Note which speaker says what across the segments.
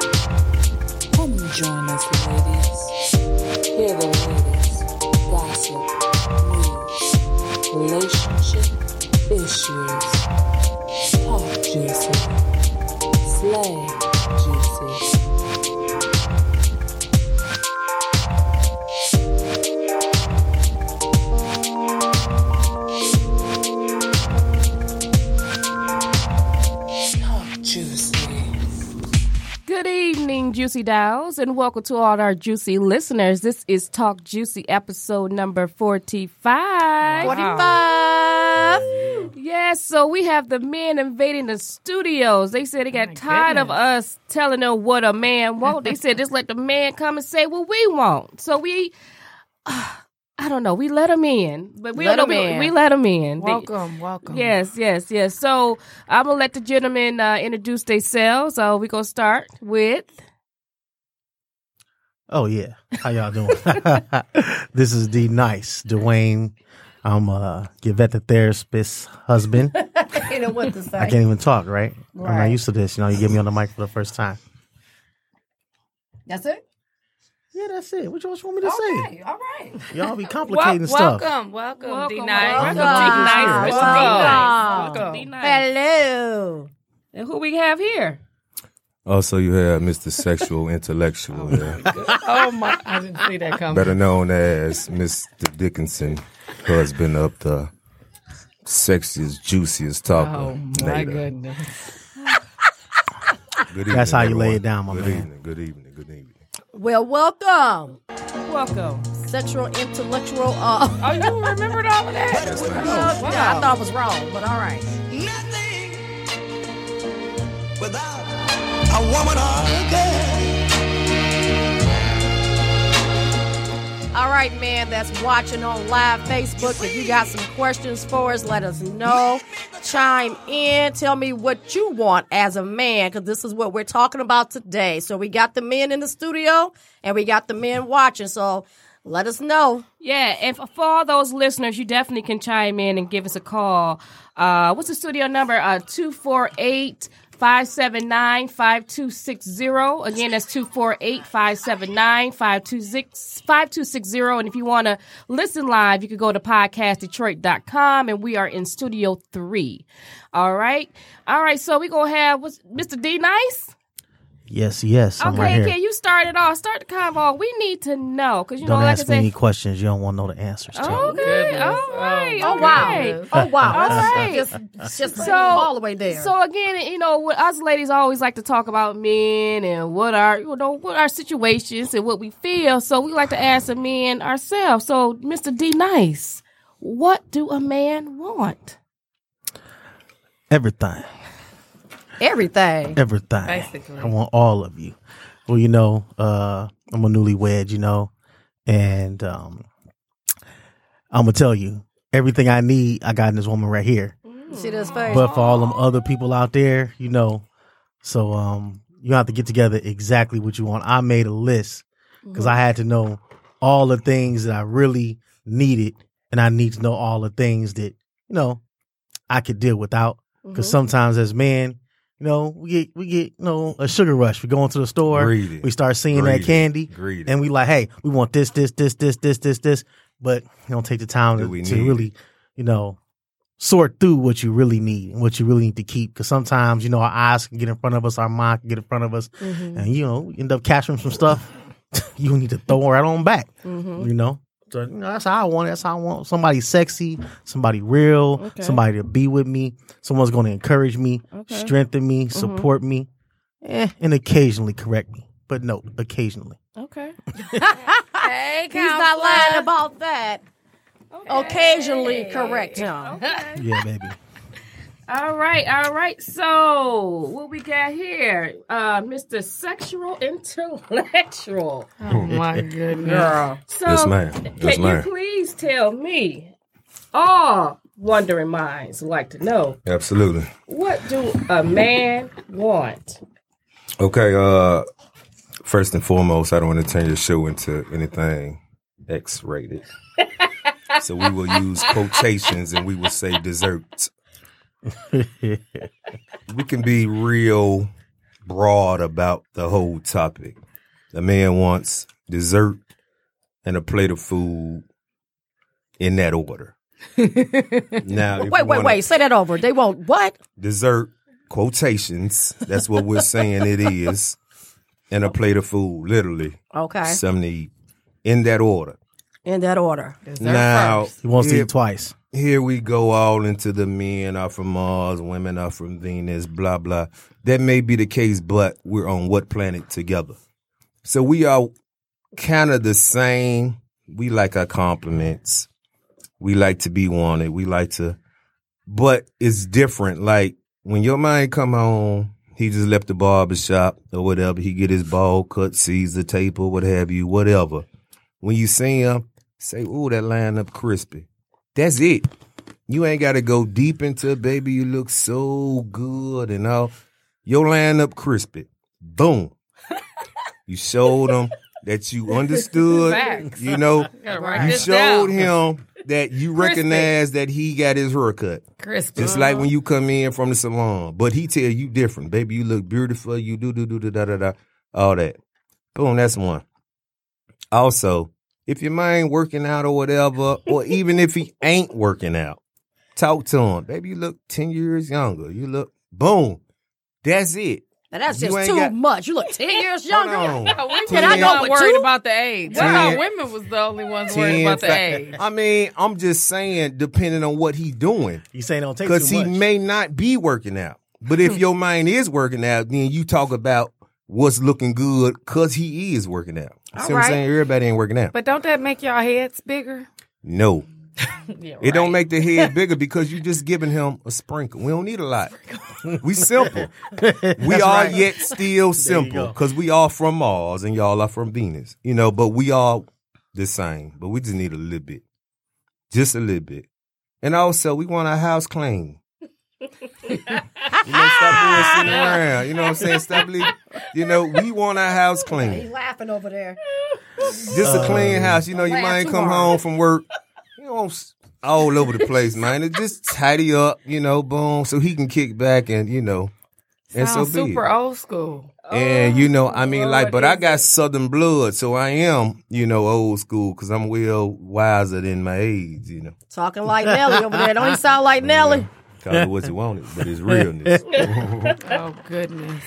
Speaker 1: Come and join us, ladies. Hear the latest gossip, news, relationship issues. Talk juicy, slay juicy. Talk juicy.
Speaker 2: Good evening, Juicy Dolls, and welcome to all our juicy listeners. This is Talk Juicy episode number 45.
Speaker 3: 45.
Speaker 2: Yes, so we have the men invading the studios. They said they got tired of us telling them what a man want. They said just let the man come and say what we want. So we, I don't know, we let them in, but we
Speaker 3: Let
Speaker 2: don't
Speaker 3: 'em
Speaker 2: know,
Speaker 3: in.
Speaker 2: we let them in. They-
Speaker 3: Welcome, welcome.
Speaker 2: Yes, yes, yes. So I'm gonna let the gentlemen uh, introduce themselves. So we gonna start with
Speaker 4: Oh yeah, how y'all doing? this is D Nice Dwayne. I'm uh Yvette the therapist's husband.
Speaker 3: You know what to
Speaker 4: I
Speaker 3: say.
Speaker 4: can't even talk, right? I'm
Speaker 3: Right.
Speaker 4: not used to this. You know, you get me on the mic for the first time.
Speaker 3: That's it.
Speaker 4: Yeah, that's it. What y'all want me to
Speaker 3: Okay. All right.
Speaker 4: say? Y'all be complicating stuff.
Speaker 5: Welcome, welcome,
Speaker 2: Welcome,
Speaker 5: D-Nice.
Speaker 2: welcome.
Speaker 5: Welcome, D-Nice.
Speaker 3: Welcome.
Speaker 5: Welcome, D-Nice.
Speaker 3: Hello.
Speaker 2: And who we have here?
Speaker 6: Also, you have Mr. Sexual Intellectual, here,
Speaker 3: Oh my! I didn't see that coming.
Speaker 6: better known as Mr. Dickinson, husband of the sexiest, juiciest talker.
Speaker 3: Oh my goodness.
Speaker 6: Good evening,
Speaker 4: That's how you lay
Speaker 6: everyone.
Speaker 4: it down, my
Speaker 6: Good
Speaker 4: man.
Speaker 6: evening. Good evening. Good evening.
Speaker 3: Well, welcome,
Speaker 2: Welcome.
Speaker 3: sexual intellectual. Uh,
Speaker 2: Oh, you remembered all of that?
Speaker 6: That's
Speaker 3: no,
Speaker 6: nice.
Speaker 3: I thought I was wrong, but all right.
Speaker 7: nothing without a woman or a girl.
Speaker 3: All right, man. That's watching on live Facebook. If you got some questions for us, let us know. Chime in. Tell me what you want as a man, because this is what we're talking about today. So we got the men in the studio, and we got the men watching. So let us know.
Speaker 2: Yeah, and for, for all those listeners, you definitely can chime in and give us a call. Uh, what's the studio number? Uh, 248 579 5260. Again, that's 248 579 5260. And if you want to listen live, you can go to podcastdetroit.com and we are in studio three. All right. All right. So we're going to have what's, Mr. D Nice.
Speaker 4: Yes, yes, I'm
Speaker 2: Okay,
Speaker 4: right here.
Speaker 2: can you start it off? Start the convo. We need to know because you
Speaker 4: Don't
Speaker 2: know, like I
Speaker 4: ask me
Speaker 2: said,
Speaker 4: any questions you don't want to know the answers to.
Speaker 2: Okay. All right.
Speaker 3: Oh
Speaker 2: all
Speaker 3: wow!
Speaker 2: right.
Speaker 3: Oh wow!
Speaker 2: All right.
Speaker 3: Just, just
Speaker 2: So
Speaker 3: all the way there.
Speaker 2: So again, you know, what us ladies always like to talk about men and what our you know what our situations and what we feel. So we like to ask the men ourselves. So Mr. D Nice, what do a man want?
Speaker 4: Everything.
Speaker 3: everything.
Speaker 4: everything. I want all of you. Well, you know, uh, I'm a newlywed, you know, and um, I'm gonna tell you everything I need. I got in this woman right here.
Speaker 3: See this face?
Speaker 4: But for all them other people out there, you know, so um, you have to get together exactly what you want. I made a list because I had to know all the things that I really needed, and I need to know all the things that you know I could deal without. Because sometimes as men, you know, we get we get you know a sugar rush. We go into the store,
Speaker 6: Greedy.
Speaker 4: we start seeing that
Speaker 6: Greedy.
Speaker 4: candy,
Speaker 6: Greedy.
Speaker 4: and we like, hey, we want this, this, this, this, this, this, this, but you don't take the time
Speaker 6: That
Speaker 4: to,
Speaker 6: we
Speaker 4: to
Speaker 6: need.
Speaker 4: really, you know, sort through what you really need and what you really need to keep. Because sometimes, you know, our eyes can get in front of us, our mind can get in front of us, and you know, we end up catching some stuff you need to throw right on back. You know. So, you know, that's how I want it. That's how I want somebody sexy, somebody real, somebody to be with me, someone's going to encourage me, strengthen me, support me, eh, and occasionally correct me. But no, occasionally.
Speaker 2: Okay.
Speaker 5: Hey,
Speaker 3: He's not lying about that. Occasionally correct him.
Speaker 4: Yeah, baby.
Speaker 2: All right, all right. So what we got here? Uh Mr. Sexual Intellectual.
Speaker 3: Oh my goodness.
Speaker 2: So
Speaker 6: Yes, ma'am. Yes,
Speaker 2: can you
Speaker 6: ma'am.
Speaker 2: please tell me all wondering minds would like to know
Speaker 6: Absolutely.
Speaker 2: What do a man want?
Speaker 6: Okay. Uh, First and foremost, I don't want to turn your show into anything X rated. so we will use quotations and we will say desserts. we can be real broad about the whole topic. The man wants dessert and a plate of food in that order. now, if
Speaker 3: Wait,
Speaker 6: you
Speaker 3: wait,
Speaker 6: wanna-
Speaker 3: wait. Say that over. They won't. What?
Speaker 6: dessert quotations. That's what we're saying it is. And a plate of food, literally.
Speaker 3: Okay.
Speaker 6: Something to eat in that order.
Speaker 3: In that order.
Speaker 6: Now,
Speaker 4: He wants to
Speaker 6: here,
Speaker 4: eat twice.
Speaker 6: here we go all into the men are from Mars, women are from Venus, blah, blah. That may be the case, but we're on what planet together? So we are kind of the same. We like our compliments. We like to be wanted. We like to, but it's different. Like when your man come home, he just left the barber shop or whatever. He get his ball cut, sees the tape or what have you, whatever. When you see him, say, "Ooh, that line up crispy." That's it. You ain't got to go deep into it, baby. You look so good and all. Your line up crispy. Boom. you showed him that you understood.
Speaker 2: Facts.
Speaker 6: You know,
Speaker 5: Gotta write
Speaker 6: you
Speaker 5: this
Speaker 6: showed
Speaker 5: down.
Speaker 6: him that you recognize that he got his haircut.
Speaker 5: Crispy.
Speaker 6: Just like when you come in from the salon, but he tell you different, baby. You look beautiful. You do do do do da da da, all that. Boom, that's one. Also, if your mind working out or whatever, or even if he ain't working out, talk to him, baby. You look ten years younger. You look boom. That's it.
Speaker 3: Now, that's
Speaker 6: You
Speaker 3: just
Speaker 6: ain't
Speaker 3: too
Speaker 6: got-
Speaker 3: much. You look 10 years younger.
Speaker 6: Hold
Speaker 3: And
Speaker 6: on.
Speaker 3: I
Speaker 6: Ten-
Speaker 3: know
Speaker 5: Oh, not
Speaker 3: what
Speaker 5: worried
Speaker 3: you-
Speaker 5: about the age.
Speaker 6: Ten-
Speaker 5: Wow, women was the only ones worried
Speaker 6: Ten
Speaker 5: about the
Speaker 6: fa-
Speaker 5: age.
Speaker 6: I mean, I'm just saying, depending on what he doing.
Speaker 4: You saying don't take too much.
Speaker 6: because he may not be working out. But if your mind is working out, then you talk about what's looking good because he is working out. You see what
Speaker 5: Alright.
Speaker 6: I'm saying? Everybody ain't working out.
Speaker 5: But don't that make y'all heads bigger?
Speaker 6: no.
Speaker 5: Yeah,
Speaker 6: It don't make the head bigger because you just giving him a sprinkle. We don't need a lot. We simple. we are
Speaker 4: right.
Speaker 6: yet still
Speaker 4: go.
Speaker 6: simple because we are from Mars and y'all are from Venus. You know, but we are the same. But we just need a little bit, just a little bit. And also, we want our house clean. you know, stop being sitting around. You know what I'm saying? Stop. leaving- You know, we want our house clean.
Speaker 3: laughing over there.
Speaker 6: Just a clean house. You know, you
Speaker 3: laugh
Speaker 6: might
Speaker 3: too
Speaker 6: come
Speaker 3: hard.
Speaker 6: home from work, you know, s- all over the place, man. It just tidy up, you know, boom, so he can kick back and, you know, and so
Speaker 5: Sounds
Speaker 6: be it.
Speaker 5: super old school.
Speaker 6: And, you know, I mean, like,
Speaker 5: Lord,
Speaker 6: but I
Speaker 5: is
Speaker 6: got Southern blood, so I am, you know, old school because I'm well wiser than my age, you know.
Speaker 3: Talking like Nelly over there. Don't he sound like Nelly?
Speaker 6: Call it what you want it, but it's realness.
Speaker 5: Oh goodness.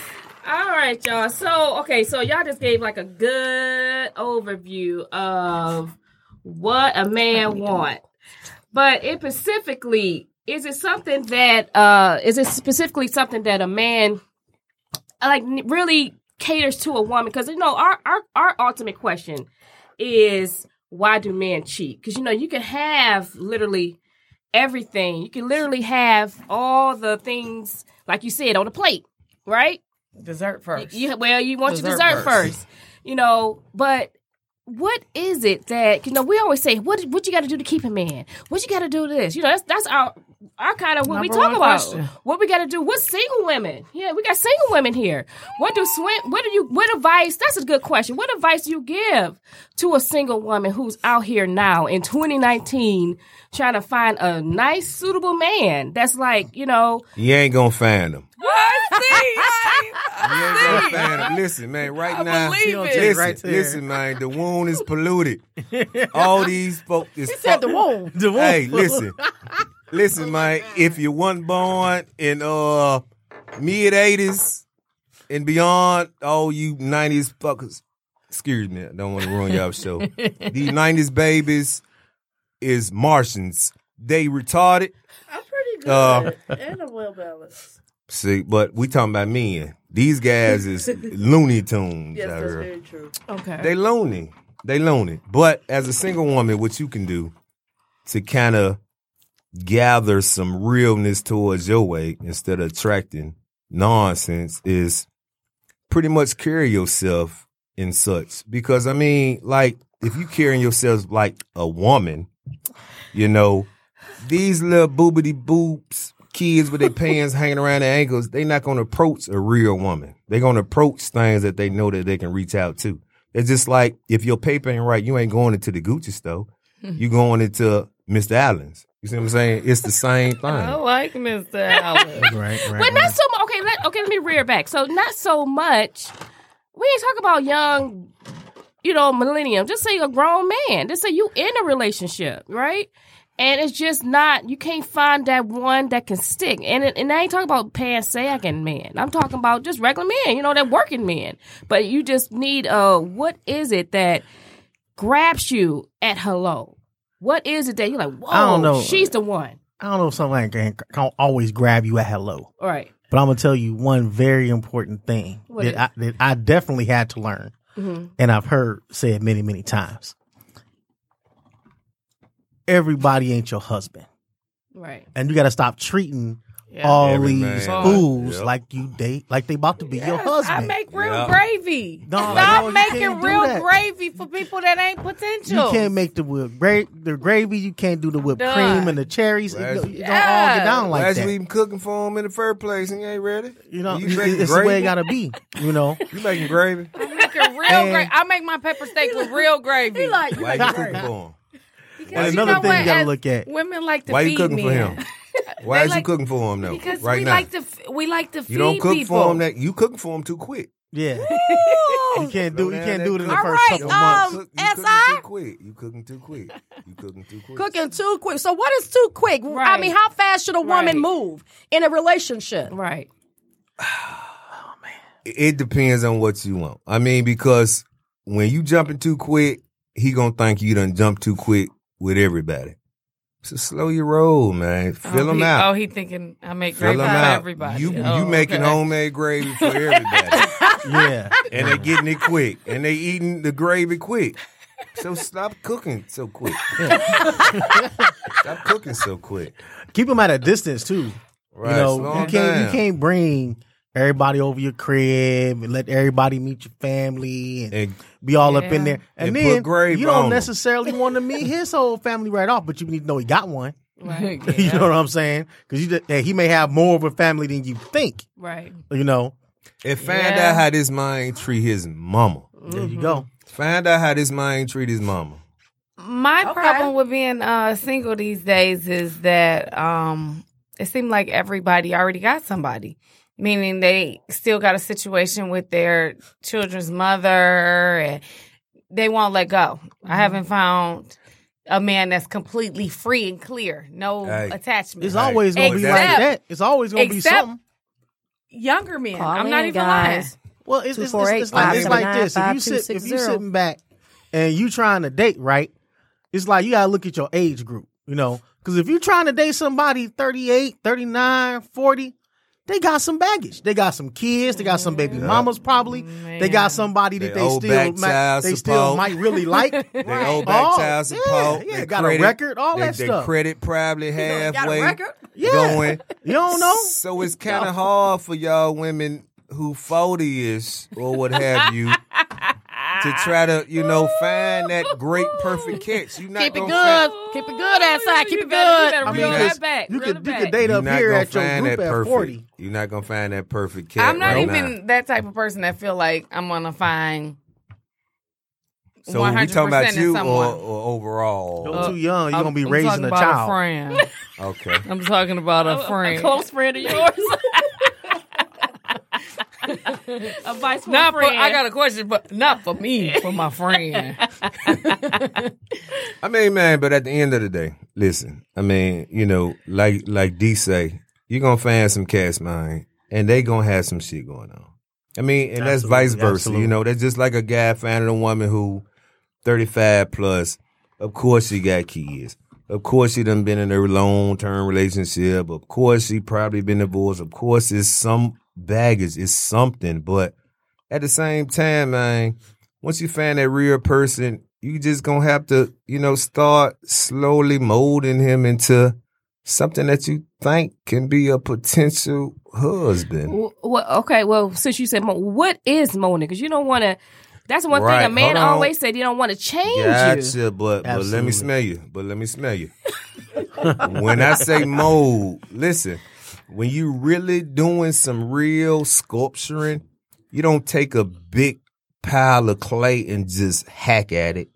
Speaker 2: All right, y'all. So, okay, so y'all just gave like a good overview of what a man want. But it specifically, is it something that uh is it specifically something that a man like n- really caters to a woman because you know our, our our ultimate question is why do men cheat because you know you can have literally everything you can literally have all the things like you said on a plate right
Speaker 5: Dessert first.
Speaker 2: you, well, you want your
Speaker 5: Dessert
Speaker 2: dessert first. you know. But what is it that you know? We always say, "What what you got to do to keep a man? What you got to do to this?" You know, that's that's our our kind of what we
Speaker 5: Number
Speaker 2: talk
Speaker 5: one
Speaker 2: about.
Speaker 5: question.
Speaker 2: What we got to do? What single women? Yeah, we got single women here. What do swim? What do you? What advice? That's a good question. What advice do you give to a single woman who's out here now in 2019 trying to find a nice, suitable man that's like you know?
Speaker 6: you ain't going to find them.
Speaker 5: I
Speaker 6: You ain't gonna find him. Listen, man, right
Speaker 5: I
Speaker 6: now,
Speaker 5: believe it.
Speaker 6: listen,
Speaker 4: Right there.
Speaker 6: listen, man, the wound is polluted. All these folks is
Speaker 3: He said the womb.
Speaker 4: The woman-
Speaker 6: Hey, listen, listen, man. If you weren't born in uh mid '80s and beyond, all you '90s fuckers, excuse me, I don't want to ruin y'all show. These '90s babies is Martians. They retarded. I'm pretty good and a well balanced. See, but we talking about men. These guys is Looney Tunes. out here.
Speaker 2: Okay.
Speaker 6: They loaning. They loaning. But as a single woman, what you can do to kind of gather some realness towards your way instead of attracting nonsense is pretty much carry yourself in such. Because I mean, like, if you carrying yourself like a woman, you know, these little boobity boobs kids with their pants hanging around their ankles, they not gonna approach a real woman. They're gonna approach things that they know that they can reach out to. It's just like if your paper ain't right, you ain't going into the Gucci store. You going into Mr. Allen's. You see what I'm saying? It's the same
Speaker 5: Oh, I
Speaker 6: thing.
Speaker 5: like Mr. Allen.
Speaker 4: Right, right.
Speaker 2: But not so mu- okay. Let okay. Let me rear back. So not so much. We ain't talk about young, you know, millennium. Just say a grown man. Just say you in a relationship, right? And it's just not. You can't find that one that can stick. And it, and I ain't talking about pan-sagging men. I'm talking about just regular men. You know, that working men. But you just need a what is it that grabs you at hello? What is it that you're like? Whoa,
Speaker 4: I don't know.
Speaker 2: she's the one.
Speaker 4: I don't know if something can, can always grab you at hello.
Speaker 2: All right.
Speaker 4: But I'm gonna tell you one very important thing
Speaker 2: What
Speaker 4: that I, that I definitely had to learn,
Speaker 5: Mm-hmm.
Speaker 4: and I've heard said many many times. Everybody ain't your husband,
Speaker 2: Right.
Speaker 4: and you got to stop treating
Speaker 5: Yeah.
Speaker 4: all
Speaker 6: Every
Speaker 4: these
Speaker 6: man.
Speaker 4: fools
Speaker 6: Yep.
Speaker 4: like you date like they about to be your
Speaker 5: I
Speaker 4: husband.
Speaker 5: make real
Speaker 6: Yeah.
Speaker 5: gravy.
Speaker 4: No,
Speaker 5: Stop
Speaker 4: no, you
Speaker 5: making
Speaker 4: can't do
Speaker 5: real
Speaker 4: that.
Speaker 5: gravy for people that ain't potential.
Speaker 4: you can't make the whip gra- the gravy. You can't do the whipped
Speaker 5: Done.
Speaker 4: cream and the cherries. It
Speaker 6: Right.
Speaker 4: don't- it don't all get down like
Speaker 6: Why's
Speaker 4: that.
Speaker 6: you even cooking for him in the first place and you ain't ready?
Speaker 4: you know,
Speaker 6: you
Speaker 4: it's
Speaker 6: making
Speaker 4: it's the
Speaker 6: gravy?
Speaker 4: way it gotta be. You know,
Speaker 6: You making gravy?
Speaker 5: make a real
Speaker 4: And-
Speaker 5: gravy. I make my pepper steak with real gravy.
Speaker 3: He like,
Speaker 6: Why you cooking for him?
Speaker 5: Because
Speaker 4: And another thing
Speaker 5: what?
Speaker 4: you gotta
Speaker 5: As
Speaker 4: look at.
Speaker 5: Women like to
Speaker 6: Why
Speaker 5: feed
Speaker 6: you cooking for
Speaker 5: men.
Speaker 6: him? Why is you
Speaker 5: like-
Speaker 6: cooking for him though?
Speaker 5: Because
Speaker 6: right
Speaker 5: we
Speaker 6: now,
Speaker 5: like to f- we like to feed
Speaker 6: you don't cook
Speaker 5: people.
Speaker 6: for him. That you cooking for him too quick.
Speaker 4: yeah, you can't do
Speaker 6: Slow
Speaker 4: you
Speaker 6: down
Speaker 4: can't
Speaker 6: that
Speaker 4: do it in the
Speaker 6: cook.
Speaker 4: first
Speaker 3: All right,
Speaker 4: couple
Speaker 5: Um,
Speaker 6: Your
Speaker 4: months.
Speaker 6: mom cook- you cooking
Speaker 3: SI?
Speaker 6: too quick. You cooking too quick. You cooking too quick.
Speaker 3: cooking too quick. So what is too quick? I
Speaker 2: Right.
Speaker 3: mean, how fast should a woman
Speaker 2: Right.
Speaker 3: move in a relationship?
Speaker 2: Right.
Speaker 6: It depends on what you want. I mean, because when you jumping too quick, he gonna think you done jumped too quick with everybody. So slow your roll, man. Fill
Speaker 5: oh,
Speaker 6: him
Speaker 5: he,
Speaker 6: out.
Speaker 5: Oh, he thinking I make
Speaker 6: Fill
Speaker 5: gravy
Speaker 6: 'em
Speaker 5: for
Speaker 6: out.
Speaker 5: everybody.
Speaker 6: You
Speaker 5: Oh,
Speaker 6: you making
Speaker 5: okay.
Speaker 6: homemade gravy for everybody,
Speaker 4: Yeah,
Speaker 6: and they getting it quick, and they eating the gravy quick. So stop cooking so quick. stop cooking so quick.
Speaker 4: keep them at a distance too.
Speaker 6: Right.
Speaker 4: you
Speaker 6: slow
Speaker 4: know, you
Speaker 6: 'em
Speaker 4: can't
Speaker 6: down.
Speaker 4: you can't bring everybody over your crib and let everybody meet your family and,
Speaker 6: And
Speaker 4: be all up in
Speaker 5: Yeah.
Speaker 4: there. And,
Speaker 6: And put
Speaker 4: then
Speaker 6: gravy
Speaker 4: you
Speaker 6: on
Speaker 4: don't
Speaker 6: 'em.
Speaker 4: necessarily want to meet his whole family right off, but you need to know he got one.
Speaker 2: Right.
Speaker 4: you know what I'm saying? Because you just, hey, he may have more of a family than you think.
Speaker 2: Right.
Speaker 4: You know,
Speaker 6: And find
Speaker 5: Yeah.
Speaker 6: out how this man treat his mama.
Speaker 4: there
Speaker 6: Mm-hmm.
Speaker 4: you go.
Speaker 6: Find out how this man treat his mama.
Speaker 5: My problem with being uh, single these days is that um, it seemed like everybody already got somebody, meaning they still got a situation with their children's mother, and they won't let go.
Speaker 3: Mm-hmm.
Speaker 5: I haven't found a man that's completely free and clear, no
Speaker 6: Hey.
Speaker 5: attachment.
Speaker 4: It's always gonna be like
Speaker 5: Except-
Speaker 4: that. It's alwaways gonna be
Speaker 5: except-
Speaker 4: something.
Speaker 5: Younger men.
Speaker 3: Call
Speaker 5: I'm
Speaker 3: in,
Speaker 5: not even lying.
Speaker 3: guys.
Speaker 4: Well, it's, it's, it's, it's
Speaker 3: 248-579-5260.
Speaker 4: like, it's like this. If you sit, if you sitting back and you trying to date, right? It's like you gotta look at your age group, you know, because if you trying to date somebody 38, 39, 40, they got some baggage. They got some kids. They got some baby mamas probably. They
Speaker 5: Man.
Speaker 4: got somebody that
Speaker 6: They
Speaker 4: they,
Speaker 6: owe
Speaker 4: still
Speaker 6: back
Speaker 4: might,
Speaker 6: child
Speaker 4: they still
Speaker 6: support.
Speaker 4: might really like.
Speaker 6: They owe back
Speaker 4: Oh,
Speaker 6: child
Speaker 4: yeah,
Speaker 6: support.
Speaker 4: yeah,
Speaker 6: they
Speaker 4: got a record, all
Speaker 6: they,
Speaker 4: that
Speaker 6: they
Speaker 4: stuff.
Speaker 6: credit probably
Speaker 3: got a
Speaker 6: halfway
Speaker 3: record?
Speaker 4: Yeah.
Speaker 6: going.
Speaker 4: You don't know.
Speaker 6: So it's kind of hard for y'all women who 40 is or what have you to try to, you know, find that great perfect catch. You not
Speaker 3: Keep it
Speaker 6: gonna
Speaker 3: good.
Speaker 6: Find,
Speaker 3: Keep it good outside. Keep
Speaker 2: You
Speaker 3: it
Speaker 2: better- you
Speaker 3: good.
Speaker 2: better
Speaker 4: I mean,
Speaker 2: reel
Speaker 4: because
Speaker 2: that back.
Speaker 4: you
Speaker 2: Reel it
Speaker 4: could you
Speaker 2: back.
Speaker 4: could date
Speaker 6: you're
Speaker 4: up
Speaker 6: not
Speaker 4: here
Speaker 6: gonna
Speaker 4: at your
Speaker 6: find
Speaker 4: group
Speaker 6: that
Speaker 4: at
Speaker 6: perfect.
Speaker 4: forty.
Speaker 6: You're not gonna find that perfect catch.
Speaker 5: I'm not
Speaker 6: right
Speaker 5: even
Speaker 6: now.
Speaker 5: that type of person that feel like I'm gonna find.
Speaker 6: So we talking about
Speaker 5: 100% in
Speaker 6: you or,
Speaker 5: someone.
Speaker 6: or overall?
Speaker 4: You're too young. You're
Speaker 5: I'm-
Speaker 4: gonna be
Speaker 5: Uh, I'm
Speaker 4: raising
Speaker 5: talking
Speaker 4: a
Speaker 5: about
Speaker 4: child.
Speaker 5: friend.
Speaker 6: Okay.
Speaker 5: I'm talking about a
Speaker 2: A
Speaker 5: friend.
Speaker 2: close friend of yours. a vice
Speaker 5: Not for,
Speaker 2: friend.
Speaker 5: I got a question, but not for me, for my friend.
Speaker 6: I mean, man, but at the end of the day, listen. I mean, you know, like like D say, you're gonna find some cats, man, and they gonna have some shit going on. I mean, and that's
Speaker 4: Absolutely,
Speaker 6: vice versa.
Speaker 4: absolutely.
Speaker 6: You know, that's just like a guy finding a woman who 35 plus. Of course, she got kids. Of course, she done been in a long term relationship. Of course, she probably been divorced. Of course, it's some baggage. It's something, but at the same time, man, once you find that real person, you just gonna have to, you know, start slowly molding him into something that you think can be a potential husband.
Speaker 2: W- Well, okay, well, since you said mo- what is moaning? Because you don't want to. That's the one
Speaker 6: Right,
Speaker 2: thing a man
Speaker 6: hold on.
Speaker 2: always said. You don't want to change you.
Speaker 6: Gotcha, but but let me
Speaker 4: Absolutely.
Speaker 6: smell you. But let me smell you. when I say mold, listen, when you really doing some real sculpturing, you don't take a big pile of clay and just hack at it.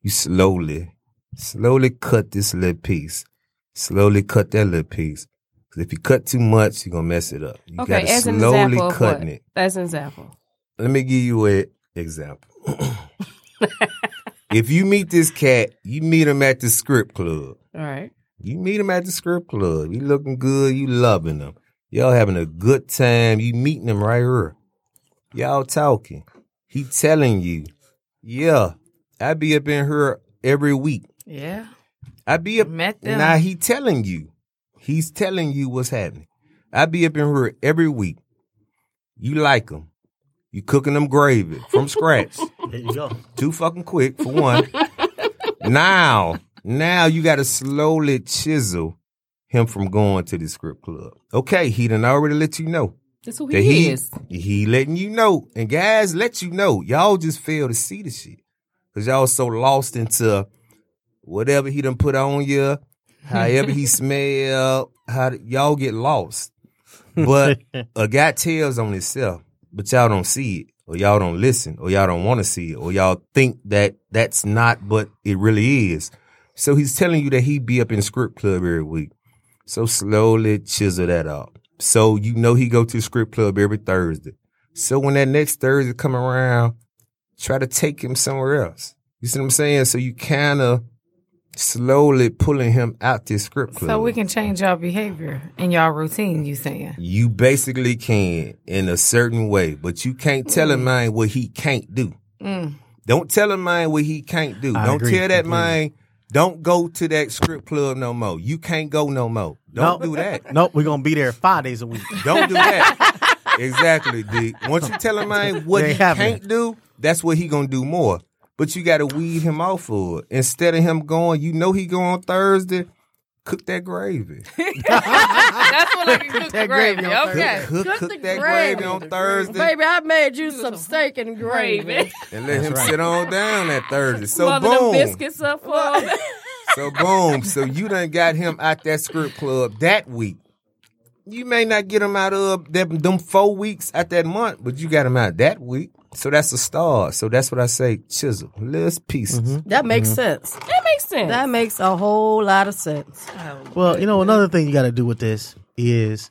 Speaker 6: You slowly, slowly cut this little piece. Slowly cut that little piece. 'Cause if you cut too much, you're gonna mess it up. You
Speaker 2: Okay,
Speaker 6: gotta
Speaker 2: as an
Speaker 6: slowly
Speaker 2: example, of
Speaker 6: cutting
Speaker 2: what?
Speaker 6: it.
Speaker 2: As an example,
Speaker 6: Let me give you an example. if you meet this cat, you meet him at the script club.
Speaker 2: all right.
Speaker 6: You meet him at the script club. You looking good. You loving him. Y'all having a good time. You meeting him right here. Y'all talking. He telling you, yeah, I be up in here every week.
Speaker 5: Yeah.
Speaker 6: I be up.
Speaker 5: Met them.
Speaker 6: Now he telling you. He's telling you what's happening. I be up in here every week. You like him. You cooking them gravy from scratch.
Speaker 4: There you go.
Speaker 6: Too fucking quick for one. now, now you got to slowly chisel him from going to the script club. Okay, he done already let you know
Speaker 2: That's who
Speaker 6: that
Speaker 2: he
Speaker 6: he
Speaker 2: is.
Speaker 6: he letting you know, and guys let you know. Y'all just fail to see the shit because y'all so lost into whatever he done put on you, however he smell. How y'all get lost? But a guy tells on himself, but y'all don't see it, or y'all don't listen, or y'all don't want to see it, or y'all think that that's not, but it really is. So he's telling you that he be up in script club every week. So slowly chisel that up. So you know he go to script club every Thursday. So when that next Thursday come around, try to take him somewhere else. You see what I'm saying? So you kind of slowly pulling him out this script club.
Speaker 5: So we can change y'all behavior and y'all routine, you saying.
Speaker 6: You basically can in a certain way, but you can't tell
Speaker 3: Mm.
Speaker 6: a mind what he can't do. Don't tell a mind what he can't do.
Speaker 4: I
Speaker 6: don't
Speaker 4: agree
Speaker 6: tell that
Speaker 4: completely.
Speaker 6: mind, don't go to that script club no more. You can't go no more. Don't
Speaker 4: Nope.
Speaker 6: do that.
Speaker 4: Nope, we're gonna be there five days a week.
Speaker 6: Don't do that. exactly, D. Once you tell a mind what
Speaker 4: They
Speaker 6: he
Speaker 4: haven't.
Speaker 6: can't do, that's what he gonna do more. But you gotta weed him off for it. Instead of him going, you know he go on Thursday, cook that gravy.
Speaker 5: That's what I can cook the gravy. Okay.
Speaker 6: Cook, cook,
Speaker 3: the
Speaker 6: that
Speaker 3: gravy.
Speaker 6: gravy on Thursday.
Speaker 3: Baby, I made you some steak and gravy.
Speaker 2: Baby,
Speaker 6: and let him sit on down that Thursday. So
Speaker 2: mother, them
Speaker 6: boom,
Speaker 2: biscuits up for him.
Speaker 6: so boom, so you done got him out that script club that week. You may not get him out of them, them four weeks at that month, but you got him out that week. So that's a star. So that's what I say, chisel, little pieces.
Speaker 4: Mm-hmm.
Speaker 3: That makes
Speaker 6: Mm-hmm.
Speaker 3: sense.
Speaker 2: That makes sense.
Speaker 3: That makes a whole lot of sense.
Speaker 4: Well, you know, another thing you got to do with this is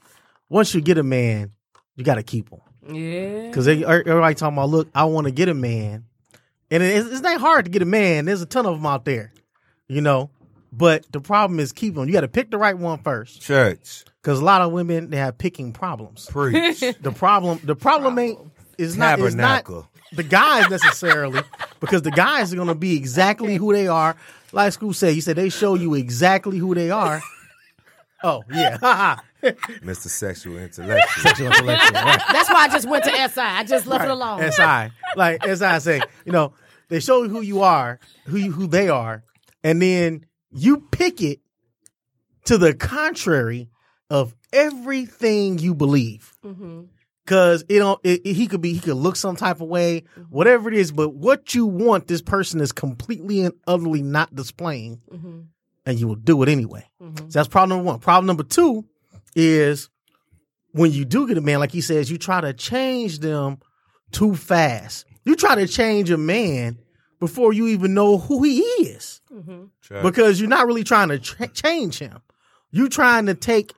Speaker 4: once you get a man, you got to keep him.
Speaker 2: yeah.
Speaker 4: Because everybody talking about, look, I want to get a man. And it- it's, it's not hard to get a man. There's a ton of them out there, you know. But the problem is keep them. You got to pick the right one first.
Speaker 6: Church,
Speaker 4: Because a lot of women, they have picking problems.
Speaker 6: preach,
Speaker 4: The problem, the problem ain't, is not, is not
Speaker 6: tabernacle.
Speaker 4: the guys necessarily because the guys are going to be exactly who they are. Like school said, you said they show you exactly who they are. Oh yeah,
Speaker 6: Mr. Sexual Intellectual.
Speaker 4: sexual intellectual. Right.
Speaker 3: That's why I just went to SI. I just left it alone.
Speaker 4: SI, like SI say, you know, they show you who you are, who you, who they are, and then you pick it to the contrary of everything you believe. Cause it don't. It, it- he could be. He could look some type of way, whatever it is. But what you want, this person is completely and utterly not displaying, and you will do it anyway. So that's problem number one. Problem number two is when you do get a man, like he says, you try to change them too fast. You try to change a man before you even know who he is
Speaker 6: Church.
Speaker 4: because you're not really trying to ch- change him. You're trying to take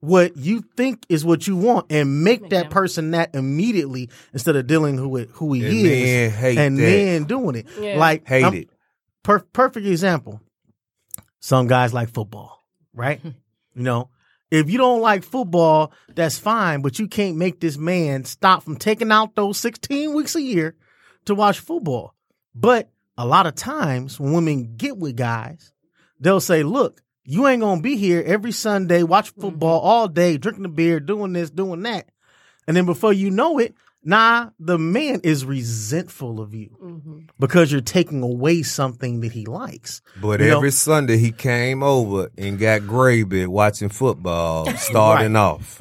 Speaker 4: what you think is what you want and make that person that immediately instead of dealing with who he
Speaker 6: And
Speaker 4: is
Speaker 6: then hate
Speaker 4: and
Speaker 6: that.
Speaker 4: then doing it.
Speaker 2: Yeah.
Speaker 4: Like
Speaker 6: Hate
Speaker 4: I'm-
Speaker 6: it.
Speaker 4: per- perfect example. Some guys like football, right? you know, if you don't like football, that's fine, but you can't make this man stop from taking out those 16 weeks a year to watch football. But a lot of times when women get with guys, they'll say, look, you ain't going to be here every Sunday, watch football all day, drinking the beer, doing this, doing that. And then before you know it, nah, the man is resentful of you because you're taking away something that he likes.
Speaker 6: But
Speaker 4: You know-
Speaker 6: every Sunday he came over and got gravy watching football, starting off.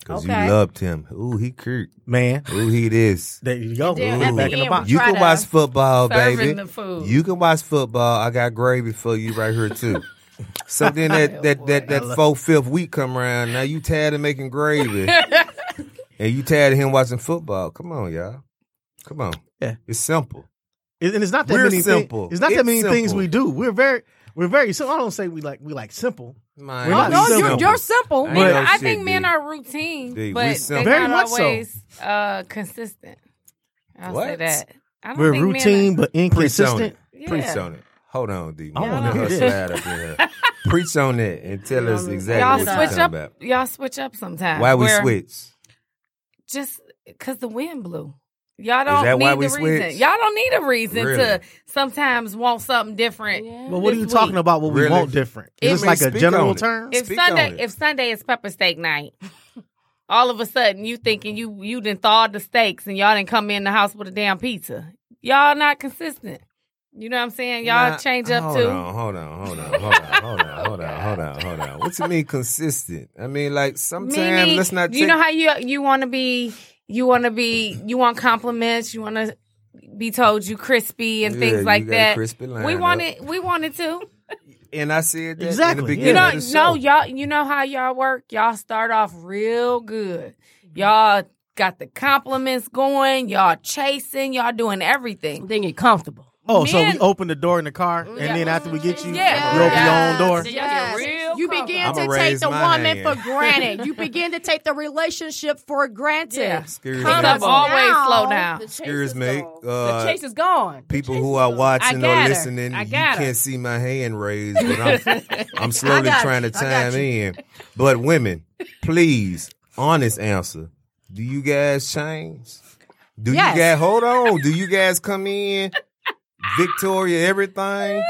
Speaker 6: Because
Speaker 3: Okay.
Speaker 6: you loved him. Ooh, he cute.
Speaker 4: Man,
Speaker 6: Ooh, he this.
Speaker 4: there you go.
Speaker 3: Then
Speaker 6: at the
Speaker 4: Back in the
Speaker 3: end,
Speaker 4: box.
Speaker 6: You
Speaker 3: Try
Speaker 6: can
Speaker 3: to
Speaker 6: watch football,
Speaker 5: serving
Speaker 6: baby.
Speaker 5: the food.
Speaker 6: You can watch football. I got gravy for you right here too. So then that that that that four fifth week come around. Now you tired of making gravy, and you tired of him watching football. Come on, y'all. Come on.
Speaker 4: Yeah.
Speaker 6: It's simple.
Speaker 4: And and it's not that
Speaker 6: We're
Speaker 4: many. thi-
Speaker 6: simple.
Speaker 4: it's not that
Speaker 6: It's
Speaker 4: many things
Speaker 6: simple.
Speaker 4: we do. We're very, we're very. So I don't say we like we like simple.
Speaker 6: Man,
Speaker 4: We're
Speaker 6: we
Speaker 4: not
Speaker 3: No, you're,
Speaker 4: simple.
Speaker 3: you're simple.
Speaker 6: Ain't
Speaker 4: But-
Speaker 6: no
Speaker 5: I
Speaker 6: shit,
Speaker 5: think men
Speaker 6: dude.
Speaker 5: are routine,
Speaker 6: Dude, we
Speaker 5: but
Speaker 6: simple.
Speaker 5: they're
Speaker 4: Very
Speaker 5: not
Speaker 4: much so.
Speaker 5: always uh, consistent. I'll say
Speaker 6: What?
Speaker 5: that. I don't
Speaker 4: We're
Speaker 5: think men are-
Speaker 4: routine but
Speaker 6: Preach on
Speaker 4: inconsistent.
Speaker 6: it. Preach
Speaker 5: Yeah.
Speaker 6: on it. Hold on, D.
Speaker 4: I wanna
Speaker 6: Let
Speaker 4: hear
Speaker 6: her
Speaker 4: this.
Speaker 6: slide up in here. Preach on it and tell us
Speaker 5: Y'all
Speaker 6: exactly what you're
Speaker 5: switch
Speaker 6: talking
Speaker 5: up.
Speaker 6: about.
Speaker 5: Y'all switch up sometimes.
Speaker 6: Why we
Speaker 5: Where-
Speaker 6: switch?
Speaker 5: Just because the wind blew. Y'all don't
Speaker 6: that
Speaker 5: need
Speaker 6: why
Speaker 5: the
Speaker 6: we
Speaker 5: reason.
Speaker 6: switch?
Speaker 5: Y'all don't need a reason
Speaker 6: Really?
Speaker 5: to sometimes want something different.
Speaker 4: Well, what are
Speaker 5: This
Speaker 4: you
Speaker 5: week.
Speaker 4: talking about? What
Speaker 6: Really?
Speaker 4: we want different?
Speaker 5: It-
Speaker 4: Is this like
Speaker 6: I
Speaker 4: a
Speaker 6: mean, speak on
Speaker 4: general
Speaker 6: it.
Speaker 4: term?
Speaker 5: If
Speaker 6: Speak on
Speaker 5: Sunday,
Speaker 6: it.
Speaker 5: if Sunday is pepper steak night, all of a sudden you thinking you you done thawed the steaks and y'all didn't come in the house with a damn pizza. Y'all not consistent. You know what I'm saying? Y'all
Speaker 6: Nah,
Speaker 5: change up
Speaker 6: hold
Speaker 5: too.
Speaker 6: On, hold on, hold on, hold on, hold on, hold on, hold on, hold on. What you mean consistent? I mean, like sometimes
Speaker 5: Meaning,
Speaker 6: let's not.
Speaker 5: you
Speaker 6: take-
Speaker 5: know how you you want to be you want to be you want compliments. You want to be told you crispy and
Speaker 6: Yeah,
Speaker 5: things
Speaker 6: you
Speaker 5: like
Speaker 6: got a
Speaker 5: that.
Speaker 6: crispy line
Speaker 5: we
Speaker 6: up.
Speaker 5: wanted we wanted to.
Speaker 6: and I said that
Speaker 4: Exactly,
Speaker 6: In
Speaker 4: yeah.
Speaker 6: the beginning
Speaker 5: You know,
Speaker 6: of the
Speaker 5: no,
Speaker 6: show.
Speaker 5: y'all. You know how y'all work. Y'all start off real good. Y'all got the compliments going. Y'all chasing. Y'all doing everything.
Speaker 2: Then you're comfortable.
Speaker 4: oh, so
Speaker 5: men-
Speaker 4: we open the door in the car, and then after we get you,
Speaker 5: Yeah.
Speaker 4: you open your own
Speaker 2: Then
Speaker 4: door.
Speaker 2: y'all get real
Speaker 3: You
Speaker 2: comfortable.
Speaker 3: begin
Speaker 6: I'ma
Speaker 3: to take
Speaker 6: raise
Speaker 3: the
Speaker 6: my
Speaker 3: woman
Speaker 6: hand.
Speaker 3: for granted. You begin to take the relationship for granted.
Speaker 5: Yeah.
Speaker 6: Excuse
Speaker 5: Come
Speaker 6: me.
Speaker 5: up, always slow down.
Speaker 8: The chase
Speaker 6: Excuse
Speaker 8: is
Speaker 6: me.
Speaker 8: gone.
Speaker 2: the
Speaker 6: Uh,
Speaker 2: chase is gone.
Speaker 6: people who are watching or
Speaker 2: got her.
Speaker 6: listening,
Speaker 2: I
Speaker 6: you
Speaker 2: got her.
Speaker 6: can't see my hand raised, but I'm, I'm slowly
Speaker 3: got
Speaker 6: trying to
Speaker 3: you. I
Speaker 6: time
Speaker 3: got you.
Speaker 6: in. But women, please, honest answer. Do you guys change? Do
Speaker 3: Yes.
Speaker 6: you guys hold on? Do you guys come in Victoria everything?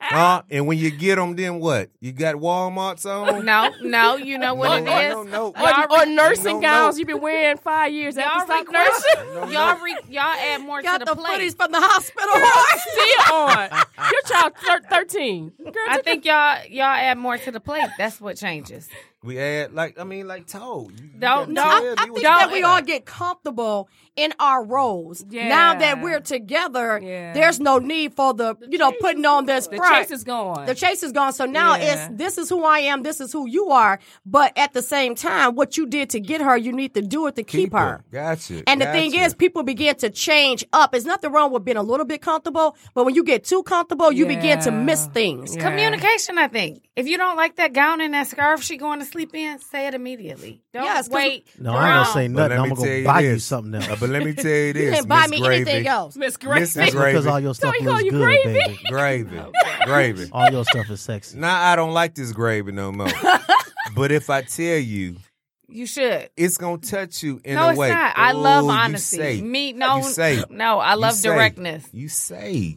Speaker 6: Huh? and when you get them, then what? You got Walmart's on?
Speaker 5: No, no. You know what
Speaker 6: No,
Speaker 5: it is.
Speaker 6: no, no.
Speaker 5: Y'all
Speaker 2: Or
Speaker 5: re-
Speaker 2: nursing
Speaker 6: No, no.
Speaker 2: gowns you've been wearing five years
Speaker 5: y'all
Speaker 2: after stop
Speaker 5: request-
Speaker 2: nursing.
Speaker 5: Y'all re- y'all add more
Speaker 3: Got
Speaker 5: to
Speaker 3: the,
Speaker 5: the, plate.
Speaker 3: footies from the hospital.
Speaker 2: Still on. Your child thir- thirteen. Girl,
Speaker 5: I think y'all y'all add more to the plate. That's what changes.
Speaker 6: We add like I mean like toe. You- you gotta
Speaker 5: Don't- no,
Speaker 6: tell
Speaker 5: I-
Speaker 6: me
Speaker 3: I
Speaker 6: what
Speaker 3: think
Speaker 6: you
Speaker 3: that
Speaker 6: like.
Speaker 3: we all get comfortable in our roles.
Speaker 2: Yeah.
Speaker 3: Now that we're together,
Speaker 2: Yeah.
Speaker 3: there's no need for the, you know, putting on this
Speaker 2: the
Speaker 3: front.
Speaker 2: chase is gone.
Speaker 3: the chase is gone. So now
Speaker 2: Yeah.
Speaker 3: it's this is who I am, this is who you are. But at the same time, what you did to get her, you need to do it to keep, her.
Speaker 6: Gotcha.
Speaker 3: And the thing
Speaker 6: gotcha.
Speaker 3: is, people begin to change up. There's nothing wrong with being a little bit comfortable, but when you get too comfortable, you begin to
Speaker 2: Yeah.
Speaker 3: miss things.
Speaker 2: Yeah.
Speaker 5: Communication, I think. If you don't like that gown and that scarf she going to sleep in, say it immediately. Don't
Speaker 3: Yes, 'cause-
Speaker 5: wait.
Speaker 4: No, I ain't gonna
Speaker 5: around.
Speaker 4: say
Speaker 6: But
Speaker 4: nothing.
Speaker 6: let
Speaker 4: I'm
Speaker 6: me tell
Speaker 4: gonna buy you
Speaker 6: this.
Speaker 4: something
Speaker 6: Uh,
Speaker 4: else.
Speaker 6: but let me tell you this.
Speaker 3: You didn't buy
Speaker 6: Miss
Speaker 3: me
Speaker 6: Gravy,
Speaker 3: anything else.
Speaker 2: Miss Grace.
Speaker 6: Mrs.
Speaker 4: That's because
Speaker 6: Gravy.
Speaker 4: all your stuff
Speaker 2: he call
Speaker 4: looks
Speaker 2: you
Speaker 4: good,
Speaker 2: gravy?
Speaker 4: baby.
Speaker 6: Gravy. gravy.
Speaker 4: All your stuff is sexy.
Speaker 6: Now I don't like this gravy no more. but if I tell you,
Speaker 5: You should.
Speaker 6: it's gonna touch you in
Speaker 5: no,
Speaker 6: a
Speaker 5: it's
Speaker 6: way.
Speaker 5: not. I love
Speaker 6: Oh, you
Speaker 5: honesty.
Speaker 6: say.
Speaker 5: Me, no,
Speaker 6: You say.
Speaker 5: no. I
Speaker 6: You
Speaker 5: love
Speaker 6: say.
Speaker 5: directness.
Speaker 6: You say.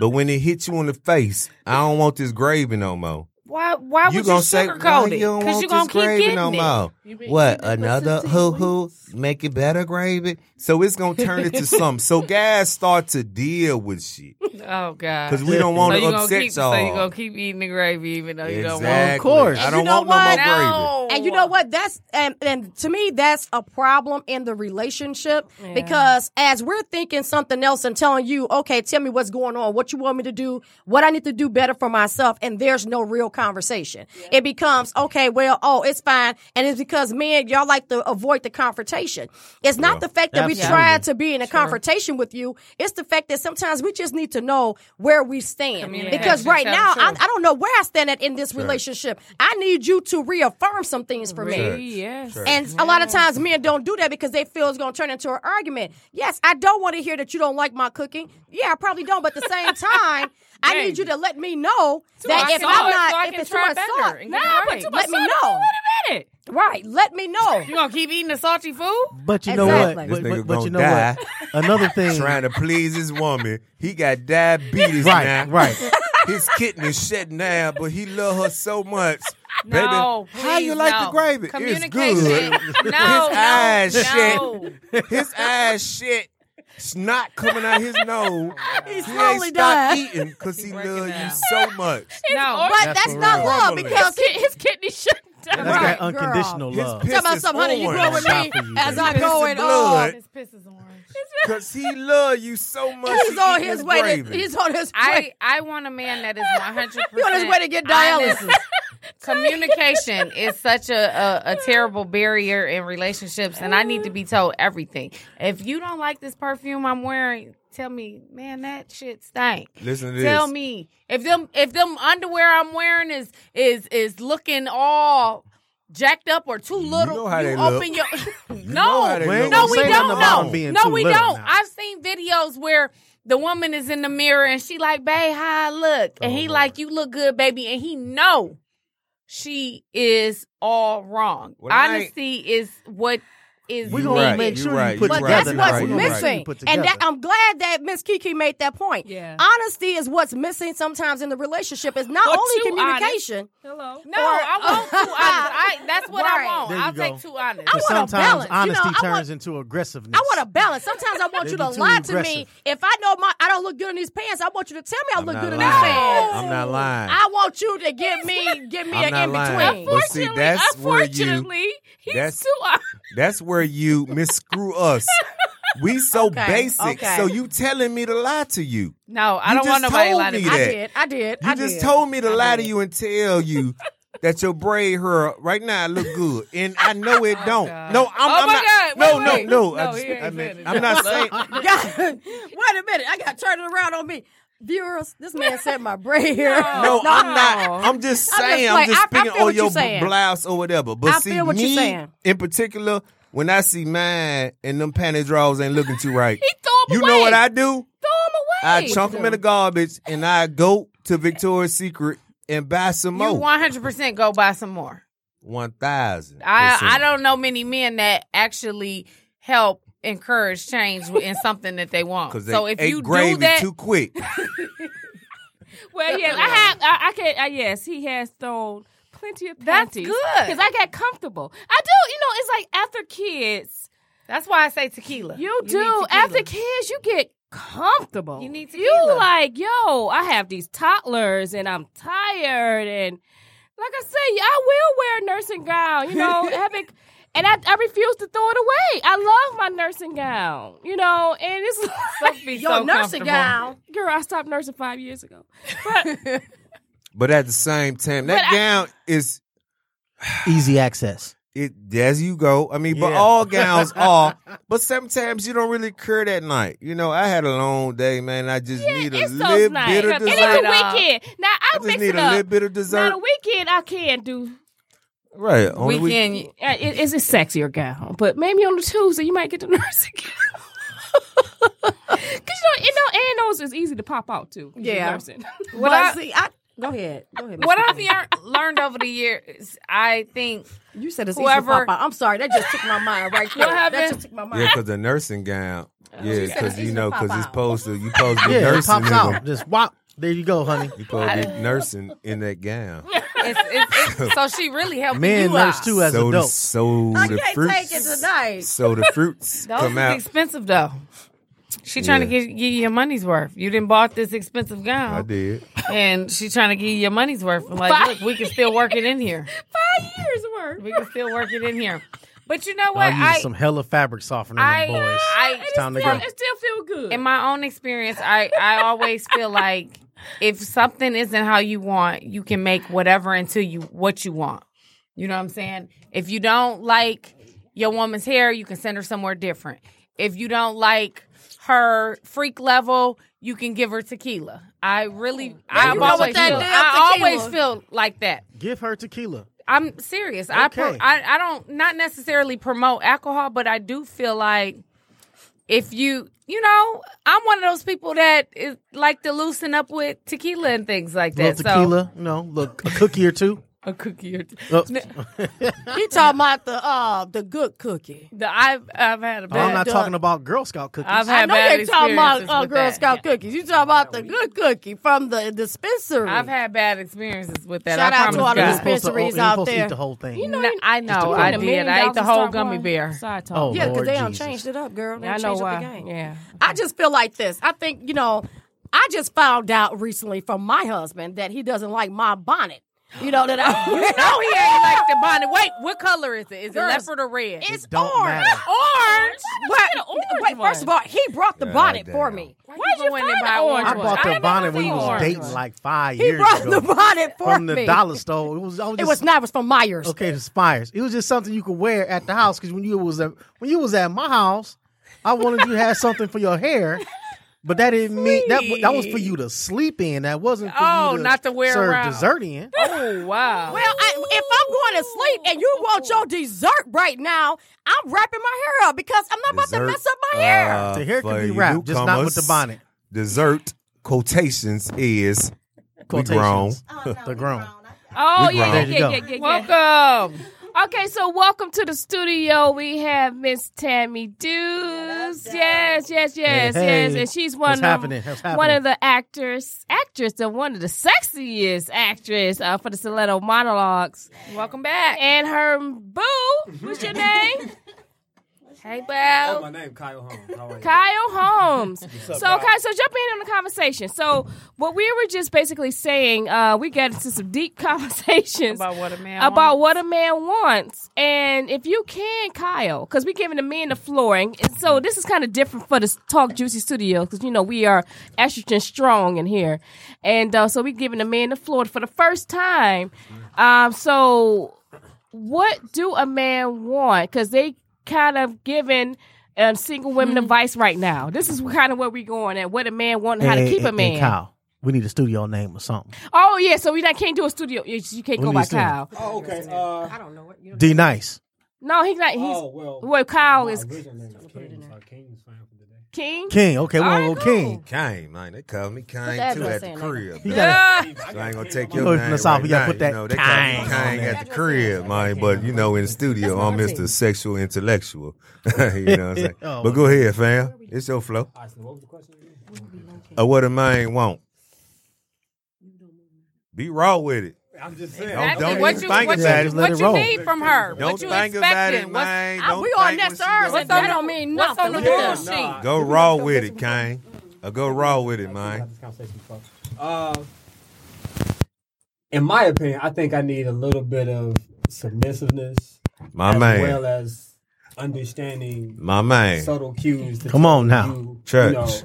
Speaker 6: but when it hits you in the face, I don't want this gravy no more.
Speaker 5: Why? Why
Speaker 6: you
Speaker 5: would you
Speaker 6: gonna say
Speaker 5: sugarcoat
Speaker 6: "Why
Speaker 5: it?
Speaker 6: you don't
Speaker 5: Because
Speaker 6: want
Speaker 5: you gonna
Speaker 6: this
Speaker 5: keep
Speaker 6: gravy
Speaker 5: getting
Speaker 6: no
Speaker 5: it.
Speaker 6: more. What another hoo hoo make it better gravy? So it's gonna turn into something. So guys start to deal with shit
Speaker 5: Oh God.
Speaker 6: because we don't want
Speaker 5: so you
Speaker 6: to
Speaker 5: gonna
Speaker 6: upset
Speaker 5: keep,
Speaker 6: y'all.
Speaker 5: So you gonna keep eating the gravy even though you don't want.
Speaker 6: exactly.
Speaker 4: course.
Speaker 6: I
Speaker 4: And
Speaker 6: don't
Speaker 3: you know
Speaker 6: want no more
Speaker 3: what?
Speaker 6: gravy.
Speaker 5: No.
Speaker 3: And you know what? That's and and to me, that's a problem in the relationship because as we're thinking something else and telling you, okay, tell me what's going on, what you want me to do, what I need to do better for myself, and there's no real conversation. It becomes okay, well, oh, it's fine, and it's because men y'all like to avoid the confrontation. It's not the fact that we
Speaker 4: Absolutely.
Speaker 3: try to be in a confrontation with you. It's the fact that sometimes we just need to know where we stand because
Speaker 5: Communication,
Speaker 3: right
Speaker 5: tell
Speaker 3: now
Speaker 5: the
Speaker 3: I,
Speaker 5: truth.
Speaker 3: I don't know where I stand at in this relationship. I need you to reaffirm some things for
Speaker 2: Sure.
Speaker 3: me.
Speaker 2: Yes.
Speaker 3: And a lot of times men don't do that because they feel it's going to turn into an argument. Yes, I don't want to hear that you don't like my cooking. Yeah, I probably don't, but at the same time, I need you to let me know that
Speaker 5: much
Speaker 3: if
Speaker 5: salt,
Speaker 3: I'm
Speaker 5: so I
Speaker 3: not,
Speaker 5: can
Speaker 3: if it's too
Speaker 5: try
Speaker 3: much
Speaker 5: better
Speaker 3: salt,
Speaker 5: and
Speaker 2: Nah,
Speaker 5: get it
Speaker 2: but
Speaker 5: right.
Speaker 2: too much
Speaker 3: let me
Speaker 2: salt.
Speaker 3: know.
Speaker 2: Wait a minute.
Speaker 3: Right, let me know.
Speaker 5: You gonna keep eating the salty food?
Speaker 4: But you know
Speaker 3: Exactly.
Speaker 4: what?
Speaker 6: This
Speaker 4: But,
Speaker 6: nigga
Speaker 4: but- but
Speaker 6: gonna
Speaker 4: you know
Speaker 6: die.
Speaker 4: what? Another thing.
Speaker 6: Trying to please his woman, he got diabetes
Speaker 4: right,
Speaker 6: now.
Speaker 4: right.
Speaker 6: His kidneys shutting down, but he love her so much.
Speaker 5: No,
Speaker 6: Baby, how you
Speaker 5: please,
Speaker 6: like
Speaker 5: no.
Speaker 6: the gravy? It's
Speaker 5: Communication.
Speaker 6: good.
Speaker 5: No,
Speaker 6: His eyes
Speaker 5: no,
Speaker 6: shit.
Speaker 5: no.
Speaker 6: His ass shit. Snot coming out his nose. He's he ain't
Speaker 3: slowly
Speaker 6: stopped
Speaker 3: dying.
Speaker 6: eating because he
Speaker 5: breaking
Speaker 6: love you
Speaker 5: down.
Speaker 6: so much.
Speaker 5: no.
Speaker 3: But that's,
Speaker 4: That's for
Speaker 3: not
Speaker 4: real.
Speaker 3: love because
Speaker 2: His kidney shut
Speaker 4: That's
Speaker 3: Right,
Speaker 4: that unconditional
Speaker 6: girl.
Speaker 4: love.
Speaker 6: His
Speaker 3: Talking about
Speaker 6: is
Speaker 3: some honey, you
Speaker 6: orange.
Speaker 3: grow with me
Speaker 4: Stop for you,
Speaker 3: as
Speaker 4: baby.
Speaker 3: I go
Speaker 6: Piss
Speaker 3: and
Speaker 6: the
Speaker 3: on.
Speaker 6: blood.
Speaker 5: His piss is orange.
Speaker 6: Cause he love you so much.
Speaker 3: oh, He's
Speaker 6: he
Speaker 3: on
Speaker 6: eat
Speaker 3: his
Speaker 6: your
Speaker 3: way to
Speaker 6: gravy.
Speaker 3: he's on his
Speaker 5: I,
Speaker 3: way.
Speaker 5: I want a man that is 100
Speaker 3: He's on his way to get dialysis.
Speaker 5: Communication is such a, a, a terrible barrier in relationships, and I need to be told everything. If you don't like this perfume I'm wearing, tell me, man, that shit stank.
Speaker 6: Listen to
Speaker 5: Tell
Speaker 6: this.
Speaker 5: me if them if them underwear I'm wearing is is is looking all jacked up or too little.
Speaker 6: know how they
Speaker 5: you open
Speaker 6: look.
Speaker 5: your
Speaker 6: know how
Speaker 5: no,
Speaker 6: they
Speaker 4: look.
Speaker 5: no, we
Speaker 4: Say nothing
Speaker 5: don't
Speaker 4: about 'em
Speaker 5: know.
Speaker 4: being
Speaker 5: No,
Speaker 4: too
Speaker 5: we
Speaker 4: little
Speaker 5: don't.
Speaker 4: now.
Speaker 5: I've seen videos where the woman is in the mirror and she like, "Babe, how I look?"
Speaker 6: Oh,
Speaker 5: And he like, "You look good, baby," and he know she is all wrong.
Speaker 6: Well, I ain't-
Speaker 5: Honesty is what is
Speaker 4: We
Speaker 6: You
Speaker 4: gonna
Speaker 6: right,
Speaker 4: make
Speaker 6: you
Speaker 4: sure
Speaker 6: right,
Speaker 4: you put
Speaker 6: you
Speaker 3: But that's
Speaker 4: together.
Speaker 6: right, you
Speaker 4: now.
Speaker 3: what's
Speaker 4: We
Speaker 6: right, you
Speaker 4: gonna make sure
Speaker 6: right.
Speaker 4: you
Speaker 3: missing.
Speaker 4: put
Speaker 3: And that
Speaker 4: together.
Speaker 3: I'm glad that Miss Kiki made that point.
Speaker 2: Yeah.
Speaker 3: Honesty is what's missing sometimes in the relationship. It's not
Speaker 2: Or
Speaker 3: only
Speaker 2: too honest.
Speaker 3: communication.
Speaker 2: Hello.
Speaker 5: No, I want two honest. I, that's what
Speaker 3: Right.
Speaker 5: I want.
Speaker 4: There you
Speaker 5: I'll
Speaker 4: go.
Speaker 5: take two honest.
Speaker 3: I
Speaker 4: But
Speaker 3: want a
Speaker 4: sometimes
Speaker 3: balance. You
Speaker 4: honesty
Speaker 3: know, I want-
Speaker 4: turns into aggressiveness.
Speaker 3: I want a balance. Sometimes I want
Speaker 4: They
Speaker 3: you
Speaker 4: be
Speaker 3: to
Speaker 4: too
Speaker 3: lie to me.
Speaker 4: aggressive.
Speaker 3: If I know my I don't look good in these pants, I want you to tell me I
Speaker 6: I'm
Speaker 3: look
Speaker 6: not
Speaker 3: good in these
Speaker 6: lying.
Speaker 3: pants.
Speaker 6: I'm not lying.
Speaker 3: I want you to give me give me
Speaker 6: I'm
Speaker 3: an
Speaker 6: not
Speaker 3: in
Speaker 6: lying.
Speaker 3: between.
Speaker 6: But see,
Speaker 2: Unfortunately,
Speaker 6: that's where you.
Speaker 2: unfortunately, he's
Speaker 6: that's-
Speaker 2: too honest.
Speaker 6: That's where you misscrew us. We so
Speaker 3: Okay,
Speaker 6: basic.
Speaker 3: okay.
Speaker 6: So you telling me to lie to you?
Speaker 5: No, I
Speaker 6: You
Speaker 5: don't want
Speaker 6: just
Speaker 5: nobody
Speaker 6: told
Speaker 5: lying to
Speaker 6: me
Speaker 5: me.
Speaker 3: I
Speaker 6: that.
Speaker 3: did. I did.
Speaker 6: You
Speaker 3: I
Speaker 6: just
Speaker 3: did.
Speaker 6: told me to lie to
Speaker 3: did.
Speaker 6: you and tell you that your braid hair right now look good, and I know it don't. No, I'm, I'm
Speaker 5: my
Speaker 6: not.
Speaker 5: God. Wait,
Speaker 6: no,
Speaker 5: wait.
Speaker 6: no, no,
Speaker 5: No,
Speaker 6: I
Speaker 5: he ain't
Speaker 6: I
Speaker 5: said it.
Speaker 6: I'm not saying.
Speaker 3: God, wait a minute. I got turned around on me. Viewers, this man said my braid here.
Speaker 6: No, I'm not.
Speaker 3: I'm
Speaker 6: I'm just
Speaker 3: just
Speaker 6: saying.
Speaker 3: like,
Speaker 6: I'm just
Speaker 3: I- I
Speaker 6: speaking
Speaker 3: feel what
Speaker 6: on
Speaker 3: you're
Speaker 6: your
Speaker 3: saying.
Speaker 6: blouse or whatever. But
Speaker 3: I
Speaker 6: see,
Speaker 3: feel what you're
Speaker 6: me
Speaker 3: saying.
Speaker 6: in particular, when I see mine and them panty drawers ain't looking too right,
Speaker 2: threw 'em
Speaker 6: you know
Speaker 2: away.
Speaker 6: what I do?
Speaker 2: Throw him
Speaker 6: I
Speaker 2: away.
Speaker 6: chunk them in the garbage and I go to Victoria's Secret and buy some
Speaker 5: You
Speaker 6: more.
Speaker 5: 100% go buy some more.
Speaker 6: One thousand.
Speaker 5: I, I don't know many men that actually help encourage change in something that they want.
Speaker 6: Because they
Speaker 5: so if
Speaker 6: ate
Speaker 5: you
Speaker 6: gravy
Speaker 5: do that,
Speaker 6: too quick.
Speaker 2: Well, yeah, I have. I, I can. I, yes, he has thrown plenty of
Speaker 5: That's
Speaker 2: panties.
Speaker 5: good.
Speaker 2: because I got comfortable. I do. You know, it's like after kids,
Speaker 5: that's why I say tequila.
Speaker 2: you,
Speaker 5: need
Speaker 2: do.
Speaker 5: tequila.
Speaker 2: After kids, you get comfortable.
Speaker 5: You need
Speaker 2: You
Speaker 5: tequila.
Speaker 2: like, yo, I have these toddlers, and I'm tired, and like I say, I will wear a nursing gown. You know, having. And I, I refuse to throw it away. I love my nursing gown, you know, and it's like,
Speaker 5: Be
Speaker 3: Your
Speaker 5: so
Speaker 3: nursing
Speaker 5: comfortable.
Speaker 3: gown.
Speaker 2: girl, I stopped nursing five years ago. But
Speaker 6: But at the same time, that
Speaker 2: But I-
Speaker 6: gown is
Speaker 4: Easy access.
Speaker 6: it as you go. I mean, but
Speaker 4: Yeah.
Speaker 6: all gowns are. But sometimes you don't really care that night. You know, I had a long day, man. I just need a
Speaker 2: it's so
Speaker 6: little
Speaker 2: nice.
Speaker 6: bit of
Speaker 2: And
Speaker 6: dessert.
Speaker 2: it's a
Speaker 5: dessert.
Speaker 2: weekend. Now I,
Speaker 6: I
Speaker 2: mix
Speaker 6: just need
Speaker 2: it
Speaker 6: a
Speaker 2: up.
Speaker 6: little bit of
Speaker 2: Now the
Speaker 6: dessert.
Speaker 2: weekend I can do.
Speaker 6: Right. On the week-
Speaker 5: Weekend,
Speaker 2: uh, It, it's a sexier gown, but maybe on the Tuesday you might get the nursing gown. Cause you know, you know, and those is easy to pop out too. 'cause you're
Speaker 3: Yeah.
Speaker 2: nursing.
Speaker 3: What
Speaker 5: I-
Speaker 3: see, I go ahead. Go ahead. Miss
Speaker 5: what
Speaker 3: Kiki.
Speaker 5: I've year- learned over the years, I think
Speaker 3: you said it's easy
Speaker 5: whoever-
Speaker 3: to pop out. I'm sorry, that just took my mind right there. That
Speaker 5: happened?
Speaker 3: just took my mind.
Speaker 6: Yeah, because the nursing gown. Yeah,
Speaker 3: Oh, said it's
Speaker 6: because you
Speaker 3: easy
Speaker 6: know,
Speaker 3: to
Speaker 6: because
Speaker 3: pop
Speaker 6: it's
Speaker 3: out.
Speaker 6: supposed to you supposed to be
Speaker 4: Yeah, it
Speaker 6: nursing.
Speaker 4: pops
Speaker 6: in
Speaker 4: out.
Speaker 6: them.
Speaker 4: Just wop. There you go, honey.
Speaker 6: You supposed to be nursing in that gown.
Speaker 5: it's, it's, it's, so. She really helped
Speaker 4: Men
Speaker 5: you
Speaker 4: nurse
Speaker 5: out.
Speaker 4: too as
Speaker 6: so the,
Speaker 4: adults.
Speaker 6: so
Speaker 3: I
Speaker 6: the
Speaker 3: can't
Speaker 6: fruits.
Speaker 3: take it tonight.
Speaker 6: So the fruits
Speaker 5: Those
Speaker 6: come
Speaker 5: is
Speaker 6: out.
Speaker 5: expensive though. She trying
Speaker 6: Yeah.
Speaker 5: to give, give you your money's worth. You didn't bought this expensive gown,
Speaker 6: I did.
Speaker 5: and she trying to give you your money's worth. Like,
Speaker 2: Five-
Speaker 5: look, we can still work it in here.
Speaker 2: Five years worth.
Speaker 5: We can still work it in here. But you know
Speaker 4: I
Speaker 5: what?
Speaker 4: use
Speaker 5: I,
Speaker 4: some hella fabric softener,
Speaker 5: I,
Speaker 4: them boys.
Speaker 5: I,
Speaker 4: It's time to
Speaker 2: Still-
Speaker 4: go.
Speaker 2: It still feel good.
Speaker 5: in my own experience, I, I always feel like if something isn't how you want, you can make whatever into you what you want. You know what I'm saying? If you don't like your woman's hair, you can send her somewhere different. If you don't like her freak level, you can give her tequila. I really,
Speaker 3: you
Speaker 5: I've
Speaker 3: know what
Speaker 5: always,
Speaker 3: that
Speaker 5: feel,
Speaker 3: damn
Speaker 5: I
Speaker 3: tequila-
Speaker 5: always feel like that.
Speaker 4: Give her tequila.
Speaker 5: I'm serious. I, pro-
Speaker 4: Okay.
Speaker 5: I I don't not necessarily promote alcohol, but I do feel like if you you know I'm one of those people that is like to loosen up with tequila and things like
Speaker 4: A little
Speaker 5: that.
Speaker 4: tequila. You know, look, a cookie or two.
Speaker 5: So a cookie or two.
Speaker 4: Oh,
Speaker 3: He talking about the uh the good cookie.
Speaker 5: The, I've I've had a bad.
Speaker 4: Oh, I'm not
Speaker 3: done.
Speaker 4: talking about Girl Scout cookies.
Speaker 5: I've
Speaker 3: I
Speaker 5: had
Speaker 3: know
Speaker 5: bad
Speaker 3: you talking about
Speaker 5: experiences
Speaker 3: uh,
Speaker 5: with
Speaker 3: Girl
Speaker 5: that.
Speaker 3: Scout cookies. You talking about the good cookie from the dispensary.
Speaker 5: I've had bad experiences with that.
Speaker 3: Shout
Speaker 5: I
Speaker 3: out to
Speaker 5: promise
Speaker 3: all the
Speaker 4: You're
Speaker 5: God.
Speaker 4: supposed to-
Speaker 3: dispensaries
Speaker 4: you're
Speaker 3: out
Speaker 4: supposed to
Speaker 3: there.
Speaker 4: eat the whole thing.
Speaker 2: you know,
Speaker 5: No,
Speaker 2: you-
Speaker 5: I know
Speaker 2: you
Speaker 5: Oh, I
Speaker 2: need a
Speaker 5: did.
Speaker 2: million
Speaker 5: I ate
Speaker 2: dollars
Speaker 5: the
Speaker 2: to
Speaker 5: whole
Speaker 2: start
Speaker 5: gummy
Speaker 2: one.
Speaker 5: bear.
Speaker 2: Side talk. yeah,
Speaker 4: Oh,
Speaker 3: yeah, because
Speaker 4: Lord
Speaker 3: they don't
Speaker 4: Jesus.
Speaker 3: changed it up, girl. They
Speaker 2: I
Speaker 3: done
Speaker 2: know
Speaker 3: changed up the
Speaker 2: why.
Speaker 3: game.
Speaker 2: Yeah.
Speaker 3: I just feel like this. I think, you know, I just found out recently from my husband that he doesn't like my bonnet. You know that I. you
Speaker 5: No, Oh, he ain't like the bonnet. Wait, what color is it? Is
Speaker 3: Girls,
Speaker 5: it leopard or red?
Speaker 3: It's
Speaker 4: don't
Speaker 3: orange.
Speaker 4: matter.
Speaker 5: orange.
Speaker 3: What?
Speaker 2: Get an orange
Speaker 3: Wait, first of all, he brought the bonnet for
Speaker 6: damn.
Speaker 3: me.
Speaker 5: Why
Speaker 2: Why'd you
Speaker 5: go in
Speaker 2: find
Speaker 5: there
Speaker 2: the
Speaker 5: buy
Speaker 2: orange
Speaker 4: I
Speaker 2: one?
Speaker 4: bought
Speaker 2: I
Speaker 4: the
Speaker 2: ain't
Speaker 4: bonnet
Speaker 2: never
Speaker 4: when you
Speaker 2: seen
Speaker 4: was
Speaker 2: orange
Speaker 4: dating
Speaker 2: one.
Speaker 4: like five
Speaker 3: He
Speaker 4: years
Speaker 3: brought
Speaker 4: ago
Speaker 3: the bonnet for
Speaker 4: from
Speaker 3: me.
Speaker 4: the dollar store. It was, I was
Speaker 3: It
Speaker 4: just,
Speaker 3: was not. It was from Myers.
Speaker 4: okay. It was Spires. It was just something you could wear at the house because when you was at when you was at my house, I wanted you to have something for your hair. But that didn't mean that wa- that was for you to sleep in. That wasn't for
Speaker 5: Oh,
Speaker 4: you to
Speaker 5: not to wear
Speaker 4: serve
Speaker 5: around.
Speaker 4: dessert in.
Speaker 5: Oh wow.
Speaker 3: Well, I, if I'm going to sleep and you want your dessert right now, I'm wrapping my hair up because I'm not about to
Speaker 6: Dessert,
Speaker 3: mess up my hair.
Speaker 6: uh,
Speaker 4: The hair
Speaker 6: for
Speaker 4: can be
Speaker 6: you
Speaker 4: wrapped, just not with the
Speaker 6: newcomers,
Speaker 4: bonnet.
Speaker 6: Dessert quotations is we grown.
Speaker 4: Quotations. The grown.
Speaker 2: Oh
Speaker 6: We
Speaker 2: yeah,
Speaker 6: grown.
Speaker 2: yeah, yeah,
Speaker 4: There you
Speaker 2: yeah,
Speaker 4: go.
Speaker 2: yeah, yeah.
Speaker 5: Welcome.
Speaker 2: Okay, so welcome to the studio. We have Miss Tammy Dews. Yes, yes, yes,
Speaker 4: Hey,
Speaker 2: yes,
Speaker 4: hey.
Speaker 2: and she's one
Speaker 4: What's
Speaker 2: of
Speaker 4: happening? What's
Speaker 2: one
Speaker 4: happening?
Speaker 2: of the actors, actress, and one of the sexiest actress uh, for the Stiletto monologues.
Speaker 5: Welcome back.
Speaker 2: And her boo, what's your name?
Speaker 5: Hey, Belle.
Speaker 8: Oh, My name Kyle Holmes. How are you?
Speaker 2: Kyle Holmes. so, Kyle, so jump in on the conversation. So, what we were just basically saying, uh, we got into some deep conversations
Speaker 5: About Oh, what a man
Speaker 2: about
Speaker 5: wants.
Speaker 2: what a man wants, and if you can, Kyle, because we're giving the men the floor, and, and so this is kind of different for the Talk Juicy Studio because you know we are estrogen strong in here, and uh, so we're giving the men the floor for the first time. Um, so what do a man want? Because they kind of giving um, single women advice right now. This is kind of where we going at. What a man want, and how to
Speaker 4: And-
Speaker 2: keep a
Speaker 4: and-
Speaker 2: man.
Speaker 4: And Kyle, we need a studio name or something.
Speaker 2: Oh yeah, so we not can't do a studio. You you can't
Speaker 4: We
Speaker 2: go
Speaker 4: need
Speaker 2: by
Speaker 4: a studio.
Speaker 2: Kyle.
Speaker 8: Oh, okay. Uh,
Speaker 3: I don't know what you
Speaker 4: D nice.
Speaker 2: No, he's not. He's
Speaker 8: oh, well.
Speaker 2: well, Kyle is
Speaker 8: My original name is King, so King's fine for today.
Speaker 2: king.
Speaker 4: King. Okay, we
Speaker 2: All
Speaker 4: want
Speaker 2: right,
Speaker 4: to go King.
Speaker 6: Kane, man. They call me Kane
Speaker 3: that
Speaker 6: too
Speaker 3: address
Speaker 6: at the
Speaker 3: in there.
Speaker 6: crib.
Speaker 4: You
Speaker 6: though.
Speaker 4: gotta-
Speaker 6: So I ain't gonna take
Speaker 4: know
Speaker 6: your
Speaker 4: if
Speaker 6: name
Speaker 4: you're South,
Speaker 6: right
Speaker 4: Oh, you gotta
Speaker 6: now.
Speaker 4: put that
Speaker 6: you know, they call me
Speaker 4: Kang
Speaker 6: Kang
Speaker 4: on
Speaker 6: at the crib, man. But you know, in the studio, I'm Mr. Sexual Intellectual. you know what I'm saying?
Speaker 4: Oh,
Speaker 6: but go ahead, fam. It's your flow.
Speaker 8: All right, so what was the question again?
Speaker 6: Uh, what a man want? Be raw with it.
Speaker 8: I'm just saying.
Speaker 6: Don't-
Speaker 5: Exactly.
Speaker 6: don't
Speaker 5: what
Speaker 6: even
Speaker 5: you,
Speaker 6: think
Speaker 5: what
Speaker 6: about
Speaker 5: you,
Speaker 6: it.
Speaker 4: Let
Speaker 5: what
Speaker 4: it
Speaker 5: you
Speaker 4: roll.
Speaker 5: need from her?
Speaker 6: Don't
Speaker 5: what you
Speaker 6: think about it,
Speaker 5: expecting? What's,
Speaker 6: man.
Speaker 3: I-
Speaker 6: Don't
Speaker 3: we on
Speaker 6: think
Speaker 3: next
Speaker 6: what she gonna
Speaker 3: Thursday.
Speaker 6: do.
Speaker 5: what's on,
Speaker 3: That don't mean
Speaker 5: what's on the
Speaker 3: nothing.
Speaker 5: rule
Speaker 8: Yeah,
Speaker 5: sheet?
Speaker 8: nah.
Speaker 6: Go raw with it, Kane. Uh, go raw with it, man.
Speaker 8: had this conversation before. Uh, in my opinion, I think I need a little bit of submissiveness,
Speaker 6: My
Speaker 8: as
Speaker 6: man.
Speaker 8: well as understanding
Speaker 6: My man.
Speaker 8: subtle cues. to
Speaker 4: Come on
Speaker 8: tell
Speaker 4: now.
Speaker 8: you,
Speaker 6: Church.
Speaker 8: You know,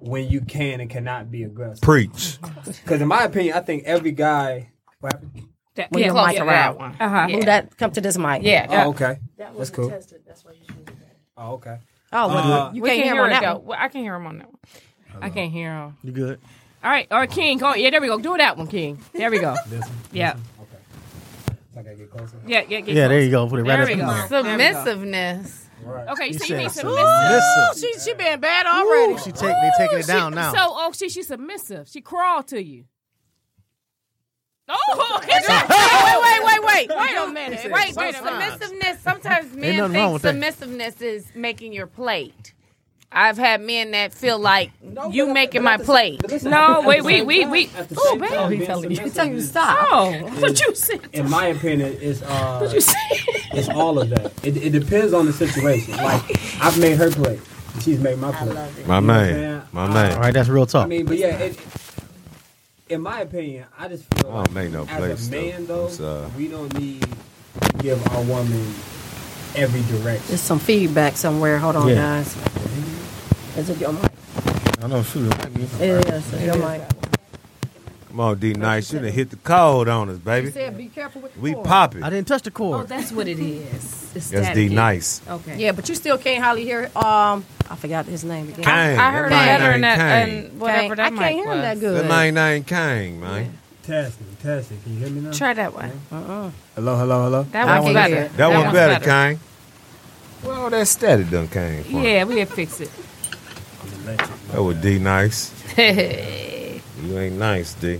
Speaker 8: when you can and cannot be aggressive.
Speaker 6: Preach.
Speaker 8: Because in my opinion, I think every guy. What happened?
Speaker 3: Move your mic around.
Speaker 5: Uh-huh.
Speaker 3: Move that. Come to this mic.
Speaker 5: Yeah.
Speaker 8: Oh, okay. That's cool. Oh, okay.
Speaker 3: Oh, look,
Speaker 8: Uh,
Speaker 3: you
Speaker 5: We
Speaker 3: can't
Speaker 5: can
Speaker 3: hear
Speaker 5: hear
Speaker 3: him
Speaker 5: it
Speaker 3: on that.
Speaker 5: though.
Speaker 3: one.
Speaker 5: Well, I can hear him on that one.
Speaker 2: I can't hear him.
Speaker 4: You good?
Speaker 2: All right, or King. Go. Yeah, there we go. Do that one, King. There we go.
Speaker 8: This one.
Speaker 2: Yeah,
Speaker 8: Okay. So I gotta get closer.
Speaker 2: yeah, yeah. Get
Speaker 4: Yeah, there
Speaker 2: close.
Speaker 4: you go. Put it right
Speaker 2: There
Speaker 4: up
Speaker 2: we
Speaker 4: in
Speaker 2: go.
Speaker 4: there.
Speaker 5: Submissiveness.
Speaker 2: Okay, you
Speaker 4: You
Speaker 2: so you
Speaker 4: said
Speaker 2: need submissive.
Speaker 4: submissive.
Speaker 3: She she been bad already.
Speaker 4: She take, they taking
Speaker 2: Ooh,
Speaker 4: it down
Speaker 2: she-
Speaker 4: now.
Speaker 2: So oh, she she's submissive. She crawled to you. Oh, hit that.
Speaker 3: Wait, wait, wait, wait. Wait a minute.
Speaker 5: Right, but
Speaker 3: minute.
Speaker 5: submissiveness. Sometimes men
Speaker 4: nothing wrong
Speaker 5: think
Speaker 4: with that.
Speaker 5: submissiveness is making your plate. I've had men that feel like you
Speaker 8: but-
Speaker 5: making
Speaker 8: but
Speaker 5: my
Speaker 8: that's-
Speaker 5: plate.
Speaker 2: No, wait, we we we.
Speaker 8: At the
Speaker 2: Oh,
Speaker 8: same
Speaker 2: baby.
Speaker 8: time, being
Speaker 3: He's telling you to
Speaker 8: submissive
Speaker 3: stop.
Speaker 2: Oh, what you said.
Speaker 8: is- In my opinion, it's uh,
Speaker 2: You said-
Speaker 8: it's all of that. It, it depends on the situation. Like I've made her play, she's made my play.
Speaker 6: My
Speaker 8: Yeah.
Speaker 6: man. My
Speaker 4: All
Speaker 6: man.
Speaker 4: right, that's real talk.
Speaker 8: I mean, but yeah, it, in my opinion, I just feel
Speaker 6: I don't
Speaker 8: like
Speaker 6: make no
Speaker 8: as
Speaker 6: place,
Speaker 8: a
Speaker 6: though.
Speaker 8: man
Speaker 6: I'm sorry.
Speaker 8: though, we don't need to give our woman every direction.
Speaker 3: There's some feedback somewhere. Hold on,
Speaker 4: Yeah.
Speaker 3: guys. Is it your mic?
Speaker 4: I know, shoot. it might be-
Speaker 3: It is. It's your mic.
Speaker 6: Come on, D Nice. You done hit the cold on us, baby.
Speaker 3: said be careful with the
Speaker 6: We
Speaker 3: cord.
Speaker 6: popping.
Speaker 4: I didn't touch the
Speaker 2: Oh,
Speaker 4: cord.
Speaker 2: that's what it is. It's
Speaker 6: That's D
Speaker 2: static.
Speaker 6: Nice.
Speaker 2: Okay.
Speaker 3: Yeah, but you still can't hardly hear. Um, I forgot his name again.
Speaker 6: Kang.
Speaker 5: I heard
Speaker 6: that
Speaker 5: better in
Speaker 6: man
Speaker 5: that
Speaker 6: named Kang.
Speaker 5: and whatever that
Speaker 3: I can't hear him that
Speaker 5: mic was.
Speaker 3: good.
Speaker 6: That man named Kang, man.
Speaker 8: Testing, testing. Can you hear me now?
Speaker 5: Try that one.
Speaker 8: Hello, hello, hello.
Speaker 5: That,
Speaker 3: I
Speaker 5: one's
Speaker 3: can
Speaker 5: better.
Speaker 3: hear it.
Speaker 6: That
Speaker 5: one's
Speaker 6: one better, Kang. Well, that static done came from.
Speaker 2: Yeah, we had fix it.
Speaker 6: That was D Nice. You ain't nice, D.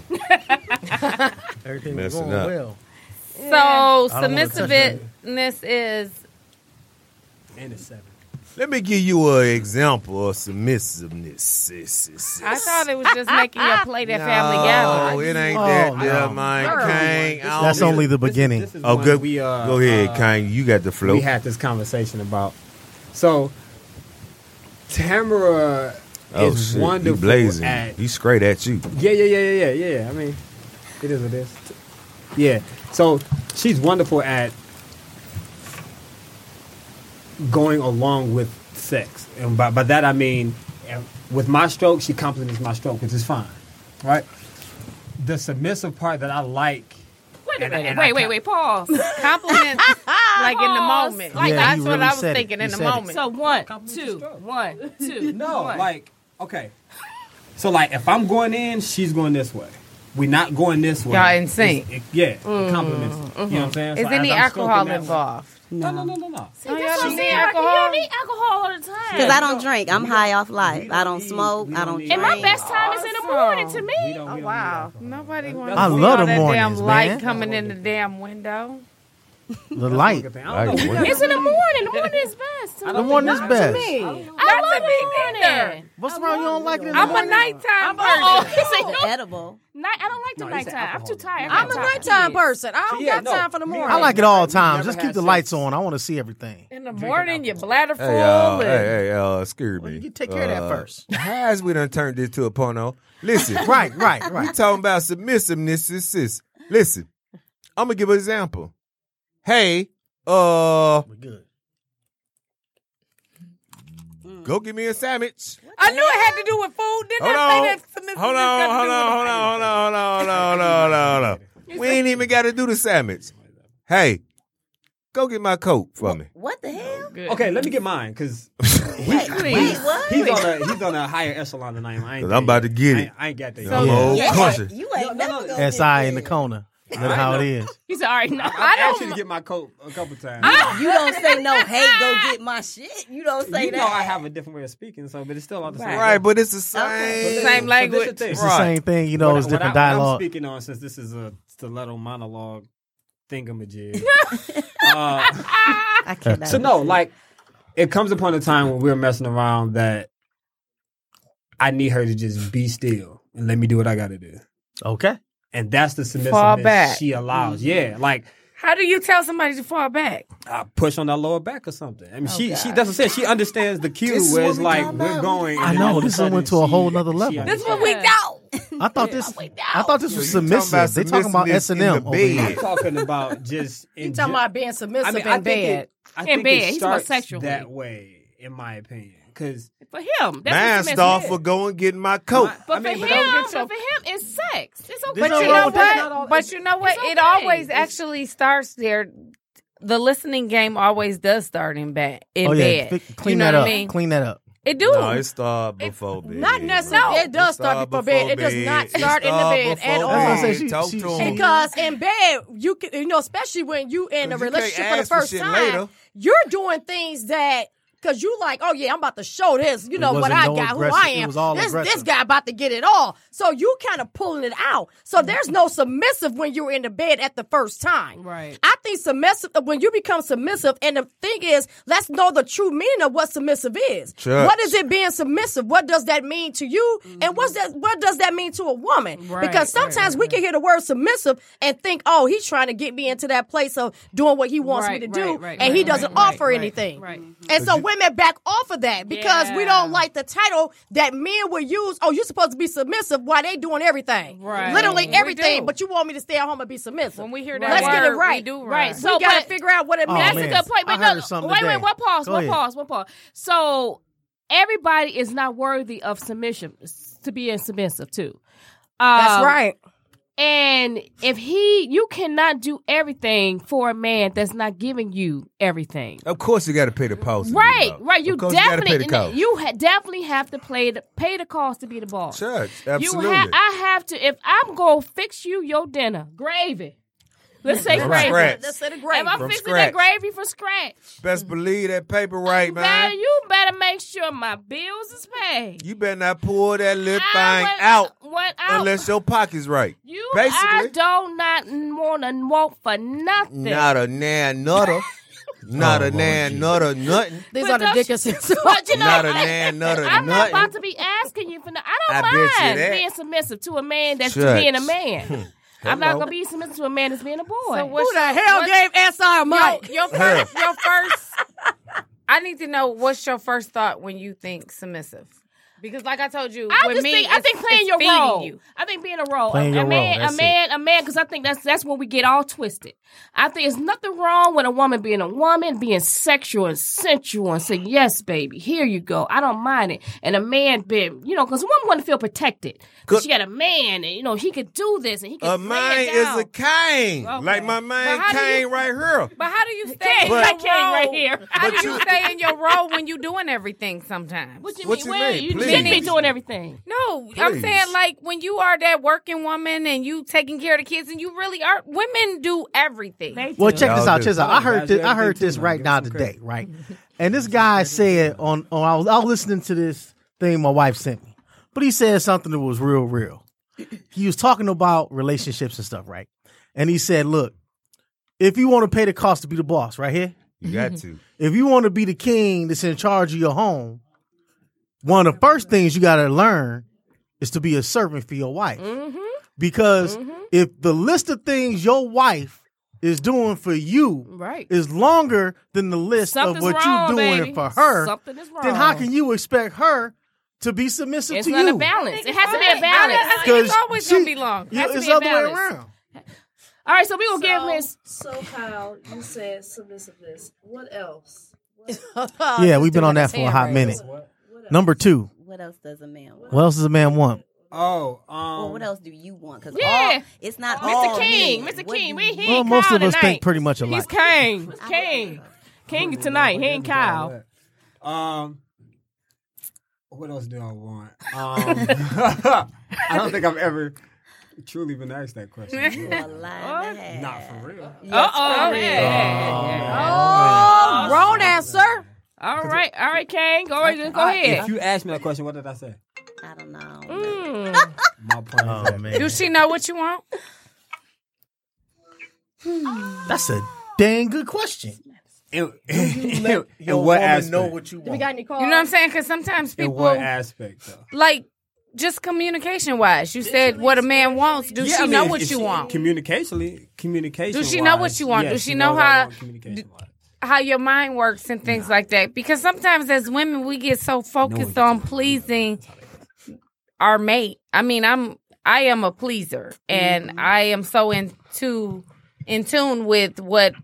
Speaker 4: Everything was
Speaker 6: Messing
Speaker 4: going
Speaker 6: up.
Speaker 4: well.
Speaker 5: So
Speaker 4: I don't wanna touch that.
Speaker 5: submissiveness is
Speaker 8: And it's seven.
Speaker 6: Let me give you an example of submissiveness. Sis, sis, sis.
Speaker 5: I thought it was just making your plate at family
Speaker 6: No,
Speaker 5: gathering.
Speaker 6: it ain't
Speaker 4: Oh,
Speaker 6: that,
Speaker 4: no.
Speaker 6: yeah, man. Kang, I
Speaker 4: That's
Speaker 6: don't-
Speaker 4: only the beginning.
Speaker 8: This is
Speaker 6: Oh,
Speaker 8: one
Speaker 6: good.
Speaker 8: We uh,
Speaker 6: Go ahead,
Speaker 8: uh,
Speaker 6: Kang. You got the flow.
Speaker 8: we had this conversation about. So, Tamara
Speaker 6: oh
Speaker 8: is
Speaker 6: shit,
Speaker 8: wonderful.
Speaker 6: he blazing.
Speaker 8: At,
Speaker 6: He straight at you.
Speaker 8: yeah, yeah, yeah, yeah, yeah, yeah. I mean, it is what it is. Yeah. So she's wonderful at going along with sex. And by, by that I mean, eh, with my stroke, she complements my stroke, which is fine. Right? The submissive part that I like.
Speaker 2: Wait a
Speaker 8: And-
Speaker 2: minute.
Speaker 8: and
Speaker 2: Wait,
Speaker 8: I
Speaker 2: wait,
Speaker 8: ca-
Speaker 2: wait. Pause.
Speaker 5: Compliments, like in the moment. Like
Speaker 4: Yeah,
Speaker 5: that's
Speaker 4: he
Speaker 5: what
Speaker 4: really
Speaker 5: I was
Speaker 4: said it.
Speaker 5: thinking
Speaker 4: He
Speaker 5: in the
Speaker 4: said it.
Speaker 5: moment.
Speaker 2: So one,
Speaker 8: Compliments
Speaker 2: two,
Speaker 8: is strong.
Speaker 2: one, two.
Speaker 8: No,
Speaker 2: one.
Speaker 8: like, okay. So, like, if I'm going in, she's going this way. We're not going this way.
Speaker 5: Y'all in sync.
Speaker 8: It's- it- yeah, it complements. it. You know what I'm saying?
Speaker 5: Is
Speaker 8: So as
Speaker 5: any
Speaker 8: I'm
Speaker 5: alcohol
Speaker 8: stroking that one-
Speaker 5: involved?
Speaker 8: No, no, no, no, no.
Speaker 2: That's
Speaker 5: y'all
Speaker 2: what
Speaker 5: don't
Speaker 2: I'm
Speaker 5: need
Speaker 2: saying. Rocky, You
Speaker 5: alcohol?
Speaker 2: don't need alcohol all the time.
Speaker 9: Because I don't drink. I'm
Speaker 8: We
Speaker 9: high
Speaker 8: don't-
Speaker 9: off
Speaker 8: we
Speaker 9: life. I don't
Speaker 8: need-
Speaker 9: smoke.
Speaker 8: we
Speaker 9: I
Speaker 8: don't
Speaker 9: don't
Speaker 8: need
Speaker 9: drink.
Speaker 2: and my best time is in the morning to me.
Speaker 8: We don't, we
Speaker 5: Oh
Speaker 8: don't
Speaker 5: wow!
Speaker 8: need alcohol.
Speaker 5: Nobody wants
Speaker 8: I
Speaker 5: to see
Speaker 4: love the
Speaker 5: all that damn
Speaker 4: mornings,
Speaker 5: light
Speaker 4: man.
Speaker 5: coming in the damn window.
Speaker 4: The light.
Speaker 8: Look at that. I don't
Speaker 6: Like,
Speaker 8: know.
Speaker 6: what-
Speaker 2: It's in the morning. The morning is best. to
Speaker 4: The
Speaker 2: me.
Speaker 4: one is best.
Speaker 2: I love
Speaker 5: That's a big
Speaker 2: the
Speaker 5: thing.
Speaker 2: morning.
Speaker 4: What's wrong? You don't like it? in the
Speaker 5: I'm a
Speaker 4: morning?
Speaker 5: nighttime
Speaker 2: Oh,
Speaker 5: person.
Speaker 2: he said no.
Speaker 9: edible.
Speaker 2: Night. I don't like the
Speaker 8: No, he said
Speaker 2: nighttime. I'm
Speaker 8: alcohol.
Speaker 2: too tired.
Speaker 3: I'm a
Speaker 2: Tired.
Speaker 3: nighttime person. I don't
Speaker 8: Yeah,
Speaker 3: got
Speaker 8: no.
Speaker 3: time for the
Speaker 8: Me,
Speaker 3: morning.
Speaker 4: I like it all
Speaker 8: Never
Speaker 4: times. Just
Speaker 8: had
Speaker 4: keep the
Speaker 8: sex.
Speaker 4: lights on. I want to see everything.
Speaker 5: In the morning, your bladder full.
Speaker 6: Hey, uh, hey,
Speaker 5: and-
Speaker 6: hey, uh, excuse
Speaker 4: Well,
Speaker 6: me.
Speaker 4: you can take care of that
Speaker 6: Uh,
Speaker 4: first.
Speaker 6: Has we done turned this to a porno? Listen,
Speaker 4: Right, right,
Speaker 6: we
Speaker 4: right.
Speaker 6: talking about submissiveness. Sis, sis. Listen, I'm gonna give an example. Hey, uh,
Speaker 4: We're good.
Speaker 6: go get me a sandwich.
Speaker 5: I knew it had to do with food. Didn't
Speaker 6: Hold
Speaker 5: I
Speaker 6: on,
Speaker 5: say that's submissive?
Speaker 6: hold on, hold on, hold on, hold on, hold on, hold on, hold on, hold on, hold on. We ain't even got to do the sandwich. Hey, go get my coat for me.
Speaker 9: What the hell?
Speaker 8: Okay, let me get mine because
Speaker 9: Wait, what?
Speaker 8: he's on a he's on a higher echelon than I am. I ain't
Speaker 6: 'Cause I'm
Speaker 8: there
Speaker 6: about to
Speaker 8: yet.
Speaker 6: get
Speaker 8: I
Speaker 6: it.
Speaker 8: ain't- I ain't got that.
Speaker 6: I'm
Speaker 8: yet.
Speaker 6: old
Speaker 9: Yeah,
Speaker 6: country.
Speaker 9: You ain't
Speaker 8: No, no,
Speaker 9: never
Speaker 8: no.
Speaker 9: gonna
Speaker 4: SI
Speaker 9: get
Speaker 4: in the
Speaker 9: there.
Speaker 4: corner. That's how it is.
Speaker 2: He said, "All right, no."
Speaker 8: I asked you to get my coat a couple times.
Speaker 9: You don't say no. Hey, go get my shit. You don't say
Speaker 8: you
Speaker 9: that.
Speaker 8: know I have a different way of speaking, so but it's still all the same.
Speaker 6: Right, but it's the
Speaker 9: Okay.
Speaker 6: same.
Speaker 5: Same
Speaker 8: So
Speaker 5: language.
Speaker 8: this
Speaker 4: It's
Speaker 8: is
Speaker 6: Right.
Speaker 4: the same thing, you know.
Speaker 8: What I-
Speaker 4: It's
Speaker 8: what I-
Speaker 4: different
Speaker 8: what I'm
Speaker 4: dialogue.
Speaker 8: speaking on since this is a stiletto monologue thingamajig. uh,
Speaker 9: I cannot.
Speaker 8: so no, like it comes upon a time when we're messing around that I need her to just be still and let me do what I got to do,
Speaker 4: Okay.
Speaker 8: and that's the submissiveness
Speaker 5: Fall back.
Speaker 8: she allows. Yeah, like
Speaker 5: How do you tell somebody to fall back?
Speaker 8: I push on that lower back or something. I mean, she
Speaker 5: God.
Speaker 8: she that's what I said. She understands the cue
Speaker 6: This is
Speaker 8: where
Speaker 6: what
Speaker 8: it's
Speaker 6: we
Speaker 8: like
Speaker 6: talking
Speaker 8: we're
Speaker 6: about.
Speaker 8: going.
Speaker 4: I
Speaker 8: and
Speaker 4: know,
Speaker 8: all of a
Speaker 4: this
Speaker 8: sudden
Speaker 4: went to a
Speaker 8: she-
Speaker 4: whole nother
Speaker 8: she
Speaker 4: level.
Speaker 5: This is
Speaker 8: understands.
Speaker 5: what we know.
Speaker 4: I thought this. I thought this
Speaker 6: So
Speaker 4: was
Speaker 6: you talking about
Speaker 4: submissive. They talking about S and
Speaker 6: submissiveness in
Speaker 4: M
Speaker 6: the
Speaker 4: over
Speaker 6: bed.
Speaker 4: here.
Speaker 8: I'm talking about just in
Speaker 3: You talking
Speaker 8: gen-
Speaker 3: about being submissive
Speaker 8: I mean, I
Speaker 3: in
Speaker 8: think
Speaker 3: bed?
Speaker 8: It, I
Speaker 2: In
Speaker 8: think
Speaker 2: bed.
Speaker 8: It
Speaker 2: He's
Speaker 8: starts
Speaker 2: bisexual.
Speaker 8: that way, in my opinion, because
Speaker 2: For him, that's
Speaker 6: Mine
Speaker 2: what
Speaker 6: start
Speaker 2: submissive
Speaker 6: for
Speaker 2: is.
Speaker 6: going getting my coat.
Speaker 2: But
Speaker 8: I mean,
Speaker 2: for
Speaker 8: but
Speaker 2: him,
Speaker 8: don't
Speaker 2: but
Speaker 8: get so-
Speaker 2: for him, it's sex. It's okay.
Speaker 5: But
Speaker 4: This
Speaker 5: you
Speaker 4: is-
Speaker 5: know
Speaker 4: but that's
Speaker 5: what? But you know what?
Speaker 2: it's okay.
Speaker 5: It always
Speaker 2: It's-
Speaker 5: actually starts there. The listening game always does start in bed. In
Speaker 4: Oh yeah,
Speaker 5: bed.
Speaker 4: fi- clean
Speaker 5: you know
Speaker 4: that
Speaker 5: what
Speaker 4: up.
Speaker 5: I mean?
Speaker 4: Clean that up.
Speaker 5: It do.
Speaker 6: No, it start before bed.
Speaker 3: Not necessarily. It does start before bed. It does not start in the bed at all.
Speaker 4: That's what I said. She-
Speaker 6: Talk
Speaker 4: she-
Speaker 6: to
Speaker 4: she-
Speaker 6: him.
Speaker 3: Because in bed, you can, you know, especially when you in a
Speaker 6: 'Cause you can't
Speaker 3: relationship for the
Speaker 6: ask for
Speaker 3: first
Speaker 6: shit
Speaker 3: time,
Speaker 6: later.
Speaker 3: you're doing things that because you like, oh yeah, I'm about to show this, you know what
Speaker 4: wasn't
Speaker 3: I
Speaker 4: no
Speaker 3: got, who
Speaker 4: aggressive-
Speaker 3: I
Speaker 4: it
Speaker 3: am.
Speaker 4: was all
Speaker 3: this this
Speaker 4: aggressive.
Speaker 3: guy about to get it all, so you kind of pulling it out. So there's no submissive when you're in the bed at the first time,
Speaker 2: Right.
Speaker 3: I think submissive when you become submissive, and the thing is, let's know the true meaning of what submissive is.
Speaker 6: Church.
Speaker 3: What is it being submissive? What does that mean to you? And what's that? What does that mean to a woman?
Speaker 2: Mm-hmm. Right,
Speaker 3: because
Speaker 2: right,
Speaker 3: sometimes we can hear the word submissive and think, oh, he's trying to get me into that place of doing what he wants me
Speaker 2: Right,
Speaker 3: to do,
Speaker 2: right, right,
Speaker 3: and he
Speaker 2: right,
Speaker 3: doesn't
Speaker 2: right,
Speaker 3: offer
Speaker 2: right,
Speaker 3: anything.
Speaker 2: right. Mm-hmm.
Speaker 3: And so women back off of that because we
Speaker 2: Yeah.
Speaker 3: don't like the title that men will use. Oh, you're supposed to be submissive while they doing everything,
Speaker 2: Right.
Speaker 3: literally
Speaker 5: We
Speaker 3: everything.
Speaker 5: do.
Speaker 3: But you want me to stay at home and be submissive.
Speaker 5: when we hear that
Speaker 3: Let's
Speaker 5: word,
Speaker 3: get it right.
Speaker 5: we do run.
Speaker 2: Right.
Speaker 3: So
Speaker 2: So,
Speaker 3: we gotta
Speaker 2: but-
Speaker 3: figure out what it
Speaker 4: Oh,
Speaker 3: means.
Speaker 2: That's
Speaker 4: man.
Speaker 2: a good point. But
Speaker 4: I heard
Speaker 2: no,
Speaker 4: something
Speaker 2: wait,
Speaker 4: today.
Speaker 2: wait, what pause?
Speaker 4: Go
Speaker 2: what
Speaker 4: ahead.
Speaker 2: pause? What pause? So everybody is not worthy of submission to being submissive too. Um, And if he, you cannot do everything for a man that's not giving you everything.
Speaker 6: Of course, you got to pay the cost.
Speaker 2: Right, right. You
Speaker 6: of course
Speaker 2: definitely,
Speaker 6: you
Speaker 2: you,
Speaker 6: got to pay the cost.
Speaker 2: ha- definitely have to play the pay the cost to be the boss.
Speaker 6: Church,
Speaker 2: You
Speaker 6: absolutely.
Speaker 2: ha- I have to. If I'm gonna fix you your dinner, gravy. Let's say
Speaker 6: From
Speaker 2: gravy.
Speaker 6: scratch.
Speaker 3: Let's say the gravy.
Speaker 2: If I'm
Speaker 6: From
Speaker 2: fixing that
Speaker 6: scratch.
Speaker 2: gravy from scratch,
Speaker 6: Best believe that paper right,
Speaker 2: you better,
Speaker 6: man.
Speaker 2: you better make sure my bills is paid.
Speaker 6: You better not pull that little
Speaker 2: I
Speaker 6: thing
Speaker 2: went-
Speaker 6: out
Speaker 2: went out.
Speaker 6: unless your pocket's right.
Speaker 2: you, I
Speaker 6: basically
Speaker 2: do not want to want for nothing.
Speaker 6: not a nan nutter, not
Speaker 4: Oh,
Speaker 6: a
Speaker 4: Lord
Speaker 6: nan
Speaker 4: Jesus.
Speaker 6: nutter nothing.
Speaker 3: These
Speaker 2: But
Speaker 3: are the
Speaker 2: don't-
Speaker 3: dickest.
Speaker 2: But you know,
Speaker 6: Not a
Speaker 2: I-
Speaker 6: man, not a
Speaker 2: I'm not
Speaker 6: nothing.
Speaker 2: about to be asking you for nothing. I
Speaker 6: I bet
Speaker 2: don't
Speaker 6: you
Speaker 2: mind
Speaker 6: that.
Speaker 2: being submissive to a man that's
Speaker 6: Shucks.
Speaker 2: being a man. I'm not
Speaker 6: Hello.
Speaker 2: gonna be submissive to a man that's being a boy.
Speaker 5: So
Speaker 2: So
Speaker 5: what's,
Speaker 3: Who the hell gave SI a mic?
Speaker 5: Your first, your first. I need to know what's your first thought when you think submissive. Because, like I told you,
Speaker 2: I
Speaker 5: with
Speaker 2: just
Speaker 5: me,
Speaker 2: think I
Speaker 5: it's-
Speaker 2: think playing
Speaker 5: it's
Speaker 2: your
Speaker 5: feeding
Speaker 2: role.
Speaker 5: You.
Speaker 2: I think being a role,
Speaker 4: Playing
Speaker 2: a,
Speaker 4: your
Speaker 2: a man,
Speaker 4: role,
Speaker 2: a
Speaker 4: that's
Speaker 2: man, a man, because I think that's that's when we get all twisted. I think it's nothing wrong with a woman being a woman, being sexual and sensual, and saying yes, baby, here you go, I don't mind it. And a man being, you know, because a woman want to feel protected because she got a man, and you know he could do this and he could.
Speaker 6: A
Speaker 2: lay it
Speaker 6: mine
Speaker 2: down.
Speaker 6: is a cane, like my
Speaker 5: But
Speaker 6: man
Speaker 5: how do
Speaker 6: cane
Speaker 5: you-
Speaker 6: right here.
Speaker 5: But how do you stay in your
Speaker 6: But-
Speaker 2: I can't right
Speaker 5: role?
Speaker 2: here.
Speaker 5: How do you stay in your role when you're doing everything sometimes?
Speaker 2: What you
Speaker 6: What
Speaker 2: mean?
Speaker 6: you
Speaker 2: Well,
Speaker 6: mean?
Speaker 2: you
Speaker 6: Please.
Speaker 2: shouldn't be doing everything.
Speaker 5: No, I'm
Speaker 6: Please.
Speaker 5: saying like when you are that working woman and you taking care of the kids and you really are women do everything.
Speaker 4: Well, check this
Speaker 6: Y'all
Speaker 4: out.
Speaker 6: do.
Speaker 4: Check this out. I
Speaker 8: Y'all
Speaker 4: heard
Speaker 8: do
Speaker 4: this. I heard
Speaker 8: everything
Speaker 4: this
Speaker 8: too,
Speaker 4: right
Speaker 8: man.
Speaker 4: now
Speaker 8: Give us some
Speaker 4: today, right? And this guy said on on I was, I was listening to this thing my wife sent me, but he said something that was real, real. He was talking about relationships and stuff, right? And he said, "Look, if you want to pay the cost to be the boss, right here,
Speaker 6: You got to.
Speaker 4: if you want to be the king that's in charge of your home, one of the first things you got to learn is to be a servant for your wife.
Speaker 2: Mm-hmm.
Speaker 4: Because if the list of things your wife is doing for you
Speaker 2: Right.
Speaker 4: is longer than the list
Speaker 2: Something's
Speaker 4: of what
Speaker 2: wrong,
Speaker 4: you're doing
Speaker 2: baby.
Speaker 4: for her,
Speaker 2: Something is wrong.
Speaker 4: then how can you expect her to be submissive
Speaker 2: It's
Speaker 4: to
Speaker 2: not
Speaker 4: you?
Speaker 2: a balance. It has to be a balance.
Speaker 5: I think it's always gonna be long.
Speaker 4: Yeah,
Speaker 2: Has to
Speaker 4: it's
Speaker 2: be a
Speaker 4: the other way
Speaker 2: balance.
Speaker 4: around.
Speaker 2: All right, so we will give Miss.
Speaker 1: So Kyle, you said submissiveness. What else?
Speaker 9: Oh,
Speaker 4: yeah, we've been on that for a hot minute. Number two,
Speaker 9: What else does a man want?
Speaker 4: what else does a man want?
Speaker 8: Oh, um,
Speaker 9: Well, what else do you want? Because
Speaker 2: Yeah.
Speaker 9: all it's not all
Speaker 2: Mr. King,
Speaker 9: men.
Speaker 2: Mr.
Speaker 9: What
Speaker 2: King,
Speaker 9: do
Speaker 2: we
Speaker 9: you-
Speaker 2: he
Speaker 4: Well,
Speaker 2: ain't
Speaker 4: most
Speaker 2: Kyle
Speaker 4: of us
Speaker 2: tonight.
Speaker 4: think pretty much alike.
Speaker 2: He's King, King, King tonight. He ain't Kyle.
Speaker 8: Um, what else do I want? Um, I don't think I've ever truly been asked that question.
Speaker 9: You are lying to have.
Speaker 8: Not for real.
Speaker 2: Uh oh.
Speaker 8: Uh-huh.
Speaker 3: Oh,
Speaker 2: uh,
Speaker 3: grown ass, sir.
Speaker 2: All right, all right, Kane. Go, ahead, go
Speaker 8: I-
Speaker 2: ahead.
Speaker 8: If you asked me that question, what did I say?
Speaker 9: I don't know.
Speaker 2: Mm.
Speaker 8: My point is that
Speaker 4: man,
Speaker 5: Do she know what you want?
Speaker 4: that's a dang good question.
Speaker 8: in, in, in what aspect?
Speaker 4: you
Speaker 3: We got any calls?
Speaker 5: You know what I'm saying? Because sometimes
Speaker 8: in
Speaker 5: people
Speaker 8: what aspect, though?
Speaker 5: like just communication wise. You said what a man wants. Do
Speaker 8: Yeah, I
Speaker 5: she
Speaker 8: mean,
Speaker 5: know
Speaker 8: if-
Speaker 5: what
Speaker 8: if
Speaker 5: you
Speaker 8: she-
Speaker 5: want?
Speaker 8: Communicationally, communication.
Speaker 5: Do she know what you want?
Speaker 8: yes,
Speaker 5: Does she know
Speaker 8: knows I
Speaker 5: how-
Speaker 8: want communication-wise.
Speaker 5: How your mind works and things like that. Because sometimes as women we get so focused on pleasing our mate. I mean, I'm I am a pleaser and
Speaker 6: Mm-hmm.
Speaker 5: I am so into in tune with what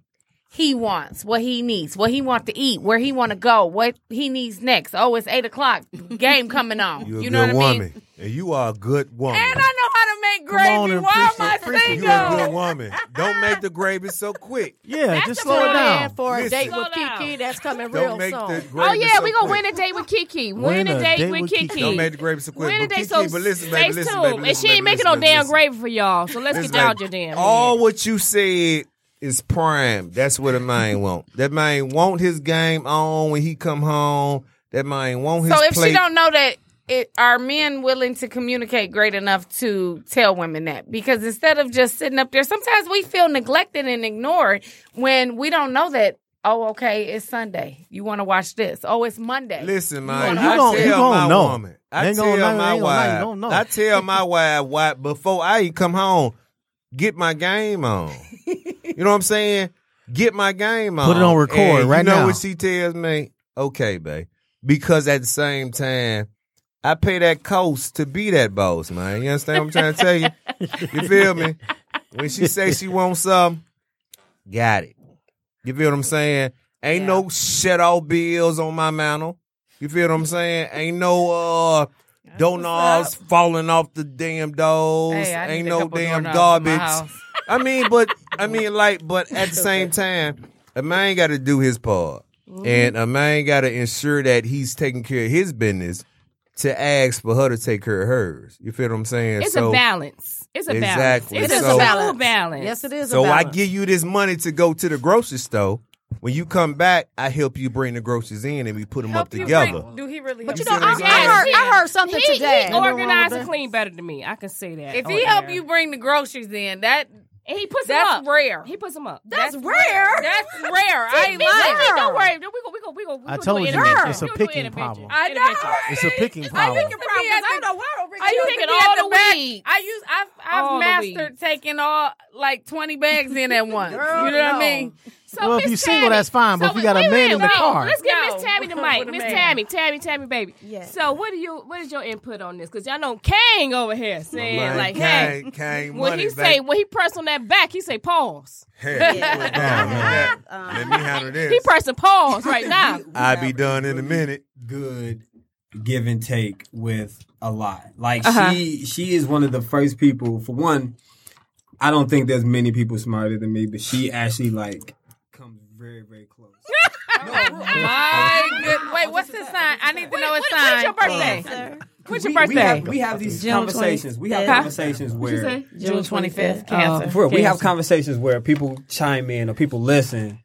Speaker 5: he wants, what he needs, what he want to eat, where he want to go, what he needs next. Oh, it's eight o'clock. Game coming on.
Speaker 6: You a
Speaker 5: you
Speaker 6: good
Speaker 5: know what I mean?
Speaker 6: woman, and you are a good woman.
Speaker 5: And I know how to make
Speaker 4: Come on
Speaker 5: gravy.
Speaker 4: and
Speaker 5: Why am
Speaker 4: preach
Speaker 5: I
Speaker 4: it, preach it.
Speaker 6: you a good
Speaker 5: single?
Speaker 6: woman. Don't make the gravy so quick.
Speaker 4: Yeah, just
Speaker 2: the
Speaker 4: slow it
Speaker 2: plan
Speaker 4: down.
Speaker 3: for a
Speaker 6: Listen.
Speaker 3: date with
Speaker 2: Slow down.
Speaker 3: Kiki that's coming real
Speaker 6: Don't make
Speaker 3: soon.
Speaker 6: the
Speaker 2: Oh
Speaker 6: gravy.
Speaker 2: yeah,
Speaker 6: so
Speaker 2: we gonna
Speaker 6: quick.
Speaker 2: win a date with Kiki. Win a date with Kiki.
Speaker 6: Don't make the gravy so quick.
Speaker 2: Win a
Speaker 6: But
Speaker 2: date,
Speaker 6: Kiki,
Speaker 2: so
Speaker 6: but listen,
Speaker 2: stay
Speaker 6: baby, listen,
Speaker 2: tuned.
Speaker 6: baby,
Speaker 2: and
Speaker 6: listen,
Speaker 2: she
Speaker 6: baby,
Speaker 2: ain't making
Speaker 6: listen,
Speaker 2: no damn
Speaker 6: listen.
Speaker 2: gravy for y'all. So let's
Speaker 6: Listen,
Speaker 2: get down
Speaker 6: baby,
Speaker 2: your damn.
Speaker 6: All what you said is prime. That's what a man want. That man want his game on when he come home. That man want his
Speaker 5: So if
Speaker 6: plate.
Speaker 5: she don't know that, it, are men willing to communicate great enough to tell women that? Because instead of just sitting up there, sometimes we feel neglected and ignored when we don't know that. Oh, okay, it's Sunday. You want to watch this? Oh, it's Monday.
Speaker 6: Listen, man,
Speaker 4: You
Speaker 6: I
Speaker 4: gon- you
Speaker 6: tell
Speaker 4: gon'
Speaker 6: my
Speaker 4: know.
Speaker 6: woman. I
Speaker 4: Ain't
Speaker 6: tell
Speaker 4: gonna lie,
Speaker 6: my
Speaker 4: ain't gonna lie, you
Speaker 6: wife.
Speaker 4: don't know.
Speaker 6: I tell my wife why before I even come home, get my game on. you know what I'm saying? Get my game on.
Speaker 4: Put it on record
Speaker 6: And
Speaker 4: right
Speaker 6: you know
Speaker 4: now.
Speaker 6: what she tells me? Okay, babe. Because at the same time, I pay that cost to be that boss, man. You understand what I'm trying to tell you? You feel me? When she say she wants something, got it. You feel what I'm saying? Ain't no shut off bills on my mantle. You feel what I'm saying? Ain't no uh donuts falling off the damn doors.
Speaker 5: Hey, I
Speaker 6: Ain't
Speaker 5: need a
Speaker 6: no
Speaker 5: couple
Speaker 6: damn
Speaker 5: doorknobs in my
Speaker 6: garbage.
Speaker 5: house.
Speaker 6: I mean, but I mean, like, but at the same time, a man got to do his part,
Speaker 5: Mm-hmm.
Speaker 6: and a man got to ensure that he's taking care of his business to ask for her to take care of hers. You feel what I'm saying?
Speaker 2: It's
Speaker 6: so,
Speaker 2: a balance. It's a balance.
Speaker 6: Exactly.
Speaker 2: It's
Speaker 6: It
Speaker 2: a
Speaker 6: is a
Speaker 2: true
Speaker 3: balance.
Speaker 2: balance.
Speaker 3: Yes, it is.
Speaker 6: So
Speaker 3: a
Speaker 6: I
Speaker 3: balance.
Speaker 6: give you this money to go to the grocery store. When you come back, I help you bring the groceries in, and we put them up
Speaker 5: Help you
Speaker 6: together.
Speaker 5: bring- do he really?
Speaker 3: But you
Speaker 5: help
Speaker 3: know, I,
Speaker 5: bring-
Speaker 3: I heard I heard something
Speaker 2: He,
Speaker 3: today.
Speaker 2: he organized and clean better than me. I can say that.
Speaker 5: if
Speaker 2: on
Speaker 5: he
Speaker 2: air.
Speaker 5: help you bring the groceries in, that
Speaker 2: and he puts
Speaker 5: that's
Speaker 2: them up.
Speaker 5: rare.
Speaker 2: He puts them up.
Speaker 3: That's rare.
Speaker 5: That's rare. I ain't
Speaker 2: Be-
Speaker 5: lying.
Speaker 2: Don't worry. We go. We go. We go. We
Speaker 4: I
Speaker 2: go
Speaker 4: told
Speaker 2: do
Speaker 4: you,
Speaker 2: individual.
Speaker 4: it's a
Speaker 2: We'll do
Speaker 4: picking
Speaker 2: individual.
Speaker 4: problem.
Speaker 5: I know.
Speaker 2: Individual.
Speaker 4: It's a picking
Speaker 5: I
Speaker 4: problem.
Speaker 5: used to be at the-
Speaker 3: know why I don't bring
Speaker 5: I
Speaker 2: You
Speaker 5: used to
Speaker 2: taking
Speaker 5: be
Speaker 2: all
Speaker 5: at
Speaker 2: the
Speaker 5: back.
Speaker 2: weed.
Speaker 5: I use I've I've
Speaker 2: All the
Speaker 5: mastered taking all like twenty bags in at once.
Speaker 9: Girl,
Speaker 5: you know what
Speaker 9: no.
Speaker 5: I mean? So
Speaker 4: Well, if
Speaker 5: Miss
Speaker 4: you single,
Speaker 5: Tammy-
Speaker 4: that's fine, but if you got a
Speaker 2: wait,
Speaker 4: man
Speaker 2: wait,
Speaker 4: in the
Speaker 2: no,
Speaker 4: car.
Speaker 2: Let's get
Speaker 5: No.
Speaker 2: Miss Tammy the
Speaker 5: With
Speaker 2: mic.
Speaker 5: a
Speaker 2: Miss
Speaker 5: man.
Speaker 2: Tammy, Tammy, Tammy, baby.
Speaker 9: Yeah.
Speaker 2: So what do you what is your input on this? Because y'all know Kang over here saying
Speaker 6: Man,
Speaker 2: like, hey,
Speaker 6: Kang- Kang
Speaker 2: when he
Speaker 6: money,
Speaker 2: say
Speaker 6: baby.
Speaker 2: when he press on that back, he say pause.
Speaker 6: Hey,
Speaker 9: Yeah.
Speaker 6: what's going on? Let me handle this.
Speaker 2: He pressing pause right now.
Speaker 6: I'll be done in a minute.
Speaker 8: good give and take with a lot. Like
Speaker 2: Uh-huh.
Speaker 8: she she is one of the first people for one I don't think there's many people smarter than me, but she actually like comes very very close.
Speaker 5: My good. Wait, what's the sign? I need to know a
Speaker 2: what- what's
Speaker 5: sign.
Speaker 2: your birthday? What's your
Speaker 8: We
Speaker 2: birthday?
Speaker 8: have, we have these
Speaker 9: June
Speaker 8: conversations. We have
Speaker 9: Huh?
Speaker 8: conversations where
Speaker 5: June twenty fifth, Cancer.
Speaker 8: Uh, for real, we have conversations where people chime in or people listen.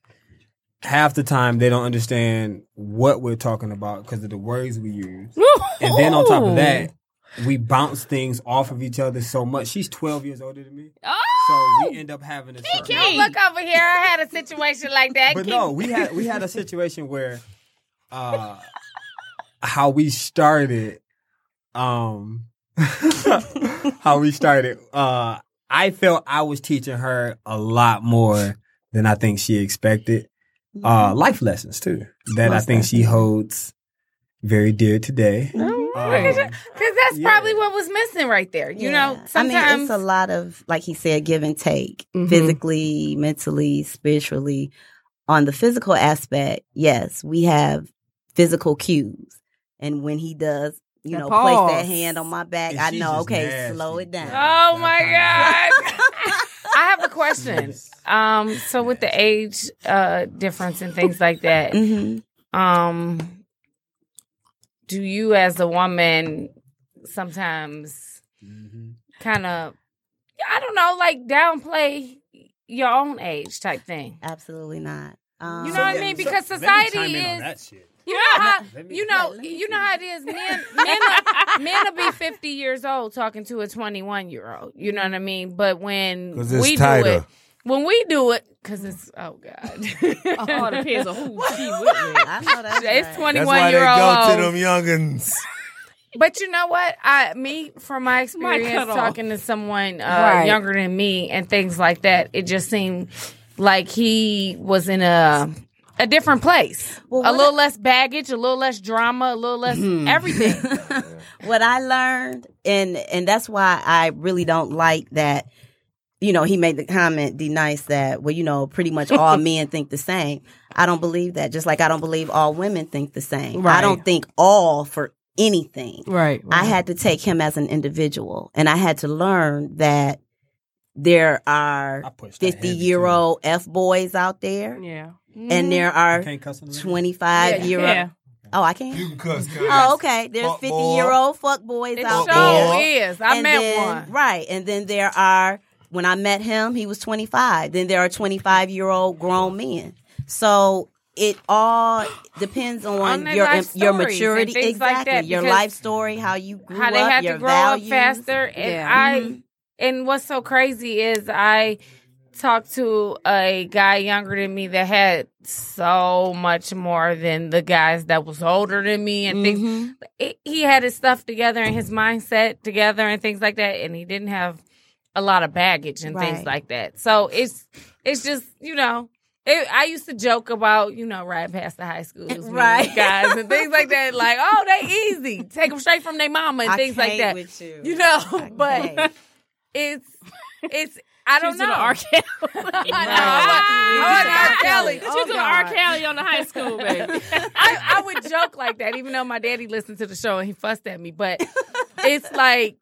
Speaker 8: Half the time they don't understand what we're talking about because of the words we use. And then on top of that, we bounce things off of each other so much. She's 12 years older than me.
Speaker 2: Oh,
Speaker 8: So we end up having a circle.
Speaker 2: Kiki.
Speaker 5: Look over here. I had a situation like that.
Speaker 8: But
Speaker 5: Keep-
Speaker 8: no, we had we had a situation where uh how we started um how we started uh I felt I was teaching her a lot more than I think she expected.
Speaker 5: Mm-hmm.
Speaker 8: Uh life lessons too that I think she holds very dear today. Um,
Speaker 5: Because that's
Speaker 8: Yeah.
Speaker 5: probably what was missing right there. You
Speaker 9: Yeah.
Speaker 5: know, sometimes. Mm-hmm.
Speaker 9: I mean, it's a lot of, like he said, give and take physically, mentally, spiritually. On the physical aspect, yes, we have physical cues. And when he does, you
Speaker 2: That
Speaker 9: know,
Speaker 2: pause.
Speaker 9: place that hand on my back,
Speaker 8: and
Speaker 9: I
Speaker 8: she's
Speaker 9: know,
Speaker 8: just
Speaker 9: okay,
Speaker 8: nasty.
Speaker 9: slow it down.
Speaker 5: Oh my
Speaker 8: That
Speaker 5: God. I have a question. Um, so with the age uh difference and things like that,
Speaker 9: hmm
Speaker 5: um, do you as a woman sometimes
Speaker 8: Mhm.
Speaker 5: kind of, I don't know, like downplay your own age type thing?
Speaker 9: Absolutely not. Um,
Speaker 5: You know what I mean? Because
Speaker 8: Let me
Speaker 5: society
Speaker 8: chime in on
Speaker 5: is-
Speaker 8: that shit.
Speaker 5: You know how
Speaker 8: Let me-
Speaker 5: you know you know how it is. Men men are- men will be fifty years old talking to a twenty one year old. You know what I mean? But when
Speaker 6: 'Cause it's
Speaker 5: we
Speaker 6: tighter.
Speaker 5: do it, when we do it, because it's oh god,
Speaker 2: all depends on who she with.
Speaker 9: I know that's
Speaker 5: it's
Speaker 9: right.
Speaker 5: twenty
Speaker 6: That's why they
Speaker 5: one year
Speaker 6: go to
Speaker 5: old.
Speaker 6: them youngins.
Speaker 5: But you know what? I me from my
Speaker 2: My
Speaker 5: experience
Speaker 2: cutoff.
Speaker 5: talking to someone uh,
Speaker 2: Right.
Speaker 5: younger than me and things like that, it just seemed like he was in a a different place.
Speaker 9: Well,
Speaker 5: a
Speaker 9: what
Speaker 5: little less baggage, a little less drama, a little less
Speaker 6: Mm-hmm.
Speaker 5: everything.
Speaker 9: what I learned, and and that's why I really don't like that. You know, he made the comment, D Nice, that well, you know, pretty much all men think the same. I don't believe that. Just like I don't believe all women think the same.
Speaker 2: Right.
Speaker 9: I don't think all for anything.
Speaker 2: Right.
Speaker 9: I had to take him as an individual, and I had to learn that there
Speaker 8: I
Speaker 9: are
Speaker 8: pushed that
Speaker 9: fifty
Speaker 8: heavy,
Speaker 9: year
Speaker 8: too.
Speaker 9: old f boys out there,
Speaker 2: Yeah.
Speaker 5: Mm-hmm.
Speaker 9: and there
Speaker 8: I
Speaker 9: are
Speaker 8: can't cuss on the radio?
Speaker 9: twenty five year
Speaker 2: Yeah.
Speaker 9: old. Oh, I can't.
Speaker 6: can cuss. Kang.
Speaker 9: Oh, okay. There's
Speaker 6: Fuck
Speaker 9: fifty
Speaker 6: boy.
Speaker 9: year old fuck boys
Speaker 5: It
Speaker 9: out
Speaker 6: Fuck
Speaker 9: there.
Speaker 6: boy.
Speaker 5: sure is. I
Speaker 9: And
Speaker 5: met
Speaker 9: then-
Speaker 5: one.
Speaker 9: Right. And then there are, when I met him, he was 25. Then there are 25 year old grown men. So it all depends on,
Speaker 5: On their
Speaker 9: your
Speaker 5: life
Speaker 9: your
Speaker 5: stories and
Speaker 9: maturity,
Speaker 5: things like
Speaker 9: exactly.
Speaker 5: that,
Speaker 9: your
Speaker 5: because
Speaker 9: life story, how you grew
Speaker 5: How they
Speaker 9: up,
Speaker 5: had
Speaker 9: your
Speaker 5: to grow
Speaker 9: values.
Speaker 5: up faster. And
Speaker 2: Yeah.
Speaker 5: I and what's so crazy is I talked to a guy younger than me that had so much more than the guys that was older than me and things
Speaker 9: Mm-hmm.
Speaker 5: it- he had his stuff together and his mindset together and things like that and he didn't have a lot of baggage and things
Speaker 9: Right.
Speaker 5: like that so it's it's just you know it, I used to joke about you know riding past the high schools with
Speaker 9: Eh, Right.
Speaker 5: guys and things like that like oh they easy take them straight from their mama and
Speaker 9: I
Speaker 5: things like
Speaker 9: can't
Speaker 5: that
Speaker 9: with you.
Speaker 5: you know
Speaker 9: I
Speaker 5: but
Speaker 9: can't.
Speaker 5: it's it's I don't know
Speaker 2: R. Kelly.
Speaker 5: I Oh, know I wasn't R. Kelly
Speaker 2: She's doing R. Kelly on the high school, baby.
Speaker 5: I, I would joke like that, even though my daddy listened to the show and he fussed at me. But it's like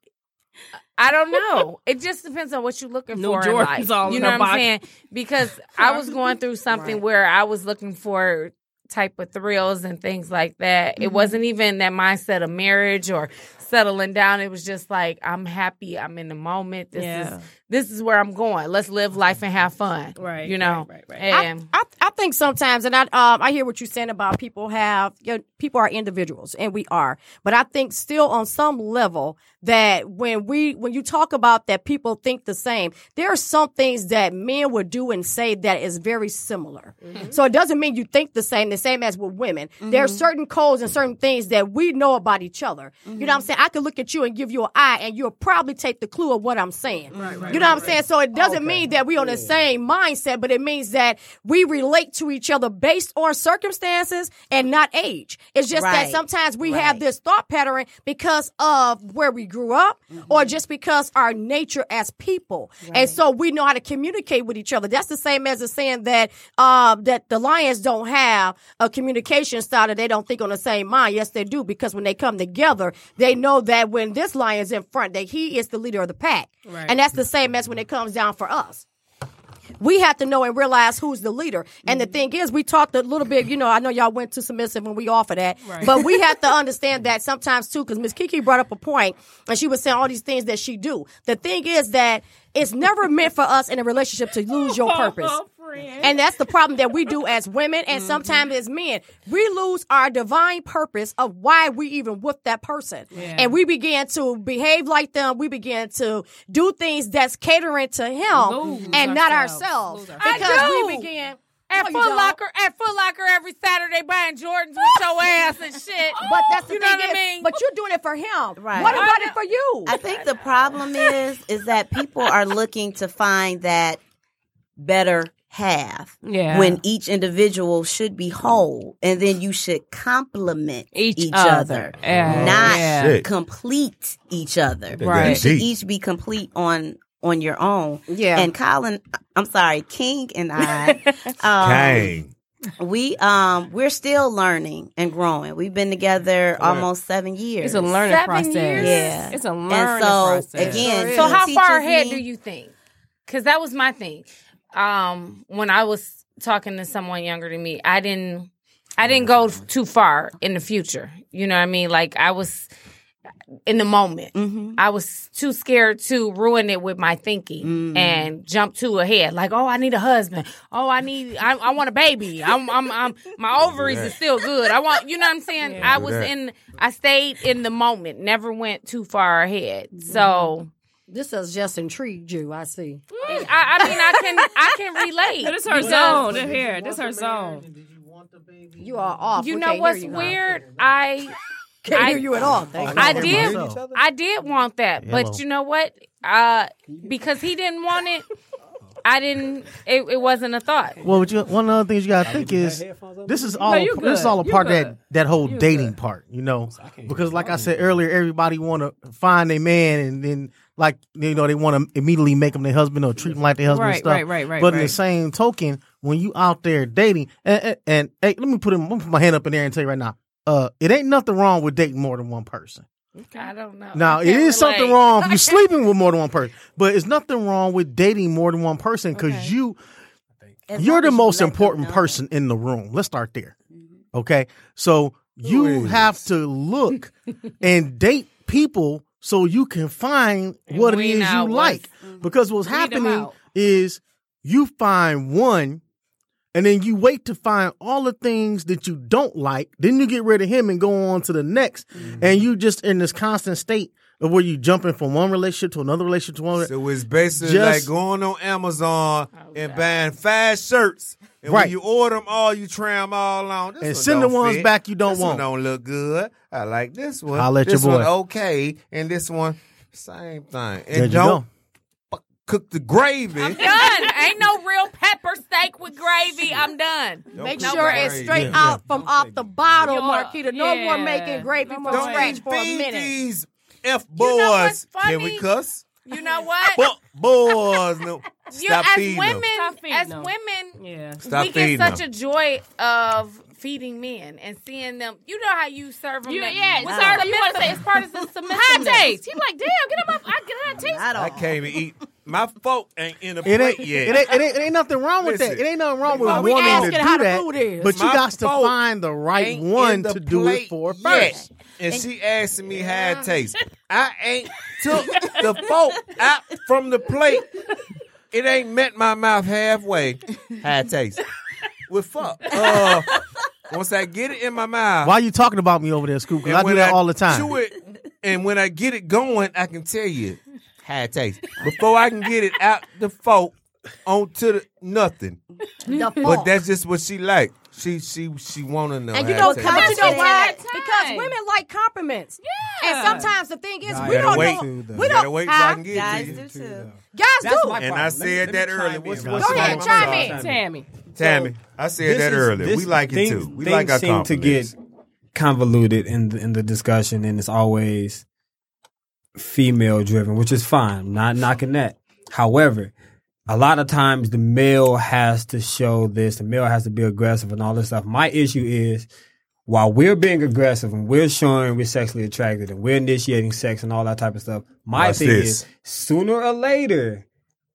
Speaker 5: I don't know. It just depends on what you're looking
Speaker 2: New
Speaker 5: for in
Speaker 2: Jordans
Speaker 5: life.
Speaker 2: all
Speaker 5: you
Speaker 2: in
Speaker 5: know
Speaker 2: her
Speaker 5: what I'm
Speaker 2: box.
Speaker 5: saying? Because I was going through something where I was looking for type of thrills and things like that. It wasn't even that mindset of marriage or settling down. It was just like I'm happy. I'm in the moment. This
Speaker 2: Yeah.
Speaker 5: is this is where I'm going. Let's live life and have fun.
Speaker 2: Right,
Speaker 5: You know.
Speaker 2: right, right, right.
Speaker 5: And
Speaker 3: I, I think sometimes, and I um, I hear what you're saying about people have you know, people are individuals, and we are. But I think still on some level that when we when you talk about that people think the same, there are some things that men would do and say that is very similar. So it doesn't mean you think the same, the same as with women. There are certain codes and certain things that we know about each other. You know what I'm saying? I could look at you and give you an eye, and you'll probably take the clue of what I'm saying. you know what I'm saying? So it doesn't mean that we're on the same mindset, but it means that we relate to each other based on circumstances and not age. It's just that
Speaker 9: Right.
Speaker 3: sometimes we have this thought pattern because of where we grew up
Speaker 9: Mm-hmm.
Speaker 3: or just because our nature as people. And so we know how to communicate with each other. That's the same as it's saying that uh, that the Lions don't have a communication style that they don't think on the same mind. Yes, they do because when they come together, they know that when this Lion's in front, that he is the leader of the pack. And that's the same as when it comes down for us we have to know and realize who's the leader. And the thing is, we talked a little bit, you know, I know y'all went to submissive when we offer that, but we have to understand that sometimes too, because Miss Kiki brought up a point and she was saying all these things that she do. The thing is that it's never meant for us in a relationship to lose your purpose. And that's the problem that we do as women and sometimes as men. We lose our divine purpose of why we even with that person. And we begin to behave like them. We begin to do things that's catering to him
Speaker 2: Lose
Speaker 3: and not
Speaker 2: ourselves.
Speaker 3: ourselves.
Speaker 2: Lose
Speaker 3: Because
Speaker 5: I
Speaker 3: we
Speaker 5: do.
Speaker 3: began
Speaker 5: At
Speaker 3: No, you
Speaker 5: Foot
Speaker 3: don't.
Speaker 5: Locker, at Foot Locker every Saturday buying Jordans with your ass and shit.
Speaker 3: But that's the
Speaker 5: you know
Speaker 3: thing
Speaker 5: what I
Speaker 3: is,
Speaker 5: mean.
Speaker 3: But you're doing it for him.
Speaker 9: Right.
Speaker 3: What
Speaker 9: I
Speaker 3: about
Speaker 5: know.
Speaker 3: it for you?
Speaker 9: I think the problem is is that people are looking to find that better half.
Speaker 2: Yeah.
Speaker 9: When each individual should be whole, and then you should complement
Speaker 2: Each
Speaker 9: each,
Speaker 2: other.
Speaker 9: other,
Speaker 2: Yeah.
Speaker 9: not
Speaker 2: Yeah.
Speaker 6: Shit.
Speaker 9: complete each other.
Speaker 2: Right.
Speaker 9: You should
Speaker 6: Deep.
Speaker 9: each be complete on on your own.
Speaker 3: Yeah.
Speaker 9: And Colin, I'm sorry, King and I, um,
Speaker 6: Kang.
Speaker 9: we um we're still learning and growing. We've been together almost seven years.
Speaker 2: It's a learning
Speaker 5: Seven
Speaker 2: process.
Speaker 5: years?
Speaker 9: Yeah.
Speaker 2: It's a learning
Speaker 9: and so
Speaker 2: process.
Speaker 9: again,
Speaker 5: So
Speaker 9: he
Speaker 5: how
Speaker 9: teaches
Speaker 5: far ahead
Speaker 9: me-
Speaker 5: do you think? Because that was my thing. Um, when I was talking to someone younger than me, I didn't, I didn't go too far in the future. You know what I mean? Like I was in the moment. I was too scared to ruin it with my thinking and jump too ahead. Like, oh, I need a husband. Oh, I need, I, I want a baby. I'm, I'm, I'm, my ovaries are still good. I want, you know what I'm saying? I was
Speaker 6: that.
Speaker 5: in, I stayed in the moment, never went too far ahead. So.
Speaker 3: This has just intrigued you, I see.
Speaker 5: I, I mean, I can I can relate.
Speaker 2: This her
Speaker 5: because
Speaker 2: zone. This here. This her zone.
Speaker 3: You are off.
Speaker 5: You
Speaker 3: We
Speaker 5: know
Speaker 3: can't
Speaker 5: what's
Speaker 3: hear you, huh?
Speaker 5: weird? I
Speaker 3: Can't
Speaker 5: I-
Speaker 3: hear you at all.
Speaker 2: Oh,
Speaker 3: Thank
Speaker 5: I
Speaker 3: God.
Speaker 5: did
Speaker 4: myself.
Speaker 5: I did want that,
Speaker 4: Hello.
Speaker 5: but you know what? Uh, because he didn't want it, I didn't. It, it wasn't a thought.
Speaker 4: Well, what you, one of the other things you gotta think is this is all
Speaker 2: No, you
Speaker 4: this is all a
Speaker 2: good.
Speaker 4: part of
Speaker 2: You
Speaker 4: that
Speaker 2: good.
Speaker 4: that whole dating part, you know. Because like I said earlier, everybody want to find a man, and then like you know they want to immediately make him their husband or treat him like their husband. and
Speaker 2: Right,
Speaker 4: stuff.
Speaker 2: right, right, right,
Speaker 4: But in
Speaker 2: right.
Speaker 4: the same token, when you out there dating, and, and, and, hey, let me put him, I'm gonna put my hand up in there and tell you right now, uh, it ain't nothing wrong with dating more than one person.
Speaker 5: I don't know.
Speaker 4: Now
Speaker 5: I
Speaker 4: it
Speaker 5: can't
Speaker 4: is something
Speaker 5: relate.
Speaker 4: wrong if you're sleeping with more than one person, but it's nothing wrong with dating more than one person because you
Speaker 9: As long
Speaker 4: you're the
Speaker 9: as you
Speaker 4: most
Speaker 9: let them
Speaker 4: important
Speaker 9: know. Mm-hmm.
Speaker 4: person in the room. Let's start there. Okay. So you have to look and date people so you can find what it
Speaker 5: we
Speaker 4: is
Speaker 5: know
Speaker 4: you
Speaker 5: what's-
Speaker 4: like.
Speaker 9: Mm-hmm.
Speaker 4: Because what's
Speaker 5: Weed 'em
Speaker 4: happening
Speaker 5: out.
Speaker 4: is you find one and then you wait to find all the things that you don't like. Then you get rid of him and go on to the next.
Speaker 6: Mm-hmm.
Speaker 4: And you just in this constant state of where you jumping from one relationship to another relationship to one.
Speaker 6: So it's basically
Speaker 4: Just-
Speaker 6: like going on Amazon
Speaker 3: Oh,
Speaker 6: and buying five shirts. And
Speaker 4: Right.
Speaker 6: when you order them all, you try them all on. This
Speaker 4: And
Speaker 6: one
Speaker 4: send the
Speaker 6: don't
Speaker 4: ones
Speaker 6: fit.
Speaker 4: back you don't
Speaker 6: this
Speaker 4: want.
Speaker 6: This one don't look good. I like this one.
Speaker 4: Holla at
Speaker 6: this
Speaker 4: your boy.
Speaker 6: one okay. And this one, same thing.
Speaker 4: There you
Speaker 6: And don't cook the gravy.
Speaker 5: Done. Ain't no real pepper steak with gravy. I'm done.
Speaker 6: Don't
Speaker 3: Make
Speaker 6: cook
Speaker 3: sure
Speaker 6: the
Speaker 3: it's
Speaker 6: gravy.
Speaker 3: straight
Speaker 4: Yeah.
Speaker 3: out from off the bottle,
Speaker 5: Yeah.
Speaker 3: Marquita. No
Speaker 2: Yeah.
Speaker 3: more making gravy
Speaker 2: No
Speaker 3: from
Speaker 2: more
Speaker 3: scratch
Speaker 6: Don't
Speaker 3: for a
Speaker 6: feed
Speaker 3: minute.
Speaker 6: these F
Speaker 5: know what's
Speaker 6: boys. Can
Speaker 5: funny?
Speaker 6: we cuss?
Speaker 5: You know what?
Speaker 6: Fuck boys. No.
Speaker 5: you
Speaker 6: Stop
Speaker 5: as
Speaker 6: feeding
Speaker 5: women,
Speaker 6: them.
Speaker 2: Stop feeding
Speaker 5: as
Speaker 2: them.
Speaker 5: women,
Speaker 2: Yeah.
Speaker 6: Stop
Speaker 5: we
Speaker 6: feeding
Speaker 5: get such
Speaker 6: them.
Speaker 5: a joy of feeding men and seeing them. You know how you serve them.
Speaker 2: You,
Speaker 5: that-
Speaker 2: yeah,
Speaker 5: we
Speaker 2: wow.
Speaker 5: serve
Speaker 2: sorry,
Speaker 5: them
Speaker 2: you want to say
Speaker 5: it's part of the submission.
Speaker 2: high taste. He like, damn, get him up. I get high taste.
Speaker 9: Not
Speaker 6: I
Speaker 9: all.
Speaker 6: can't even eat. My folk ain't in the
Speaker 4: It
Speaker 6: plate
Speaker 4: ain't,
Speaker 6: yet.
Speaker 4: it ain't, it ain't, it ain't nothing wrong with that.
Speaker 6: Listen.
Speaker 4: It ain't nothing wrong with
Speaker 6: Well, we
Speaker 4: wanting to
Speaker 3: asking how
Speaker 4: do
Speaker 3: the
Speaker 4: that.
Speaker 3: food is.
Speaker 4: But you
Speaker 6: My
Speaker 4: got to
Speaker 6: folk
Speaker 4: find the right
Speaker 6: ain't in
Speaker 4: one
Speaker 6: the
Speaker 4: to do it
Speaker 6: plate
Speaker 4: for
Speaker 6: yet.
Speaker 4: first.
Speaker 6: And she asked me how it tastes. I ain't took the fork out from the plate. It ain't met my mouth halfway. How it tastes. Well, fuck. Uh, once I get it in my mouth,
Speaker 4: Why you talking about me over there, Scoop? Because I do
Speaker 6: when
Speaker 4: that all the time.
Speaker 6: chew it, and when I get it going, I can tell you how it tastes. Before I can get it out the fork onto the nothing.
Speaker 3: The
Speaker 6: But
Speaker 3: fork.
Speaker 6: that's just what she like. She She she she wanted to.
Speaker 3: And you
Speaker 6: have
Speaker 3: know,
Speaker 6: sex.
Speaker 3: come you know
Speaker 9: Confidence.
Speaker 3: why?
Speaker 2: Time.
Speaker 3: Because women like compliments. Yeah. And sometimes the thing is,
Speaker 8: Nah,
Speaker 3: we
Speaker 8: you
Speaker 3: don't
Speaker 8: gotta
Speaker 6: wait.
Speaker 3: know.
Speaker 8: You
Speaker 3: We
Speaker 6: You gotta
Speaker 3: don't.
Speaker 6: wait till I
Speaker 3: huh?
Speaker 6: can get
Speaker 9: Guys
Speaker 6: to you.
Speaker 9: do too.
Speaker 3: Guys
Speaker 8: That's
Speaker 3: do.
Speaker 8: my
Speaker 6: And
Speaker 8: problem.
Speaker 6: I
Speaker 8: Let-
Speaker 6: said
Speaker 8: let me
Speaker 6: that
Speaker 8: chime
Speaker 6: earlier.
Speaker 8: in.
Speaker 6: What's-
Speaker 8: Go
Speaker 6: what's
Speaker 3: Go ahead,
Speaker 6: wrong?
Speaker 3: chime
Speaker 6: I'm
Speaker 3: in.
Speaker 6: sorry.
Speaker 2: Tammy.
Speaker 6: Tammy, I said
Speaker 8: This
Speaker 6: that
Speaker 8: is-
Speaker 6: earlier.
Speaker 8: this-
Speaker 6: we like
Speaker 8: things,
Speaker 6: it too. We
Speaker 8: things
Speaker 6: like our
Speaker 8: seem to
Speaker 6: compliments.
Speaker 8: get convoluted in the, in the discussion, and it's always female driven, which is fine. Not knocking that. However, a lot of times the male has to show this. The male has to be aggressive and all this stuff. My issue is while we're being aggressive and we're showing we're sexually attracted and we're initiating sex and all that type of stuff. My
Speaker 6: Watch
Speaker 8: thing
Speaker 6: this.
Speaker 8: is sooner or later.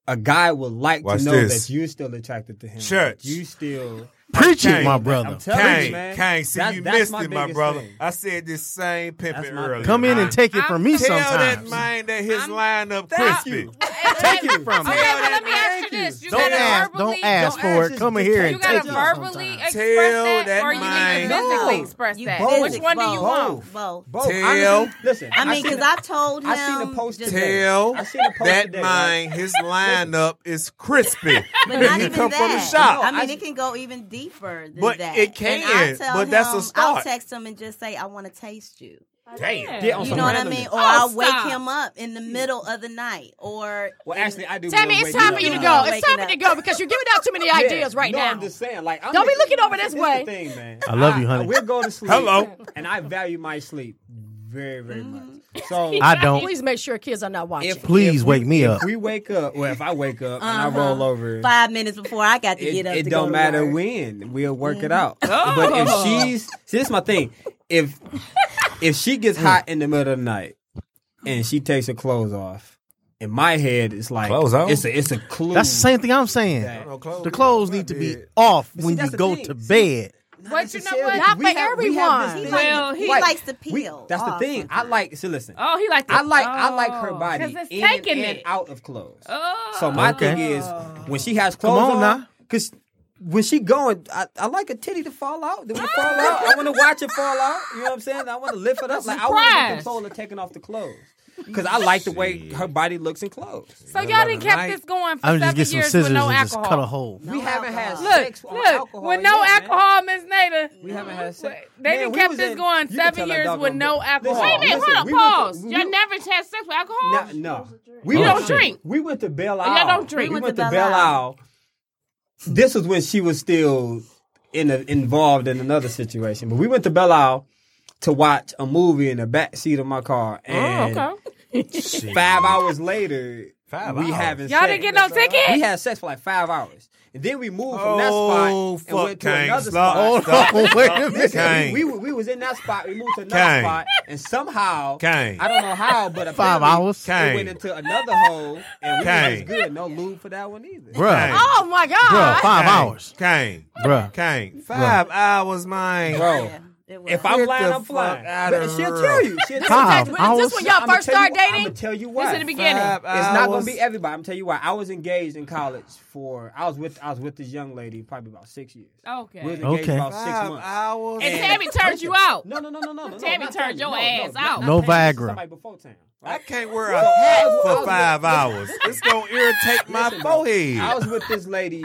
Speaker 8: A guy would like
Speaker 6: Watch
Speaker 8: to know
Speaker 6: this.
Speaker 8: that you're still attracted to him.
Speaker 6: Church.
Speaker 8: You still
Speaker 4: Preach it,
Speaker 6: Kane,
Speaker 4: my
Speaker 8: I'm
Speaker 4: brother.
Speaker 8: telling
Speaker 6: Kang,
Speaker 8: you, man.
Speaker 6: Kang, see
Speaker 8: That-
Speaker 6: you
Speaker 8: that's
Speaker 6: missed
Speaker 8: my
Speaker 6: it, my
Speaker 8: biggest
Speaker 6: brother.
Speaker 8: thing.
Speaker 6: I said this same
Speaker 8: That's
Speaker 6: pimping
Speaker 8: my
Speaker 6: earlier.
Speaker 8: thing.
Speaker 4: Come in and take it from me
Speaker 6: Tell that
Speaker 4: sometimes.
Speaker 6: man that his lineup
Speaker 8: Thank
Speaker 6: crispy.
Speaker 8: you. Take it from
Speaker 2: Okay,
Speaker 8: me.
Speaker 2: well, let me ask you this. You
Speaker 4: Don't
Speaker 2: gotta
Speaker 4: ask.
Speaker 2: verbally,
Speaker 4: Don't ask
Speaker 8: don't
Speaker 4: for
Speaker 8: ask,
Speaker 4: it.
Speaker 8: just
Speaker 4: Come in here
Speaker 2: You
Speaker 4: and
Speaker 2: gotta
Speaker 4: take
Speaker 2: verbally
Speaker 4: it.
Speaker 2: express
Speaker 6: Tell
Speaker 2: that,
Speaker 6: that
Speaker 2: or you
Speaker 6: mind-
Speaker 2: need to physically
Speaker 9: No.
Speaker 2: express
Speaker 9: You
Speaker 2: that.
Speaker 9: both.
Speaker 2: Which one do you
Speaker 9: Both.
Speaker 2: want?
Speaker 9: Both.
Speaker 8: Both.
Speaker 6: Tell-
Speaker 8: Honestly, listen.
Speaker 9: I mean,
Speaker 8: seen
Speaker 9: because
Speaker 8: a-
Speaker 9: I told him.
Speaker 8: I seen a post
Speaker 9: just-
Speaker 8: today.
Speaker 6: Tell
Speaker 8: I seen a post
Speaker 6: that
Speaker 8: today,
Speaker 6: mind his lineup is crispy.
Speaker 9: But not
Speaker 6: he
Speaker 9: even
Speaker 6: come
Speaker 9: that.
Speaker 6: from the shop.
Speaker 9: I mean, it can go even deeper than
Speaker 6: But
Speaker 9: that.
Speaker 6: it can,
Speaker 9: And I tell
Speaker 6: but that's a
Speaker 9: him-
Speaker 6: start.
Speaker 9: I'll text him and just say, "I want to taste you."
Speaker 6: Damn.
Speaker 8: Get on
Speaker 9: You
Speaker 8: some
Speaker 9: know what I
Speaker 8: random-
Speaker 9: mean? Or
Speaker 2: Oh,
Speaker 9: I'll wake
Speaker 2: stop.
Speaker 9: him up in the middle of the night. Or
Speaker 8: Well, actually, I do.
Speaker 3: Tammy,
Speaker 8: wanna
Speaker 3: it's
Speaker 8: wake
Speaker 3: time
Speaker 8: up
Speaker 3: for you to
Speaker 8: now.
Speaker 3: go.
Speaker 9: Waking
Speaker 3: It's time for you
Speaker 9: up.
Speaker 3: to go because you're giving out too many
Speaker 8: Yeah.
Speaker 3: ideas right
Speaker 8: no,
Speaker 3: now.
Speaker 8: I'm just saying, like, I'm
Speaker 3: Don't be
Speaker 8: just-
Speaker 3: looking over this way.
Speaker 8: The thing, man.
Speaker 4: I love you, honey.
Speaker 8: We'll go to sleep.
Speaker 6: Hello.
Speaker 8: And I value my sleep very, very much.
Speaker 9: Mm-hmm.
Speaker 8: So
Speaker 4: I don't.
Speaker 3: Please make sure kids are not watching.
Speaker 4: Please wake me up.
Speaker 8: we wake up. Well, if I wake up and I roll over,
Speaker 9: Uh-huh. five minutes before I got to
Speaker 8: it,
Speaker 9: get up.
Speaker 8: it
Speaker 9: to go
Speaker 8: don't
Speaker 9: to
Speaker 8: matter
Speaker 9: work. Mm-hmm. Oh.
Speaker 8: when we'll work it out. But if she's see, this is my thing. If if she gets hot in the middle of the night and she takes her clothes off, in my head it's like
Speaker 6: Clothes off?
Speaker 8: It's a it's a clue.
Speaker 4: That's the same thing I'm saying.
Speaker 6: No clothes.
Speaker 4: The clothes need to be off
Speaker 8: see,
Speaker 4: when
Speaker 8: that's
Speaker 4: you
Speaker 8: the
Speaker 4: go
Speaker 8: thing.
Speaker 4: to
Speaker 8: See,
Speaker 4: bed.
Speaker 2: But you know what?
Speaker 3: Not
Speaker 8: We
Speaker 3: for
Speaker 8: have- we have
Speaker 3: everyone.
Speaker 9: He,
Speaker 8: this thing-
Speaker 2: Well,
Speaker 9: likes,
Speaker 2: he-
Speaker 9: he
Speaker 8: Like,
Speaker 9: likes to
Speaker 8: we-
Speaker 9: peel.
Speaker 8: that's the
Speaker 9: off
Speaker 8: thing. I
Speaker 9: sometimes.
Speaker 8: like. See, listen.
Speaker 2: Oh, he like.
Speaker 8: I like I like her
Speaker 2: Oh.
Speaker 8: body
Speaker 2: 'Cause it's
Speaker 8: in
Speaker 2: taking
Speaker 8: and
Speaker 2: it.
Speaker 8: out of clothes.
Speaker 2: Oh.
Speaker 8: So my
Speaker 4: Okay.
Speaker 8: thing is when she has clothes
Speaker 4: on now.
Speaker 8: because when she going, I, I like a titty to fall out. Then we fall out. I want to watch it fall out. You know what I'm saying? I want to lift it up. Like I want the
Speaker 2: Surprise.
Speaker 8: control of taking off the clothes because I like the way her body looks in clothes.
Speaker 2: So y'all didn't kept this going for
Speaker 4: I'm just
Speaker 2: seven
Speaker 4: get some
Speaker 2: years
Speaker 4: scissors
Speaker 2: with no
Speaker 4: and just cut a
Speaker 2: alcohol.
Speaker 4: hole.
Speaker 8: we haven't had
Speaker 9: alcohol.
Speaker 2: Look,
Speaker 8: sex on
Speaker 2: look,
Speaker 8: alcohol
Speaker 2: with no
Speaker 8: yet, man.
Speaker 2: alcohol, Miss Nader.
Speaker 8: We haven't had sex.
Speaker 2: They
Speaker 8: Man,
Speaker 2: done
Speaker 8: we
Speaker 2: kept
Speaker 8: was
Speaker 2: this
Speaker 8: in-
Speaker 2: going
Speaker 8: you can
Speaker 2: seven
Speaker 8: tell her
Speaker 2: years
Speaker 8: dog
Speaker 2: with
Speaker 8: on
Speaker 2: no
Speaker 8: the-
Speaker 2: alcohol.
Speaker 8: Listen,
Speaker 2: Wait a minute,
Speaker 8: listen,
Speaker 2: hold
Speaker 8: we
Speaker 2: on,
Speaker 8: went to-
Speaker 2: pause.
Speaker 8: we-
Speaker 2: y'all never had sex with alcohol?
Speaker 8: No, no. We
Speaker 4: You
Speaker 8: went
Speaker 4: don't
Speaker 8: to-
Speaker 2: drink. Oh,
Speaker 8: We went to Belle Isle.
Speaker 2: y'all don't drink.
Speaker 8: We went to Belle Isle. This was when she was still in a, involved in another situation. But we went to Belle Isle to watch a movie in the back seat of my car. And
Speaker 2: Oh, okay.
Speaker 8: five hours later,
Speaker 6: Five
Speaker 8: we
Speaker 6: hours.
Speaker 8: having
Speaker 2: Y'all
Speaker 8: sex.
Speaker 2: didn't get no ticket?
Speaker 8: We had sex for like five hours. And then we moved from
Speaker 6: Oh,
Speaker 8: that spot and
Speaker 6: fuck,
Speaker 8: went to
Speaker 6: Kang.
Speaker 8: another
Speaker 6: Stop,
Speaker 8: spot.
Speaker 6: stop,
Speaker 4: Oh, wait a
Speaker 6: stop.
Speaker 4: minute.
Speaker 6: Kang,
Speaker 8: We, we was in that spot. We moved to another
Speaker 6: Kang.
Speaker 8: spot, and somehow
Speaker 6: Kang.
Speaker 8: I don't know how, but
Speaker 4: Five
Speaker 8: apparently
Speaker 4: hours?
Speaker 6: Kang.
Speaker 8: it went into another hole, and we
Speaker 6: Kang.
Speaker 8: was good. No lube for that one either.
Speaker 4: Bruh.
Speaker 6: Kang.
Speaker 3: Oh my God.
Speaker 4: Bruh, five
Speaker 6: Kang,
Speaker 4: hours.
Speaker 6: Kang,
Speaker 4: Bruh.
Speaker 6: Kang, five hours, man.
Speaker 8: Bro,
Speaker 9: It was.
Speaker 8: if I'm
Speaker 6: Get
Speaker 8: lying,
Speaker 6: the
Speaker 8: I'm flying.
Speaker 6: fuck outta
Speaker 8: But she'll tell you. She'll
Speaker 4: Five
Speaker 8: tell you.
Speaker 4: hours.
Speaker 3: when y'all first start
Speaker 8: I'm
Speaker 3: dating?
Speaker 8: gonna tell you
Speaker 2: This
Speaker 8: what.
Speaker 2: is the beginning.
Speaker 6: Five
Speaker 8: It's not gonna
Speaker 6: hours.
Speaker 8: be everybody. I'm tell you why. I was engaged in college for I was with I was with this young lady probably about six years. We was
Speaker 2: Oh, Okay.
Speaker 8: engaged
Speaker 4: Okay.
Speaker 8: about six
Speaker 6: Five
Speaker 8: months.
Speaker 6: hours.
Speaker 2: And Tammy turned you out.
Speaker 8: No, no, no, no, no. no
Speaker 2: Tammy
Speaker 8: not
Speaker 2: turned your
Speaker 8: no,
Speaker 2: ass
Speaker 8: no,
Speaker 2: out.
Speaker 8: Not,
Speaker 4: No
Speaker 8: not Tammy, this is
Speaker 4: Viagra.
Speaker 8: Somebody before Tam.
Speaker 6: I
Speaker 8: Right?
Speaker 6: can't wear
Speaker 8: I
Speaker 6: a
Speaker 8: was-
Speaker 6: hat
Speaker 8: I
Speaker 6: for
Speaker 8: was-
Speaker 6: five hours. It's gonna irritate my
Speaker 8: Listen, bro,
Speaker 6: forehead.
Speaker 8: I was with this lady.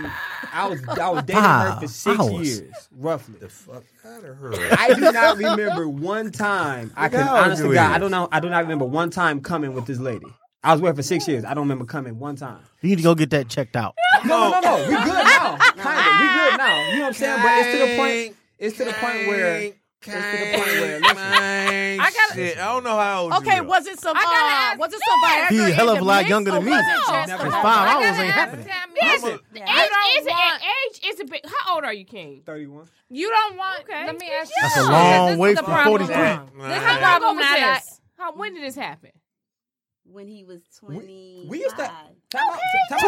Speaker 8: I was I was dating her
Speaker 4: Five
Speaker 8: for six
Speaker 4: hours.
Speaker 8: years, roughly.
Speaker 6: fuck out of
Speaker 8: I do not remember one time. I can
Speaker 6: Look how
Speaker 8: honestly,
Speaker 6: you
Speaker 8: God,
Speaker 6: is.
Speaker 8: I don't know. I do not remember one time coming with this lady. I was with her for six years. I don't remember coming one time.
Speaker 4: You need to go get that checked out.
Speaker 8: No, no, no, no. We good now. Kinda. We good now. You know what I'm saying? But it's to the point. It's to the point where. It's to the point where. Listen,
Speaker 6: I got shit. I don't know how old
Speaker 3: Okay,
Speaker 6: you are.
Speaker 3: was it some?
Speaker 2: I gotta
Speaker 3: Uh,
Speaker 2: ask
Speaker 3: was it some
Speaker 2: Jared.
Speaker 3: Viagra?
Speaker 4: He's a hell of a
Speaker 3: in the
Speaker 4: lot
Speaker 3: mix,
Speaker 4: younger than
Speaker 3: or
Speaker 4: me.
Speaker 3: was it
Speaker 4: It's
Speaker 3: just the-
Speaker 8: five
Speaker 4: hours
Speaker 2: gotta
Speaker 4: ain't
Speaker 2: ask
Speaker 4: happening.
Speaker 2: Tammy,
Speaker 6: Listen,
Speaker 2: listen,
Speaker 6: Yeah.
Speaker 2: Age is an age is a bit. How old are you, King?
Speaker 8: Thirty-one.
Speaker 10: You don't want.
Speaker 2: Okay.
Speaker 10: Let me ask
Speaker 4: That's a
Speaker 10: you.
Speaker 4: long
Speaker 2: is
Speaker 4: way
Speaker 2: the
Speaker 4: from
Speaker 2: problem.
Speaker 4: 43.
Speaker 2: This
Speaker 6: Man.
Speaker 2: how long ago
Speaker 10: Nah.
Speaker 2: was this? How, when did this happen?
Speaker 9: when he was
Speaker 8: We,
Speaker 9: twenty.
Speaker 8: we used to. Time out, time out.
Speaker 2: Typical.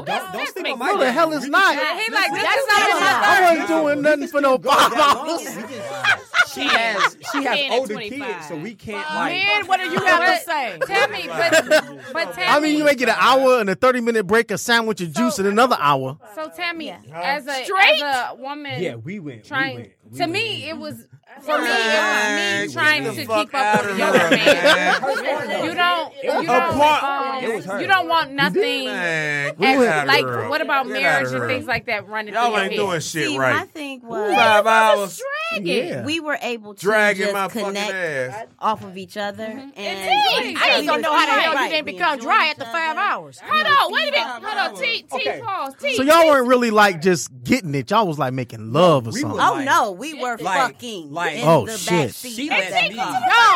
Speaker 8: Don't,
Speaker 2: That's
Speaker 8: don't sleep on
Speaker 2: typical.
Speaker 8: my
Speaker 4: Who the
Speaker 8: dad.
Speaker 4: hell is
Speaker 8: We
Speaker 4: not?
Speaker 10: Yeah, he like this
Speaker 3: That's
Speaker 10: is not
Speaker 3: not
Speaker 10: my
Speaker 3: enough.
Speaker 10: third.
Speaker 4: I wasn't doing nothing for no five hours.
Speaker 8: She has she
Speaker 2: Man
Speaker 8: has
Speaker 2: at
Speaker 8: older
Speaker 2: 25.
Speaker 8: kids, so we can't like.
Speaker 3: Man, what do you have to
Speaker 10: But-
Speaker 3: say?
Speaker 10: Tell me, but but Tammy.
Speaker 4: I mean, you make it an hour and a 30 minute break, a sandwich, a juice, and another hour.
Speaker 10: So Tammy, as a
Speaker 2: Straight?
Speaker 10: as a woman,
Speaker 8: Yeah, we went.
Speaker 10: trying
Speaker 8: we went, we
Speaker 10: to
Speaker 8: went.
Speaker 10: me it was for me it was me
Speaker 6: Man,
Speaker 10: trying
Speaker 6: get
Speaker 10: to
Speaker 6: the
Speaker 10: keep up
Speaker 6: fuck outta
Speaker 10: with the
Speaker 6: here,
Speaker 10: younger man.
Speaker 6: man.
Speaker 10: You don't you
Speaker 6: A
Speaker 10: don't
Speaker 6: point.
Speaker 5: don't.
Speaker 8: It was her.
Speaker 5: You don't want nothing.
Speaker 6: Man,
Speaker 5: as-
Speaker 6: get outta
Speaker 5: like
Speaker 6: her.
Speaker 5: what about
Speaker 6: Get
Speaker 5: marriage
Speaker 6: outta
Speaker 5: and
Speaker 6: her.
Speaker 5: things like that running through
Speaker 6: Y'all
Speaker 5: your
Speaker 6: ain't
Speaker 5: head?
Speaker 6: doing shit
Speaker 1: See,
Speaker 6: right.
Speaker 1: my thing was
Speaker 6: Five hours.
Speaker 1: Dragging.
Speaker 6: Yeah.
Speaker 1: We were able to
Speaker 6: Dragging
Speaker 1: just
Speaker 6: my fucking ass.
Speaker 1: connect off of each other.
Speaker 5: did.
Speaker 1: And
Speaker 5: I ain't gonna know how the hell you
Speaker 1: Right.
Speaker 5: didn't
Speaker 1: We
Speaker 5: become
Speaker 1: enjoyed
Speaker 5: dry
Speaker 1: each
Speaker 5: after
Speaker 1: other.
Speaker 5: five hours.
Speaker 2: Hold on, wait a minute. Hold on. T, T, pause. T.
Speaker 4: So y'all weren't really like just getting it. Y'all was like making love or
Speaker 1: We
Speaker 4: something.
Speaker 1: were, Oh, like, no, we were
Speaker 4: like-
Speaker 1: fucking
Speaker 4: like-
Speaker 1: in
Speaker 4: Oh,
Speaker 1: the
Speaker 4: shit.
Speaker 1: backseat
Speaker 4: She
Speaker 1: of
Speaker 4: lets
Speaker 1: that
Speaker 4: me
Speaker 1: car.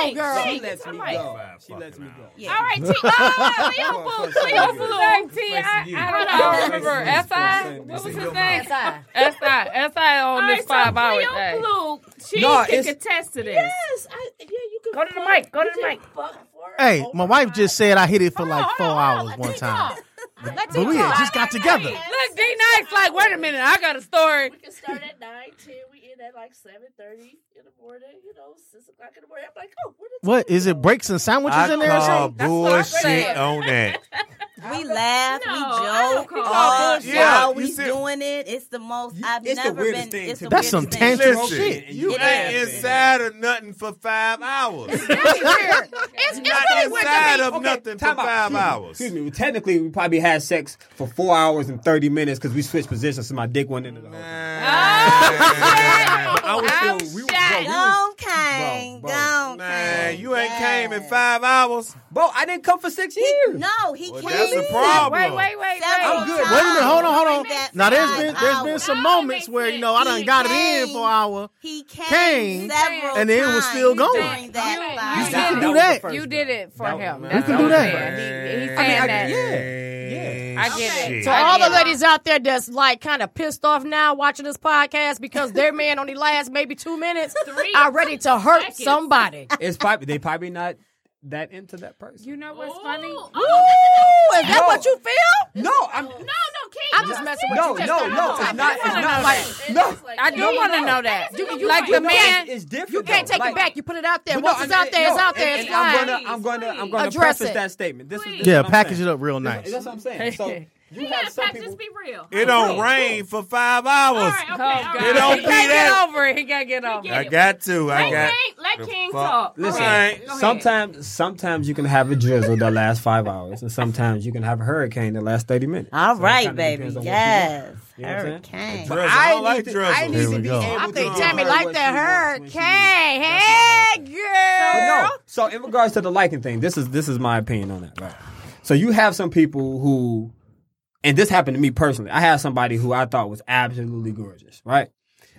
Speaker 5: go, girl.
Speaker 8: She lets me go. She lets me go.
Speaker 2: All right,
Speaker 5: uh,
Speaker 2: T. Oh, you fool. So you fool.
Speaker 11: T, I,
Speaker 2: Hold
Speaker 11: I
Speaker 2: on.
Speaker 11: don't remember. S.I.? What was his name? S.I. S.I.
Speaker 2: All
Speaker 11: on
Speaker 2: right,
Speaker 11: this five
Speaker 2: so
Speaker 11: hour
Speaker 2: Cleo
Speaker 11: day.
Speaker 2: Blue, she
Speaker 11: No,
Speaker 2: can
Speaker 11: it's-
Speaker 2: contest to this.
Speaker 12: Yes, I, yeah, you can.
Speaker 11: Go to the mic. Go to the mic.
Speaker 4: Hey,
Speaker 1: Oh
Speaker 4: my wife just said I hit it for like four hours one time.
Speaker 11: Let
Speaker 4: But we had just got together.
Speaker 11: Look, D Nice, like, wait a minute, I got a story.
Speaker 12: We can start at nine, ten. We end at like seven thirty in the morning. You know, six o'clock in the morning. I'm like, oh, where the
Speaker 4: What is it? Breaks and sandwiches
Speaker 6: I
Speaker 4: in there? Or
Speaker 6: call
Speaker 4: something?
Speaker 6: bullshit on that.
Speaker 1: We laugh,
Speaker 2: No,
Speaker 1: we
Speaker 2: I don't
Speaker 1: joke,
Speaker 2: call
Speaker 1: all
Speaker 6: bullshit. Yeah,
Speaker 1: y'all,
Speaker 6: you
Speaker 1: we
Speaker 6: see-
Speaker 1: doing it. It's the most I've
Speaker 8: it's the
Speaker 1: never
Speaker 8: weirdest
Speaker 1: been.
Speaker 8: thing
Speaker 1: It's
Speaker 8: to
Speaker 1: the
Speaker 4: That's some
Speaker 1: weirdest thing.
Speaker 8: Oh,
Speaker 4: tangible
Speaker 6: Listen,
Speaker 4: shit.
Speaker 6: You
Speaker 1: It
Speaker 6: ain't
Speaker 1: is.
Speaker 6: inside of nothing for five hours.
Speaker 5: It's, it's
Speaker 6: Not
Speaker 5: really weird to
Speaker 6: inside
Speaker 5: me.
Speaker 6: of nothing for
Speaker 8: time out.
Speaker 6: five
Speaker 8: Excuse me.
Speaker 6: hours.
Speaker 8: Excuse me. Well, Technically, we probably had sex for four hours and thirty minutes because we switched positions, so my dick went into the. I was
Speaker 5: I'm
Speaker 8: still- we-
Speaker 5: shocked.
Speaker 8: bro,
Speaker 1: Gone, Kang.
Speaker 8: bro,
Speaker 1: Gone,
Speaker 6: Man,
Speaker 1: Kang.
Speaker 6: you ain't
Speaker 1: Yes.
Speaker 6: came in five hours.
Speaker 8: bro, I didn't come for six years.
Speaker 1: No, he
Speaker 6: Well,
Speaker 1: came.
Speaker 6: that's the
Speaker 1: several
Speaker 6: problem.
Speaker 11: Wait, wait, wait,
Speaker 1: times.
Speaker 11: wait.
Speaker 8: good.
Speaker 4: Wait a minute, hold on, hold on.
Speaker 1: That's
Speaker 4: Now there's
Speaker 1: five
Speaker 4: been there's been
Speaker 1: hours.
Speaker 4: some
Speaker 2: Now it
Speaker 4: moments
Speaker 2: makes
Speaker 4: where you
Speaker 2: sense.
Speaker 4: know I done
Speaker 1: He
Speaker 4: got it in
Speaker 1: came.
Speaker 4: for an hour.
Speaker 1: He came,
Speaker 4: Came,
Speaker 1: several
Speaker 4: and then it was still
Speaker 1: times
Speaker 4: going.
Speaker 1: during that
Speaker 5: You
Speaker 1: five
Speaker 5: did
Speaker 1: hours.
Speaker 5: it.
Speaker 4: do that.
Speaker 5: You did it for him.
Speaker 4: We
Speaker 5: That's
Speaker 4: can
Speaker 5: what
Speaker 4: do
Speaker 5: I'm
Speaker 4: that.
Speaker 5: saying. He- He's saying
Speaker 8: I
Speaker 5: that.
Speaker 8: mean,
Speaker 6: Yeah.
Speaker 11: I get it.
Speaker 5: So
Speaker 11: I
Speaker 3: all
Speaker 11: get
Speaker 3: the
Speaker 11: it.
Speaker 3: ladies out there that's like kind of pissed off now watching this podcast because their man only lasts maybe two minutes are ready to hurt somebody. Ooh,
Speaker 8: It's probably they probably not that into that person.
Speaker 5: You know what's funny?
Speaker 3: is that what you feel?
Speaker 8: no, I'm no,
Speaker 3: I'm just messing with
Speaker 8: no,
Speaker 3: you.
Speaker 8: no,
Speaker 3: Just
Speaker 8: no.
Speaker 3: don't know.
Speaker 8: It's not. It's
Speaker 3: I
Speaker 8: not
Speaker 3: don't
Speaker 8: like no.
Speaker 5: I do want to know that. like
Speaker 8: You
Speaker 5: the
Speaker 8: know,
Speaker 5: man.
Speaker 8: it's, it's different.
Speaker 3: You can't
Speaker 8: though.
Speaker 3: take
Speaker 8: Like-
Speaker 3: it back. You put it out there.
Speaker 8: But
Speaker 3: Once
Speaker 8: no,
Speaker 3: it's
Speaker 8: I-
Speaker 3: out there,
Speaker 8: no,
Speaker 3: it's out there.
Speaker 8: and-
Speaker 3: it's
Speaker 8: and I'm
Speaker 3: fine.
Speaker 8: gonna, I'm gonna, I'm gonna
Speaker 3: Address
Speaker 8: preface
Speaker 3: it.
Speaker 8: that statement. This is, this
Speaker 4: Yeah,
Speaker 8: is what I'm
Speaker 4: package
Speaker 8: saying.
Speaker 4: it up real nice.
Speaker 8: That's what I'm saying. So you have
Speaker 2: Matter of
Speaker 8: some
Speaker 2: fact,
Speaker 8: people.
Speaker 2: just be real.
Speaker 6: It don't rain for five
Speaker 2: All
Speaker 6: hours.
Speaker 2: right, okay, all
Speaker 11: Oh,
Speaker 2: right.
Speaker 11: God.
Speaker 6: don't
Speaker 11: he
Speaker 6: be
Speaker 11: can't
Speaker 6: that-
Speaker 11: get over it. He can't get over
Speaker 2: get
Speaker 11: it.
Speaker 6: I got to. I
Speaker 2: Let
Speaker 6: got.
Speaker 2: King, let King
Speaker 6: fuck-
Speaker 2: talk.
Speaker 8: Listen,
Speaker 2: All right, go ahead.
Speaker 8: sometimes sometimes you can have a drizzle that lasts five hours, and sometimes you can have a hurricane that lasts thirty minutes.
Speaker 1: All
Speaker 8: So it
Speaker 1: right,
Speaker 8: kinda
Speaker 1: baby.
Speaker 8: depends on what you want.
Speaker 1: Yes.
Speaker 8: You know what I'm saying?
Speaker 1: Hurricane.
Speaker 6: Drizzle. I don't like drizzle.
Speaker 8: I need
Speaker 4: Here
Speaker 8: to
Speaker 4: we
Speaker 8: be
Speaker 4: go.
Speaker 8: able
Speaker 4: I
Speaker 8: to
Speaker 3: think
Speaker 8: tell
Speaker 3: Tammy
Speaker 8: her
Speaker 3: like
Speaker 8: what
Speaker 3: the
Speaker 8: she wants when she
Speaker 3: hurricane.
Speaker 8: needs it. That's
Speaker 3: Hey, girl.
Speaker 8: no. So in regards to the liking thing, this is this is my opinion on that, right? So you have some people who and this happened to me personally. I had somebody who I thought was absolutely gorgeous, right?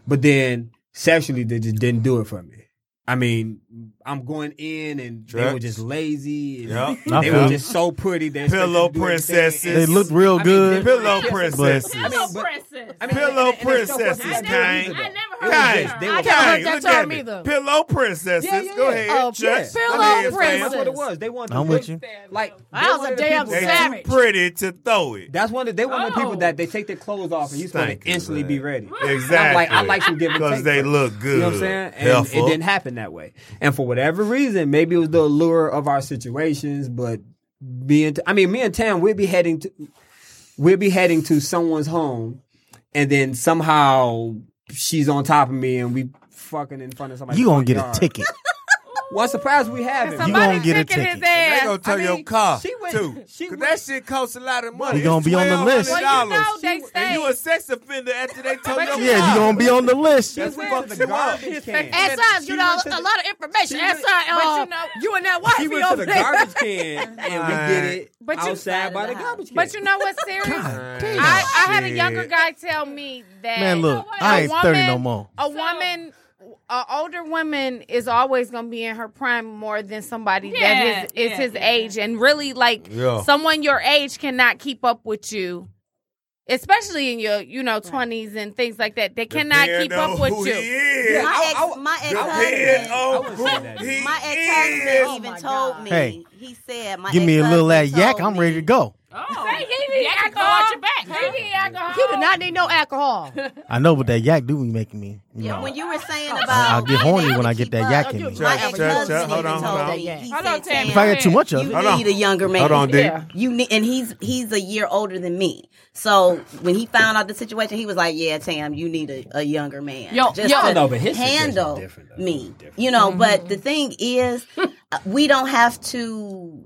Speaker 8: But then sexually they just didn't do it for me. I mean, I'm going in and they were
Speaker 6: Drugs.
Speaker 8: just lazy. And
Speaker 6: Yep.
Speaker 8: They
Speaker 4: Yep.
Speaker 8: were just so pretty. They expected
Speaker 6: Pillow
Speaker 8: to do everything.
Speaker 6: princesses.
Speaker 4: They looked real
Speaker 8: mean,
Speaker 4: good.
Speaker 8: they-
Speaker 6: Pillow princesses.
Speaker 8: I mean, but-
Speaker 2: Princess.
Speaker 8: I mean,
Speaker 6: Pillow
Speaker 8: and- and they still
Speaker 6: princesses, Kane.
Speaker 8: wasn't that good either,
Speaker 2: I
Speaker 8: though.
Speaker 2: never
Speaker 8: It was
Speaker 2: heard that
Speaker 6: Kang,
Speaker 2: term.
Speaker 8: they
Speaker 3: I
Speaker 8: were
Speaker 6: Kang,
Speaker 3: never heard that
Speaker 6: look
Speaker 3: term
Speaker 6: at me.
Speaker 3: either.
Speaker 6: Pillow princesses.
Speaker 8: Yeah, yeah,
Speaker 6: Go
Speaker 8: yeah.
Speaker 6: ahead,
Speaker 3: Oh,
Speaker 6: Jess.
Speaker 3: pillow
Speaker 6: Go ahead, fam.
Speaker 8: That's what it
Speaker 3: princess.
Speaker 8: was. They wanted.
Speaker 4: I'm
Speaker 8: to-
Speaker 4: with you.
Speaker 8: Like
Speaker 3: I
Speaker 8: they
Speaker 3: was a
Speaker 8: wanted the
Speaker 3: damn
Speaker 8: people-
Speaker 6: They
Speaker 3: Savage.
Speaker 6: too pretty to throw it.
Speaker 8: That's one. Of, they one of the people
Speaker 2: Oh.
Speaker 8: that they take their clothes off and you're supposed
Speaker 6: Thank
Speaker 8: to
Speaker 6: you,
Speaker 8: instantly
Speaker 6: man.
Speaker 8: be ready.
Speaker 6: Exactly.
Speaker 8: And I'm like, I like some give and
Speaker 6: because
Speaker 8: take,
Speaker 6: they
Speaker 8: bro.
Speaker 6: look good.
Speaker 8: You know what I'm saying? And
Speaker 6: Helpful.
Speaker 8: it didn't happen that way. And for whatever reason, maybe it was the allure of our situations, but me and I mean, me and Tam, we'd be heading to we'd be heading to someone's home, and then somehow she's on top of me, and we fucking in front of somebody.
Speaker 4: You gonna get a
Speaker 8: yard.
Speaker 4: ticket.
Speaker 8: What surprise we have?
Speaker 4: You gonna get a
Speaker 11: kicking
Speaker 4: ticket.
Speaker 11: his
Speaker 6: And
Speaker 11: ass.
Speaker 6: they gonna
Speaker 8: I
Speaker 6: tell
Speaker 8: mean,
Speaker 6: your car
Speaker 8: she went-
Speaker 6: too.
Speaker 8: she
Speaker 6: Cause
Speaker 8: went-
Speaker 6: that shit costs a lot of money.
Speaker 4: You gonna
Speaker 6: It's
Speaker 4: be on the list.
Speaker 6: $1,200.
Speaker 11: Well, you know they
Speaker 6: and
Speaker 11: say-
Speaker 6: you a sex offender after they told your
Speaker 4: Yeah, you
Speaker 6: car.
Speaker 4: gonna be on the list.
Speaker 8: She went to the garbage can.
Speaker 3: As times, you
Speaker 8: She
Speaker 3: know,
Speaker 8: went to
Speaker 3: a
Speaker 8: the-
Speaker 3: lot of information.
Speaker 8: she
Speaker 3: As
Speaker 8: went-
Speaker 3: times,
Speaker 8: but
Speaker 3: uh,
Speaker 8: you know-
Speaker 3: you and that
Speaker 8: She
Speaker 3: wife be
Speaker 8: went to
Speaker 3: over
Speaker 8: the
Speaker 3: there.
Speaker 8: garbage can and we did it
Speaker 5: But you-
Speaker 8: outside by the garbage can.
Speaker 5: But you know what's serious?
Speaker 6: Damn.
Speaker 5: I, I had a
Speaker 6: Shit.
Speaker 5: younger guy tell me that
Speaker 4: Man, look,
Speaker 5: a
Speaker 4: I ain't 30 no
Speaker 5: woman-
Speaker 4: more.
Speaker 5: A woman, an older woman, is always going to be in her prime more than somebody
Speaker 2: Yeah,
Speaker 5: that is, is
Speaker 2: yeah,
Speaker 5: his
Speaker 2: yeah.
Speaker 5: age, and really like
Speaker 6: Yeah.
Speaker 5: someone your age cannot keep up with you. Especially in your, you know, twenties and things like that, they cannot
Speaker 6: Depend
Speaker 5: keep up
Speaker 6: on
Speaker 5: with
Speaker 6: who
Speaker 5: you.
Speaker 6: He is.
Speaker 1: My
Speaker 8: I-
Speaker 1: ex,
Speaker 8: I-
Speaker 1: my ex
Speaker 6: Depend
Speaker 1: husband,
Speaker 6: on
Speaker 8: I
Speaker 6: who
Speaker 8: wouldn't say that.
Speaker 6: he
Speaker 1: my ex
Speaker 6: is.
Speaker 1: husband even told me.
Speaker 4: Hey.
Speaker 1: he said, my
Speaker 4: Give me a little that
Speaker 1: ex-husband
Speaker 4: yak.
Speaker 1: told
Speaker 4: I'm ready to go.
Speaker 2: Oh,
Speaker 5: Say he need
Speaker 2: Yeah, I can go
Speaker 5: alcohol.
Speaker 2: out your back.
Speaker 5: He need alcohol.
Speaker 3: You do not need no alcohol.
Speaker 4: I know, but that yak do be making me. You
Speaker 1: Yeah,
Speaker 4: know.
Speaker 1: when you were saying
Speaker 4: I-
Speaker 1: about
Speaker 4: I get horny when I
Speaker 1: keep
Speaker 4: get that
Speaker 1: up,
Speaker 4: yak in me.
Speaker 1: My
Speaker 6: Check,
Speaker 1: ex
Speaker 6: check,
Speaker 1: husband
Speaker 6: check. Hold
Speaker 1: even
Speaker 6: on,
Speaker 1: told
Speaker 6: hold on.
Speaker 1: me. He
Speaker 2: Hold
Speaker 1: said,
Speaker 2: on, Tammy.
Speaker 4: If I
Speaker 1: Tam,
Speaker 4: got too much of
Speaker 1: you
Speaker 4: it,
Speaker 6: Hold on.
Speaker 1: need a younger man.
Speaker 6: Hold on, Dick.
Speaker 1: Yeah. You need, and he's he's a year older than me. So when he found out the situation, he was like, "Yeah, Tam, you need a, a younger man
Speaker 2: Yo,
Speaker 1: just
Speaker 2: yo.
Speaker 1: to
Speaker 8: No, but his situation's
Speaker 1: handle
Speaker 8: different, though.
Speaker 1: me."
Speaker 8: Different.
Speaker 1: You know,
Speaker 5: Mm-hmm.
Speaker 1: but the thing is, uh, we don't have to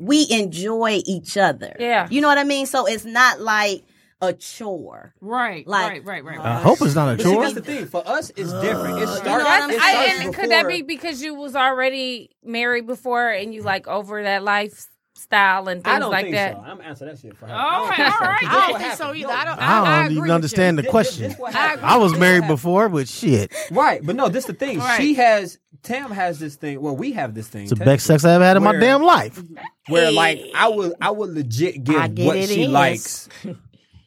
Speaker 2: we enjoy each other.
Speaker 13: Yeah.
Speaker 2: You know what I mean? So it's not like a chore.
Speaker 13: Right.
Speaker 2: Like,
Speaker 13: right, right,
Speaker 8: Uh,
Speaker 4: I hope it's not a
Speaker 8: But see,
Speaker 4: chore.
Speaker 8: that's the thing. For us, it's different. It starts.
Speaker 5: That's-
Speaker 8: it
Speaker 5: I-
Speaker 8: starts
Speaker 5: and
Speaker 8: before,
Speaker 5: could that be because you was already married before and you like over that lifestyle and things
Speaker 8: I don't
Speaker 5: like
Speaker 8: think
Speaker 5: that?
Speaker 8: so. I'm answering that shit for her.
Speaker 5: All
Speaker 8: I don't
Speaker 5: right,
Speaker 8: think so.
Speaker 5: all right.
Speaker 8: This
Speaker 5: I don't
Speaker 8: what
Speaker 5: think so
Speaker 8: happened.
Speaker 5: either. I don't-
Speaker 8: No.
Speaker 4: I don't even understand the
Speaker 8: This-
Speaker 4: question.
Speaker 8: this what happened.
Speaker 4: I was married before, but shit.
Speaker 8: Right, but no, this the thing.
Speaker 4: Right.
Speaker 8: She has Tam has this thing. Well, we have this thing.
Speaker 4: It's the best sex I ever had in my
Speaker 8: where-
Speaker 4: damn life.
Speaker 8: Where like I would I would legit
Speaker 4: I
Speaker 8: give
Speaker 4: get
Speaker 8: what
Speaker 4: it
Speaker 8: she
Speaker 4: is.
Speaker 8: likes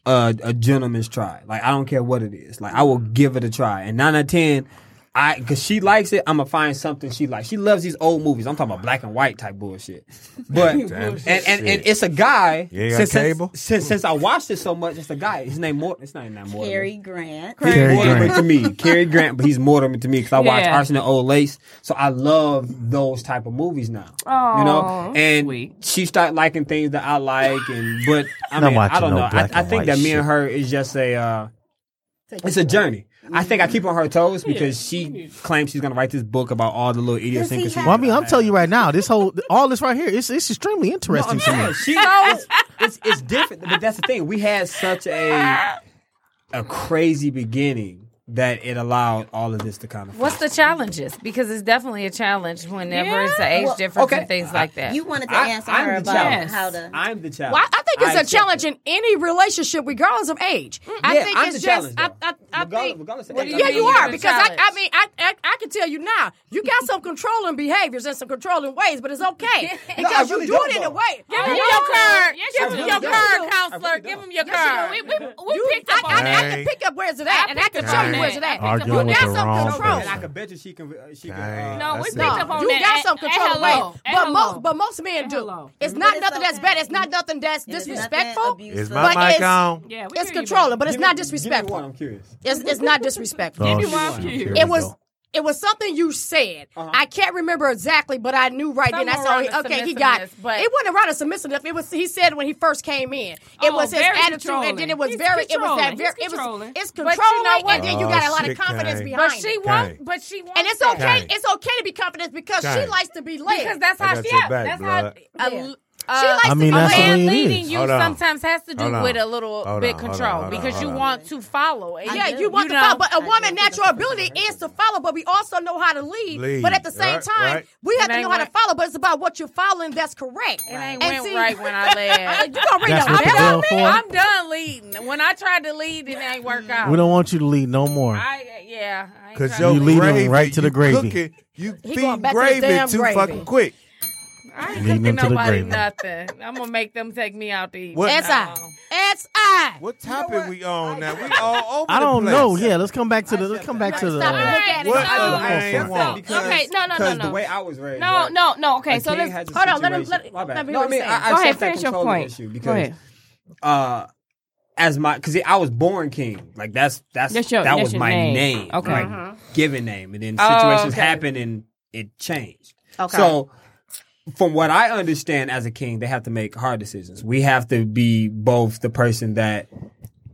Speaker 8: a, a gentleman's try. Like I don't care what it is. Like I will give it a try. And nine out of ten, I because she likes it, I'm gonna find something she likes. She loves these old movies. I'm talking about black and white type bullshit. But and,
Speaker 14: Damn
Speaker 8: and, and
Speaker 14: shit.
Speaker 8: it's a guy.
Speaker 14: You ain't got
Speaker 8: since,
Speaker 14: cable?
Speaker 8: Since, since since I watched it so much, it's a guy. His name Morton. It's not his name Morton.
Speaker 2: Cary Grant.
Speaker 8: He's
Speaker 2: Cary
Speaker 8: Mortimer
Speaker 2: Grant.
Speaker 8: to me. Cary Grant, but he's Mortimer to me because I watch
Speaker 2: Yeah.
Speaker 8: Arsenal Old Lace. So I love those type of movies now. you
Speaker 13: Aw.
Speaker 8: know, and she start liking things that I like, and but I
Speaker 4: Not
Speaker 8: mean, I
Speaker 4: watching
Speaker 8: don't
Speaker 4: no
Speaker 8: know. I,
Speaker 4: black
Speaker 8: I
Speaker 4: and
Speaker 8: think
Speaker 4: white
Speaker 8: that me and
Speaker 4: shit.
Speaker 8: her is just a. Uh, it's a journey. I think I keep on her toes because she claims she's gonna write this book about all the little idiosyncrasies.
Speaker 4: Well, I mean, I'm telling you right now, this whole all this right here, it's it's extremely interesting
Speaker 8: No,
Speaker 4: to
Speaker 8: I'm
Speaker 4: me.
Speaker 8: saying, She, it's, it's, it's different, but that's the thing. We had such a a crazy beginning that it allowed all of this to kind of.
Speaker 5: What's the challenges? Because it's definitely a challenge whenever it's an age
Speaker 8: Well,
Speaker 5: difference
Speaker 8: okay.
Speaker 5: and things like that.
Speaker 2: You wanted to
Speaker 8: I-
Speaker 2: answer
Speaker 8: I'm
Speaker 2: her
Speaker 8: the
Speaker 2: about
Speaker 8: child.
Speaker 2: how to.
Speaker 8: I'm the child.
Speaker 3: Well, I I think it's
Speaker 8: a
Speaker 3: a challenge in any relationship, regardless of age. I
Speaker 8: Yeah,
Speaker 3: think
Speaker 8: I'm
Speaker 3: it's
Speaker 8: the
Speaker 3: just.
Speaker 8: challenge,
Speaker 3: I, I, I think.
Speaker 8: of age,
Speaker 3: yeah,
Speaker 8: I'm
Speaker 3: you
Speaker 8: the
Speaker 3: are
Speaker 8: challenge.
Speaker 3: because I, I mean I, I I can tell you now you got some controlling behaviors and some controlling ways, but it's okay because
Speaker 5: really
Speaker 3: you do it
Speaker 5: don't,
Speaker 3: in a
Speaker 5: though.
Speaker 3: way.
Speaker 5: Give
Speaker 3: I
Speaker 5: him
Speaker 3: really
Speaker 5: your
Speaker 3: don't.
Speaker 5: card.
Speaker 3: Yes,
Speaker 5: Give
Speaker 3: you
Speaker 5: him
Speaker 3: do.
Speaker 5: your
Speaker 3: Yes,
Speaker 5: card,
Speaker 3: you do.
Speaker 5: counselor.
Speaker 3: I really
Speaker 5: Give
Speaker 3: don't.
Speaker 5: him your
Speaker 3: Yes, you do.
Speaker 5: card.
Speaker 3: We- we-
Speaker 5: we
Speaker 3: you-
Speaker 5: picked up
Speaker 3: I-
Speaker 5: on
Speaker 3: I- I
Speaker 5: that.
Speaker 3: can pick up where's it at, and I can
Speaker 5: picked
Speaker 3: show
Speaker 5: up
Speaker 3: you
Speaker 5: on
Speaker 3: where's
Speaker 5: that.
Speaker 3: it at.
Speaker 5: I picked
Speaker 3: You
Speaker 4: up on
Speaker 3: got
Speaker 4: that.
Speaker 3: some
Speaker 4: Wrong
Speaker 3: control.
Speaker 8: And I can bet you she can. uh, She can. Uh,
Speaker 3: No,
Speaker 8: that's
Speaker 3: we
Speaker 8: it.
Speaker 3: picked up on you
Speaker 5: that.
Speaker 3: got some
Speaker 5: And- and
Speaker 3: control away,
Speaker 5: hello. And
Speaker 3: but
Speaker 5: hello.
Speaker 3: most but most men do. It's not nothing that's bad. It's not nothing that's disrespectful.
Speaker 6: Is my
Speaker 3: but
Speaker 6: mic
Speaker 3: it's,
Speaker 6: on?
Speaker 13: Yeah,
Speaker 3: it's controlling, but it's not disrespectful.
Speaker 8: I'm curious.
Speaker 3: It's, it's not disrespectful.
Speaker 6: Give me one, I'm curious. Here
Speaker 3: It
Speaker 6: we
Speaker 3: was
Speaker 6: go.
Speaker 3: it was something you said. I can't remember exactly, but I knew right then. I
Speaker 5: Something
Speaker 3: saw.
Speaker 5: around the
Speaker 3: Okay, he got.
Speaker 5: submissiveness, but-
Speaker 3: it wasn't around a submissiveness. It was. He said when he first came in, it
Speaker 5: Oh,
Speaker 3: was his
Speaker 5: very
Speaker 3: attitude, and then
Speaker 5: controlling.
Speaker 3: it was
Speaker 5: He's
Speaker 3: very. It was that
Speaker 5: controlling.
Speaker 3: very.
Speaker 5: He's
Speaker 3: It was.
Speaker 5: controlling.
Speaker 3: It's
Speaker 5: But you know
Speaker 3: controlling,
Speaker 5: what?
Speaker 3: and then you got a lot
Speaker 6: Oh,
Speaker 3: of
Speaker 6: shit,
Speaker 3: confidence
Speaker 6: Kay.
Speaker 3: behind.
Speaker 5: But she
Speaker 3: it.
Speaker 5: wants. But she wants.
Speaker 3: and it's
Speaker 5: that.
Speaker 3: okay.
Speaker 6: Kay.
Speaker 3: It's okay to be confident because
Speaker 6: Kay.
Speaker 3: she likes to be led.
Speaker 5: Because that's
Speaker 6: I
Speaker 5: how
Speaker 6: got
Speaker 5: she.
Speaker 6: your
Speaker 5: Yeah,
Speaker 6: back,
Speaker 5: that's
Speaker 6: blood.
Speaker 5: how. A,
Speaker 3: Yeah.
Speaker 5: a,
Speaker 3: She likes
Speaker 4: I mean,
Speaker 5: a
Speaker 4: that's the
Speaker 5: man
Speaker 4: way it
Speaker 5: leading
Speaker 4: is.
Speaker 5: you
Speaker 6: Hold on.
Speaker 5: sometimes has to do
Speaker 6: Hold on.
Speaker 5: with a little
Speaker 6: Hold
Speaker 5: bit
Speaker 6: on, hold on,
Speaker 5: control
Speaker 6: hold on,
Speaker 5: because
Speaker 6: hold
Speaker 5: you
Speaker 6: on.
Speaker 5: want to follow. And
Speaker 3: Yeah, you want to
Speaker 5: know-
Speaker 3: follow, but a woman' natural ability is to follow, but we also know how to lead.
Speaker 6: Lead,
Speaker 3: But at the same
Speaker 6: right,
Speaker 3: time,
Speaker 6: right.
Speaker 3: we have
Speaker 5: It
Speaker 3: to
Speaker 5: ain't
Speaker 3: know how to
Speaker 5: went-
Speaker 3: follow, but it's about what you're following that's correct.
Speaker 5: It
Speaker 3: And
Speaker 5: ain't went
Speaker 3: see- uh,
Speaker 5: right when I led.
Speaker 3: you gonna read
Speaker 4: That's
Speaker 3: the
Speaker 4: what
Speaker 3: Bible?
Speaker 4: the girl for?
Speaker 5: I'm done leading. When I tried to lead, it ain't work out.
Speaker 4: We don't want you to lead no more.
Speaker 5: I yeah. I ain't
Speaker 6: Cause
Speaker 5: trying
Speaker 6: your
Speaker 4: You leading them
Speaker 6: gravy,
Speaker 4: right to the
Speaker 6: you
Speaker 4: gravy.
Speaker 6: Cooking, you
Speaker 3: going
Speaker 6: feeding
Speaker 3: back to his
Speaker 6: gravy
Speaker 3: damn
Speaker 6: too
Speaker 3: gravy.
Speaker 6: fucking quick.
Speaker 5: I ain't
Speaker 4: Leading
Speaker 5: cooking
Speaker 4: them to the
Speaker 5: nobody
Speaker 4: grave.
Speaker 5: nothing. I'm gonna make them take me out to eat.
Speaker 6: What-
Speaker 3: That's I. That's I.
Speaker 6: What topic we on now? We all over
Speaker 4: I
Speaker 6: the
Speaker 4: don't
Speaker 6: place.
Speaker 4: know. Yeah, let's come back to the. Let's come back to the. uh,
Speaker 3: Stop and look at it.
Speaker 6: What
Speaker 3: No.
Speaker 6: the man want?
Speaker 8: Because-
Speaker 13: Okay, no, no, no,
Speaker 8: because
Speaker 13: no.
Speaker 8: The way I was raised.
Speaker 13: No,
Speaker 8: right?
Speaker 13: no, no. Okay,
Speaker 8: A
Speaker 13: so
Speaker 8: kid
Speaker 13: let's
Speaker 8: has a
Speaker 13: hold on. Let him.
Speaker 8: situation.
Speaker 13: Let,
Speaker 8: My bad.
Speaker 13: let me.
Speaker 8: No, I
Speaker 13: what he's
Speaker 8: mean,
Speaker 13: saying.
Speaker 8: I, I
Speaker 13: Go
Speaker 8: accept
Speaker 13: ahead.
Speaker 8: that
Speaker 13: Finish your
Speaker 8: controlling
Speaker 13: point.
Speaker 8: issue
Speaker 13: Go
Speaker 8: because,
Speaker 13: ahead.
Speaker 8: uh, as my because I was born king, like that's that's,
Speaker 13: That's your-
Speaker 8: that
Speaker 13: that's
Speaker 8: was
Speaker 13: your
Speaker 8: my
Speaker 13: name.
Speaker 8: name,
Speaker 13: Okay.
Speaker 8: like,
Speaker 13: Mhm.
Speaker 8: given name, and then
Speaker 13: Oh,
Speaker 8: situations
Speaker 13: okay.
Speaker 8: happened and it changed.
Speaker 3: Okay.
Speaker 8: so. From what I understand as a king, they have to make hard decisions. We have to be both the person that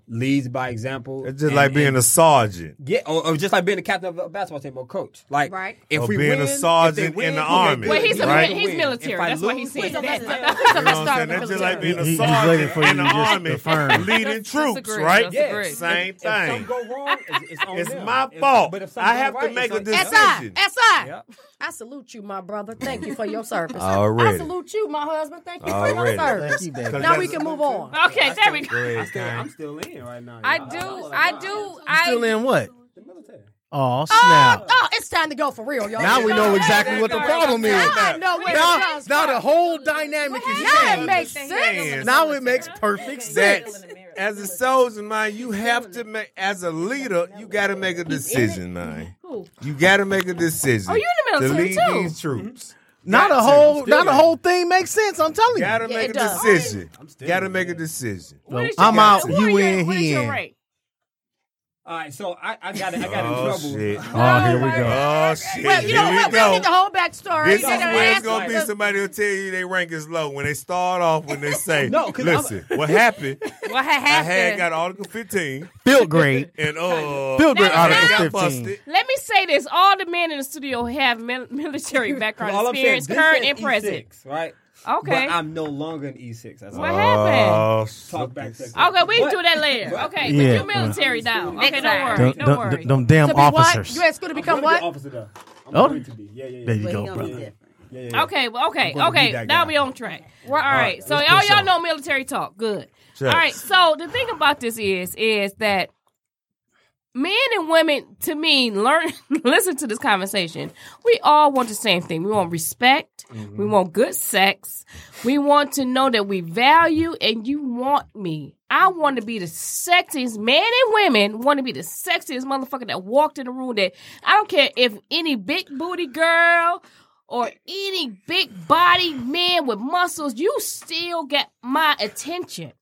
Speaker 8: leads by example.
Speaker 6: It's just
Speaker 8: and-
Speaker 6: like being
Speaker 8: and-
Speaker 6: a sergeant.
Speaker 8: yeah, or, or just like being the captain of a basketball team or coach. Like,
Speaker 3: Right.
Speaker 8: if
Speaker 6: Or
Speaker 8: we
Speaker 6: being a
Speaker 8: win,
Speaker 6: sergeant
Speaker 8: if they win,
Speaker 6: in the
Speaker 8: we get
Speaker 6: army,
Speaker 8: good.
Speaker 13: Well, he's a,
Speaker 6: Right.
Speaker 13: he's military.
Speaker 8: If I
Speaker 13: That's what
Speaker 8: lose,
Speaker 13: he's saying.
Speaker 8: it's
Speaker 13: That's,
Speaker 3: a-
Speaker 13: that's,
Speaker 6: You
Speaker 13: a
Speaker 6: know what
Speaker 13: lesson
Speaker 6: I'm
Speaker 13: in
Speaker 6: saying?
Speaker 13: the
Speaker 6: That's just like
Speaker 13: military.
Speaker 6: being a
Speaker 4: He- he's waiting
Speaker 6: sergeant
Speaker 4: for you
Speaker 6: in the
Speaker 4: to just
Speaker 6: army,
Speaker 4: confirm.
Speaker 6: leading troops,
Speaker 5: disagree,
Speaker 6: right?
Speaker 5: disagree.
Speaker 6: Same
Speaker 8: If something
Speaker 6: thing.
Speaker 8: go wrong, it's, it's on
Speaker 6: It's
Speaker 8: them.
Speaker 6: my
Speaker 8: If-
Speaker 6: fault.
Speaker 8: but if something
Speaker 6: I have
Speaker 8: go
Speaker 6: to
Speaker 8: right,
Speaker 6: make a
Speaker 8: it's on-
Speaker 6: decision.
Speaker 3: That's I. That's I.
Speaker 8: Yep.
Speaker 3: I salute you, my brother. Thank you for your service.
Speaker 14: Already.
Speaker 3: I salute you, my husband. Thank you for
Speaker 6: Already.
Speaker 3: your service.
Speaker 4: Thank you, baby.
Speaker 3: Now we can move on.
Speaker 13: Okay, there we go.
Speaker 8: I still, I'm still in right now.
Speaker 5: I
Speaker 8: y'all.
Speaker 5: do.
Speaker 8: I'm like,
Speaker 5: I
Speaker 8: nah,
Speaker 5: do.
Speaker 4: Still
Speaker 5: I
Speaker 4: in what?
Speaker 8: the military.
Speaker 4: Oh
Speaker 3: Oh,
Speaker 4: snap!
Speaker 3: oh, it's time to go for real, y'all.
Speaker 4: Now we know exactly what the problem is.
Speaker 3: Now I know where it
Speaker 4: Now,
Speaker 3: comes
Speaker 4: now the
Speaker 3: from.
Speaker 4: whole dynamic is
Speaker 3: Now it
Speaker 4: changed.
Speaker 3: makes sense.
Speaker 4: Now it makes perfect
Speaker 6: that
Speaker 4: sense.
Speaker 6: as a soldier, man, you have to make as a leader, you gotta make a decision, man. You gotta make a decision.
Speaker 13: Oh, you in the military,
Speaker 6: to lead
Speaker 13: too.
Speaker 6: these troops.
Speaker 4: Now the
Speaker 6: Got to.
Speaker 4: whole,
Speaker 6: Still
Speaker 4: now the
Speaker 6: in.
Speaker 4: whole thing makes sense. I'm telling you.
Speaker 6: Gotta
Speaker 3: Yeah,
Speaker 6: make
Speaker 3: it
Speaker 6: a
Speaker 3: does.
Speaker 6: decision.
Speaker 8: still
Speaker 6: Gotta
Speaker 8: in
Speaker 6: make a
Speaker 8: there.
Speaker 6: decision.
Speaker 13: What is
Speaker 4: I'm
Speaker 13: your-
Speaker 4: out,
Speaker 13: who are
Speaker 4: you
Speaker 13: your-
Speaker 4: in,
Speaker 13: what is
Speaker 4: he
Speaker 13: your
Speaker 4: in.
Speaker 13: rank?
Speaker 8: All right, so I, I got I got
Speaker 6: Oh
Speaker 8: in trouble.
Speaker 6: shit!
Speaker 4: Oh, here we go.
Speaker 6: Oh shit!
Speaker 3: Well, you know
Speaker 6: here
Speaker 3: what?
Speaker 6: we
Speaker 3: We don't need the
Speaker 6: go.
Speaker 3: whole backstory.
Speaker 6: This is
Speaker 3: They done
Speaker 6: where it's
Speaker 3: asked
Speaker 6: gonna be
Speaker 3: us.
Speaker 6: somebody will tell you they rank is low when they start off when they say,
Speaker 8: No, 'cause I'm-
Speaker 6: listen, what happened?
Speaker 5: what had
Speaker 6: I had
Speaker 5: happened.
Speaker 6: got Article 15
Speaker 4: Field grade.
Speaker 6: and uh,
Speaker 4: Field grade
Speaker 6: I
Speaker 4: Article
Speaker 6: got
Speaker 4: 15.
Speaker 6: busted.
Speaker 13: Let me say this: all the men in the studio have mil- military background
Speaker 8: All I'm saying,
Speaker 13: experience,
Speaker 8: this
Speaker 13: current
Speaker 8: is
Speaker 13: and present.
Speaker 8: E6, right?
Speaker 2: Okay.
Speaker 8: But I'm no longer an E6. That's
Speaker 2: What
Speaker 8: all.
Speaker 2: happened?
Speaker 8: Talk back to
Speaker 2: Okay, we can do that later. Okay, but
Speaker 4: Yeah,
Speaker 2: you're military now. Okay, don't worry.
Speaker 4: Them-
Speaker 2: don't
Speaker 4: them-
Speaker 2: worry.
Speaker 4: them damn
Speaker 2: To be what?
Speaker 4: officers.
Speaker 2: You asked her to become what?
Speaker 4: Oh,
Speaker 8: yeah,
Speaker 4: there you
Speaker 2: But he
Speaker 4: go,
Speaker 2: gonna be
Speaker 4: brother.
Speaker 2: Okay, well, okay,
Speaker 4: I'm gonna be
Speaker 2: okay.
Speaker 4: that
Speaker 2: Now
Speaker 4: guy.
Speaker 2: we on track.
Speaker 4: All
Speaker 2: all
Speaker 4: right,
Speaker 2: right. So
Speaker 4: let's
Speaker 2: all
Speaker 4: push
Speaker 2: y'all
Speaker 4: on.
Speaker 2: know military talk. Good.
Speaker 4: Shucks.
Speaker 2: All right. So the thing about this is, is that men and women, to me, learn. listen to this conversation. We all want the same thing. We want respect. We want good sex. We want to know that we value, and you want me. I want to be the sexiest men and women want to be the sexiest motherfucker that walked in the room. That I don't care if any big booty girl or any big body man with muscles, you still get my attention.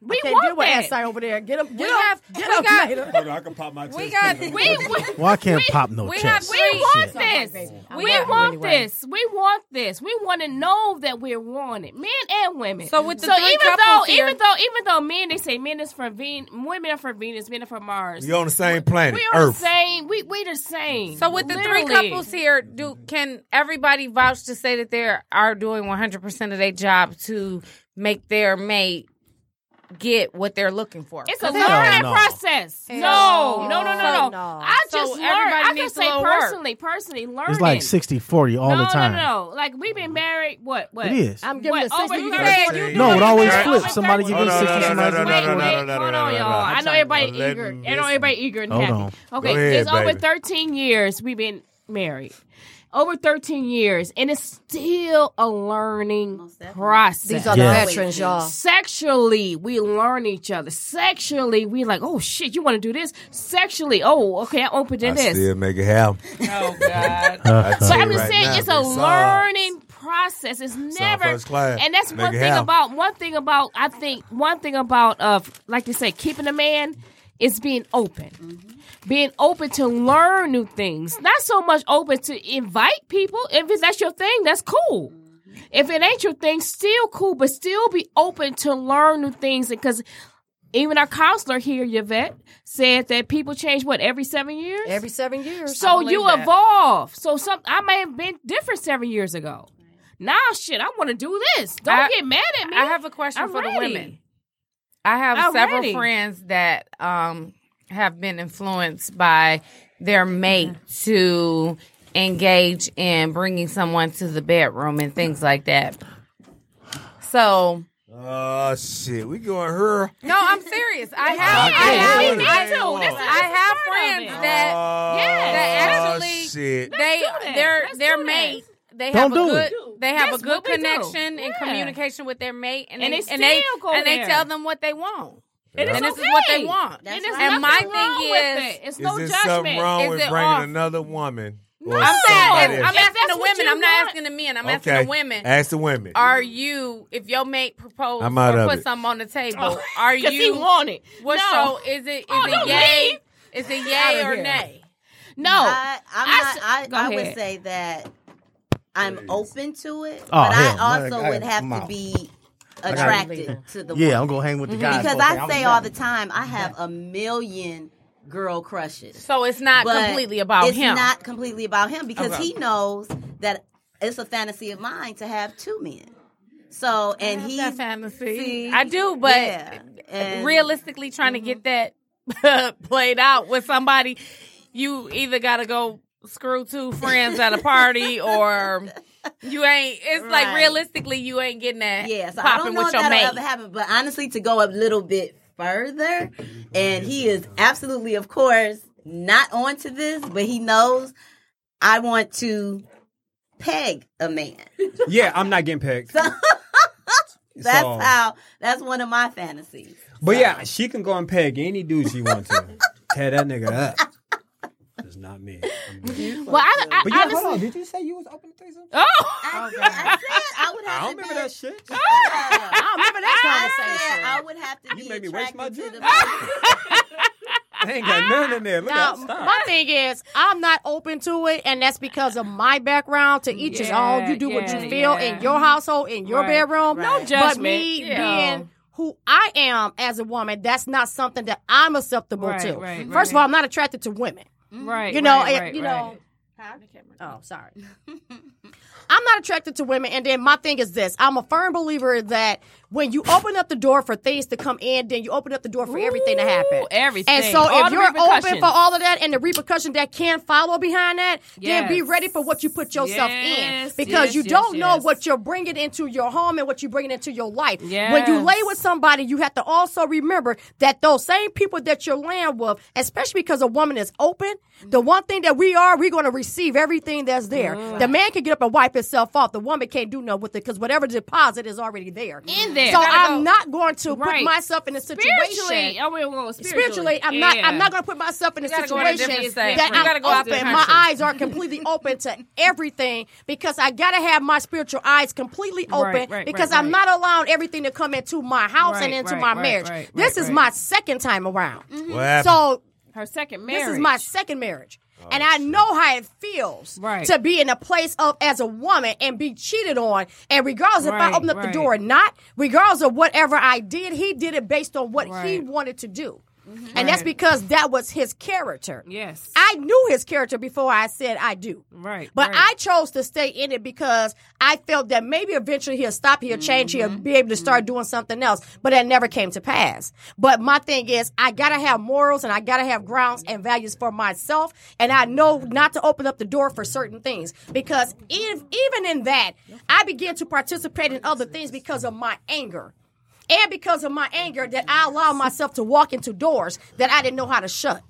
Speaker 2: We
Speaker 3: Okay,
Speaker 2: want
Speaker 3: get your
Speaker 2: that.
Speaker 3: ass out over there. Get up. Get
Speaker 2: We
Speaker 3: up.
Speaker 2: have-
Speaker 3: get
Speaker 2: we
Speaker 3: up.
Speaker 2: got-
Speaker 3: later.
Speaker 8: Hold on, I can pop my
Speaker 2: We
Speaker 8: chest.
Speaker 2: got we, we
Speaker 4: Why I can't pop no
Speaker 2: we,
Speaker 4: chest?
Speaker 2: have, we want
Speaker 3: Shit.
Speaker 2: this.
Speaker 3: I'm
Speaker 2: We
Speaker 3: not you
Speaker 2: want
Speaker 3: anyway.
Speaker 2: this. We want this. We want to know that we're wanted, men and women.
Speaker 5: So with the
Speaker 2: so
Speaker 5: three
Speaker 2: even though
Speaker 5: couples here-
Speaker 2: even though even though men they say men is from Venus, women are from Venus, men are from Mars.
Speaker 6: You're on the same planet,
Speaker 2: we are
Speaker 6: Earth.
Speaker 2: the same. We we the same.
Speaker 5: So with the three
Speaker 2: Literally.
Speaker 5: couples here, do can everybody vouch to say that they are doing 100 percent of their job to make their mate get what they're looking for?
Speaker 2: It's a
Speaker 5: Because
Speaker 4: Hell
Speaker 2: learning
Speaker 4: no.
Speaker 2: process.
Speaker 5: Hell
Speaker 2: No, no, no,
Speaker 5: no.
Speaker 2: no, no. I
Speaker 5: So
Speaker 2: just learned.
Speaker 5: everybody
Speaker 2: I can
Speaker 5: needs a
Speaker 2: say
Speaker 5: little work.
Speaker 2: personally, personally learning.
Speaker 4: It's like 60 40 all
Speaker 2: no,
Speaker 4: the time.
Speaker 2: No, no, no. Like we've been married. What? What?
Speaker 4: It is.
Speaker 3: I'm giving
Speaker 2: What,
Speaker 3: it 60.
Speaker 2: over
Speaker 3: You
Speaker 2: 30?
Speaker 3: said you
Speaker 4: No, it always
Speaker 2: Over
Speaker 4: flips.
Speaker 2: 30?
Speaker 4: Somebody give
Speaker 6: Oh,
Speaker 4: you
Speaker 6: no,
Speaker 4: 60,
Speaker 6: no, no,
Speaker 4: somebody
Speaker 6: no,
Speaker 4: give
Speaker 6: no,
Speaker 4: you
Speaker 6: no, no,
Speaker 4: 40.
Speaker 6: no, no, no,
Speaker 2: Hold
Speaker 6: no,
Speaker 2: on,
Speaker 6: no, no.
Speaker 2: y'all. I know everybody
Speaker 6: Let
Speaker 2: eager.
Speaker 6: me
Speaker 2: I know
Speaker 6: listen.
Speaker 2: everybody eager and
Speaker 4: Hold
Speaker 2: happy.
Speaker 4: on.
Speaker 2: Okay,
Speaker 6: Go ahead,
Speaker 2: it's over
Speaker 6: baby.
Speaker 2: 13 years we've been married. Over 13 years, and it's still a learning process.
Speaker 3: These are
Speaker 4: Yeah.
Speaker 3: the veterans, y'all.
Speaker 2: Sexually, we learn each other. Sexually, we like, oh shit, you want to do this? Sexually, oh okay, I opened in
Speaker 6: I
Speaker 2: this.
Speaker 6: still make it happen.
Speaker 15: Oh God.
Speaker 6: I tell
Speaker 2: So
Speaker 6: you
Speaker 2: I'm just
Speaker 6: right
Speaker 2: saying,
Speaker 6: now,
Speaker 2: it's a
Speaker 6: all-
Speaker 2: learning process. It's
Speaker 6: all
Speaker 2: never,
Speaker 6: first class.
Speaker 2: and that's
Speaker 6: Make
Speaker 2: one
Speaker 6: it
Speaker 2: thing
Speaker 6: happen.
Speaker 2: about one thing about I think one thing about uh like you say, keeping a man is being open, being open to learn new things. Not so much open to invite people. If it's, that's your thing, that's cool. If it ain't your thing, still cool, but still be open to learn new things because. Even our counselor here, Yvette, said that people change what every seven years.
Speaker 3: Every seven years.
Speaker 2: So you
Speaker 5: that.
Speaker 2: evolve. So some I may have been different seven years ago. Now shit, I want to do this. Don't
Speaker 5: I-
Speaker 2: get mad at me.
Speaker 5: I have a question
Speaker 2: I'm
Speaker 5: for the
Speaker 2: ready.
Speaker 5: women. I have
Speaker 2: I'm
Speaker 5: several
Speaker 2: ready.
Speaker 5: friends that um, have been influenced by their mate to engage in bringing someone to the bedroom and things like that. So
Speaker 6: Oh shit, we going her.
Speaker 5: no, I'm serious. I have, I
Speaker 2: Yeah,
Speaker 5: have,
Speaker 2: we need
Speaker 5: I,
Speaker 2: to. This is
Speaker 5: I have
Speaker 2: part of
Speaker 5: friends
Speaker 2: it.
Speaker 5: that that
Speaker 6: Oh,
Speaker 5: actually-
Speaker 6: shit.
Speaker 5: they
Speaker 2: do that.
Speaker 5: their
Speaker 2: Let's
Speaker 5: their
Speaker 2: do that.
Speaker 5: mate. They
Speaker 4: Don't
Speaker 5: have
Speaker 4: do
Speaker 5: a good
Speaker 4: it.
Speaker 5: they have
Speaker 2: That's
Speaker 5: a good
Speaker 2: what they do.
Speaker 5: connection and
Speaker 2: Yeah.
Speaker 5: communication with their mate, and,
Speaker 2: And
Speaker 5: they
Speaker 2: they
Speaker 5: and they,
Speaker 2: still go
Speaker 5: and they
Speaker 2: there.
Speaker 5: tell them what they want.
Speaker 2: And, it's
Speaker 5: And this is
Speaker 2: okay.
Speaker 5: what they want.
Speaker 16: That's
Speaker 2: and there's
Speaker 16: right.
Speaker 2: nothing
Speaker 5: And my
Speaker 2: wrong
Speaker 5: thing
Speaker 2: with
Speaker 5: is-
Speaker 2: it. It's
Speaker 6: Is
Speaker 2: no
Speaker 6: there something
Speaker 2: judgment.
Speaker 6: wrong
Speaker 5: Is
Speaker 6: with
Speaker 5: it
Speaker 6: bringing
Speaker 5: off?
Speaker 6: another woman?
Speaker 2: No.
Speaker 6: or
Speaker 2: I'm saying,
Speaker 6: somebody
Speaker 5: I'm
Speaker 2: If
Speaker 6: else?
Speaker 2: that's
Speaker 5: asking the
Speaker 2: what
Speaker 5: women.
Speaker 2: you
Speaker 5: I'm not
Speaker 2: want-
Speaker 5: asking the men. I'm
Speaker 6: okay.
Speaker 5: asking the women.
Speaker 6: Ask the women.
Speaker 5: Are you, if your mate proposed
Speaker 6: I'm out
Speaker 5: or
Speaker 6: of
Speaker 5: put
Speaker 6: it.
Speaker 5: something on the table, are you?
Speaker 2: Because Oh, he want it.
Speaker 5: What's
Speaker 2: no,
Speaker 5: so? Is it? Is
Speaker 2: Oh,
Speaker 5: it
Speaker 2: don't
Speaker 5: yay?
Speaker 2: leave.
Speaker 5: Is it
Speaker 3: Outta
Speaker 5: yay or
Speaker 3: here.
Speaker 5: nay?
Speaker 2: no.
Speaker 16: I,
Speaker 2: I
Speaker 16: I'm
Speaker 2: s-
Speaker 16: not,
Speaker 2: go
Speaker 16: I, I would
Speaker 2: ahead.
Speaker 16: say that I'm open to it,
Speaker 4: Oh,
Speaker 16: but
Speaker 4: hell,
Speaker 16: I
Speaker 4: I
Speaker 16: also
Speaker 4: got-
Speaker 16: would have
Speaker 4: I'm
Speaker 16: to
Speaker 4: out.
Speaker 16: be attracted to the
Speaker 4: Yeah,
Speaker 16: woman.
Speaker 4: I'm going to hang with the guys.
Speaker 16: because
Speaker 4: for a
Speaker 16: I
Speaker 4: second.
Speaker 16: say
Speaker 4: I'm
Speaker 16: all
Speaker 4: done.
Speaker 16: the time I have a million girl crushes.
Speaker 5: So it's not
Speaker 16: But
Speaker 5: completely about
Speaker 16: it's
Speaker 5: him.
Speaker 16: not completely about him because
Speaker 5: Okay.
Speaker 16: he knows that it's a fantasy of mine to have two men. So and
Speaker 5: have
Speaker 16: he
Speaker 5: that fantasy.
Speaker 16: see,
Speaker 5: I do, but
Speaker 16: yeah, and- mm-hmm.
Speaker 5: realistically, trying to get that played out with somebody, you either got to go screw two friends at a party or. You ain't. It's like
Speaker 16: Right.
Speaker 5: realistically, you ain't getting that.
Speaker 16: Yeah, so I
Speaker 5: popping
Speaker 16: don't know
Speaker 5: with
Speaker 16: if
Speaker 5: your
Speaker 16: that'll ever
Speaker 5: mate.
Speaker 16: happen. But honestly, to go a little bit further, and he is absolutely, of course, not onto this, but he knows I want to peg a man.
Speaker 8: Yeah, I'm not getting pegged.
Speaker 16: That's
Speaker 8: So-
Speaker 16: how. That's one of my fantasies.
Speaker 8: But yeah, she can go and peg any dude she wants to. Tear that nigga up. It's not me. I'm good.
Speaker 2: Well, I, I,
Speaker 8: But yeah,
Speaker 2: honestly,
Speaker 8: hold on. Did you say you was open to threesome?
Speaker 2: oh,
Speaker 16: I, said, I said I would
Speaker 8: I
Speaker 16: have
Speaker 8: don't
Speaker 16: to be.
Speaker 8: remember that shit.
Speaker 16: I don't remember that conversation. I, would have to
Speaker 8: You
Speaker 16: be
Speaker 8: made me waste
Speaker 16: attracted
Speaker 8: my
Speaker 16: to
Speaker 8: drink.
Speaker 16: the man.
Speaker 8: I ain't got none in there. Look
Speaker 3: Now,
Speaker 8: at
Speaker 3: Uh, my thing is, I'm not open to it, and that's because of my background. To each his
Speaker 2: Yeah,
Speaker 3: own. You do what
Speaker 2: yeah,
Speaker 3: you feel
Speaker 2: yeah.
Speaker 3: in your household, in your
Speaker 2: Right,
Speaker 16: No
Speaker 3: bedroom.
Speaker 16: right.
Speaker 3: But
Speaker 2: judgment.
Speaker 3: me
Speaker 2: Yeah.
Speaker 3: being who I am as a woman, that's not something that I'm acceptable
Speaker 2: Right,
Speaker 3: to.
Speaker 2: right,
Speaker 3: First
Speaker 2: right.
Speaker 3: of all, I'm not attracted to women.
Speaker 2: right.
Speaker 3: You know,
Speaker 2: right,
Speaker 3: and,
Speaker 2: right,
Speaker 3: you
Speaker 2: right.
Speaker 3: know. Oh, sorry. I'm not attracted to women. And then my thing is this I'm a firm believer that when you open up the door for things to come in, then you open up the door for everything to happen.
Speaker 2: everything.
Speaker 3: And so
Speaker 2: All
Speaker 3: if
Speaker 2: the
Speaker 3: you're open
Speaker 2: repercussions.
Speaker 3: for all of that and the repercussion that can follow behind that, then be
Speaker 2: Yes.
Speaker 3: ready for what you put yourself
Speaker 2: Yes,
Speaker 3: in. Because
Speaker 2: yes,
Speaker 3: you
Speaker 2: yes,
Speaker 3: don't know
Speaker 2: yes.
Speaker 3: what you're bringing into your home and what you're bringing into your life. When you
Speaker 2: Yes.
Speaker 3: lay with somebody, you have to also remember that those same people that you're laying with, especially because a woman is open, the one thing that we are, we're going to receive everything that's there.
Speaker 2: Mm.
Speaker 3: The man can get up and wipe himself off. The woman can't do nothing with it because whatever deposit is already there.
Speaker 2: In there.
Speaker 3: So
Speaker 2: Gotta
Speaker 3: I'm
Speaker 2: go.
Speaker 3: not going to put
Speaker 2: Right.
Speaker 3: myself in a situation.
Speaker 2: Spiritually, I wouldn't go spiritually.
Speaker 3: Spiritually, I'm not. I'm
Speaker 2: Yeah.
Speaker 3: not going to put myself in a
Speaker 2: You gotta go to
Speaker 3: situation
Speaker 2: different states.
Speaker 3: that
Speaker 2: You gotta
Speaker 3: I'm
Speaker 2: go out the
Speaker 3: open. My
Speaker 2: country.
Speaker 3: eyes are completely open to everything because I gotta have my spiritual eyes completely open
Speaker 2: Right, right,
Speaker 3: because
Speaker 2: right,
Speaker 3: I'm
Speaker 2: right.
Speaker 3: not allowing everything to come into my house and
Speaker 2: Right,
Speaker 3: into
Speaker 2: right,
Speaker 3: my
Speaker 2: right,
Speaker 3: marriage.
Speaker 2: right, right,
Speaker 3: this is
Speaker 2: right. Mm-hmm.
Speaker 3: my second time around.
Speaker 2: What
Speaker 3: So
Speaker 2: happened? Her second marriage.
Speaker 3: this is my second marriage. and I know how it feels
Speaker 2: Right.
Speaker 3: to be in a place of as a woman and be cheated on. And regardless if
Speaker 2: Right,
Speaker 3: I open up the
Speaker 2: right.
Speaker 3: door or not, regardless of whatever I did, he did it based on what he
Speaker 2: Right. Mm-hmm.
Speaker 3: wanted to do. And that's because that was his character.
Speaker 2: Yes.
Speaker 3: I knew his character before I said I do.
Speaker 2: Right.
Speaker 3: But
Speaker 2: right.
Speaker 3: I chose to stay in it because I felt that maybe eventually he'll stop, he'll change,
Speaker 2: Mm-hmm.
Speaker 3: he'll be able to start doing something else. But that never came to pass. But my thing is, I gotta have morals and I gotta have grounds and values for myself. And I know not to open up the door for certain things because if, even in that, I began to participate in other things because of my anger. And because of my anger, that I allowed myself to walk into doors that I didn't know how to shut.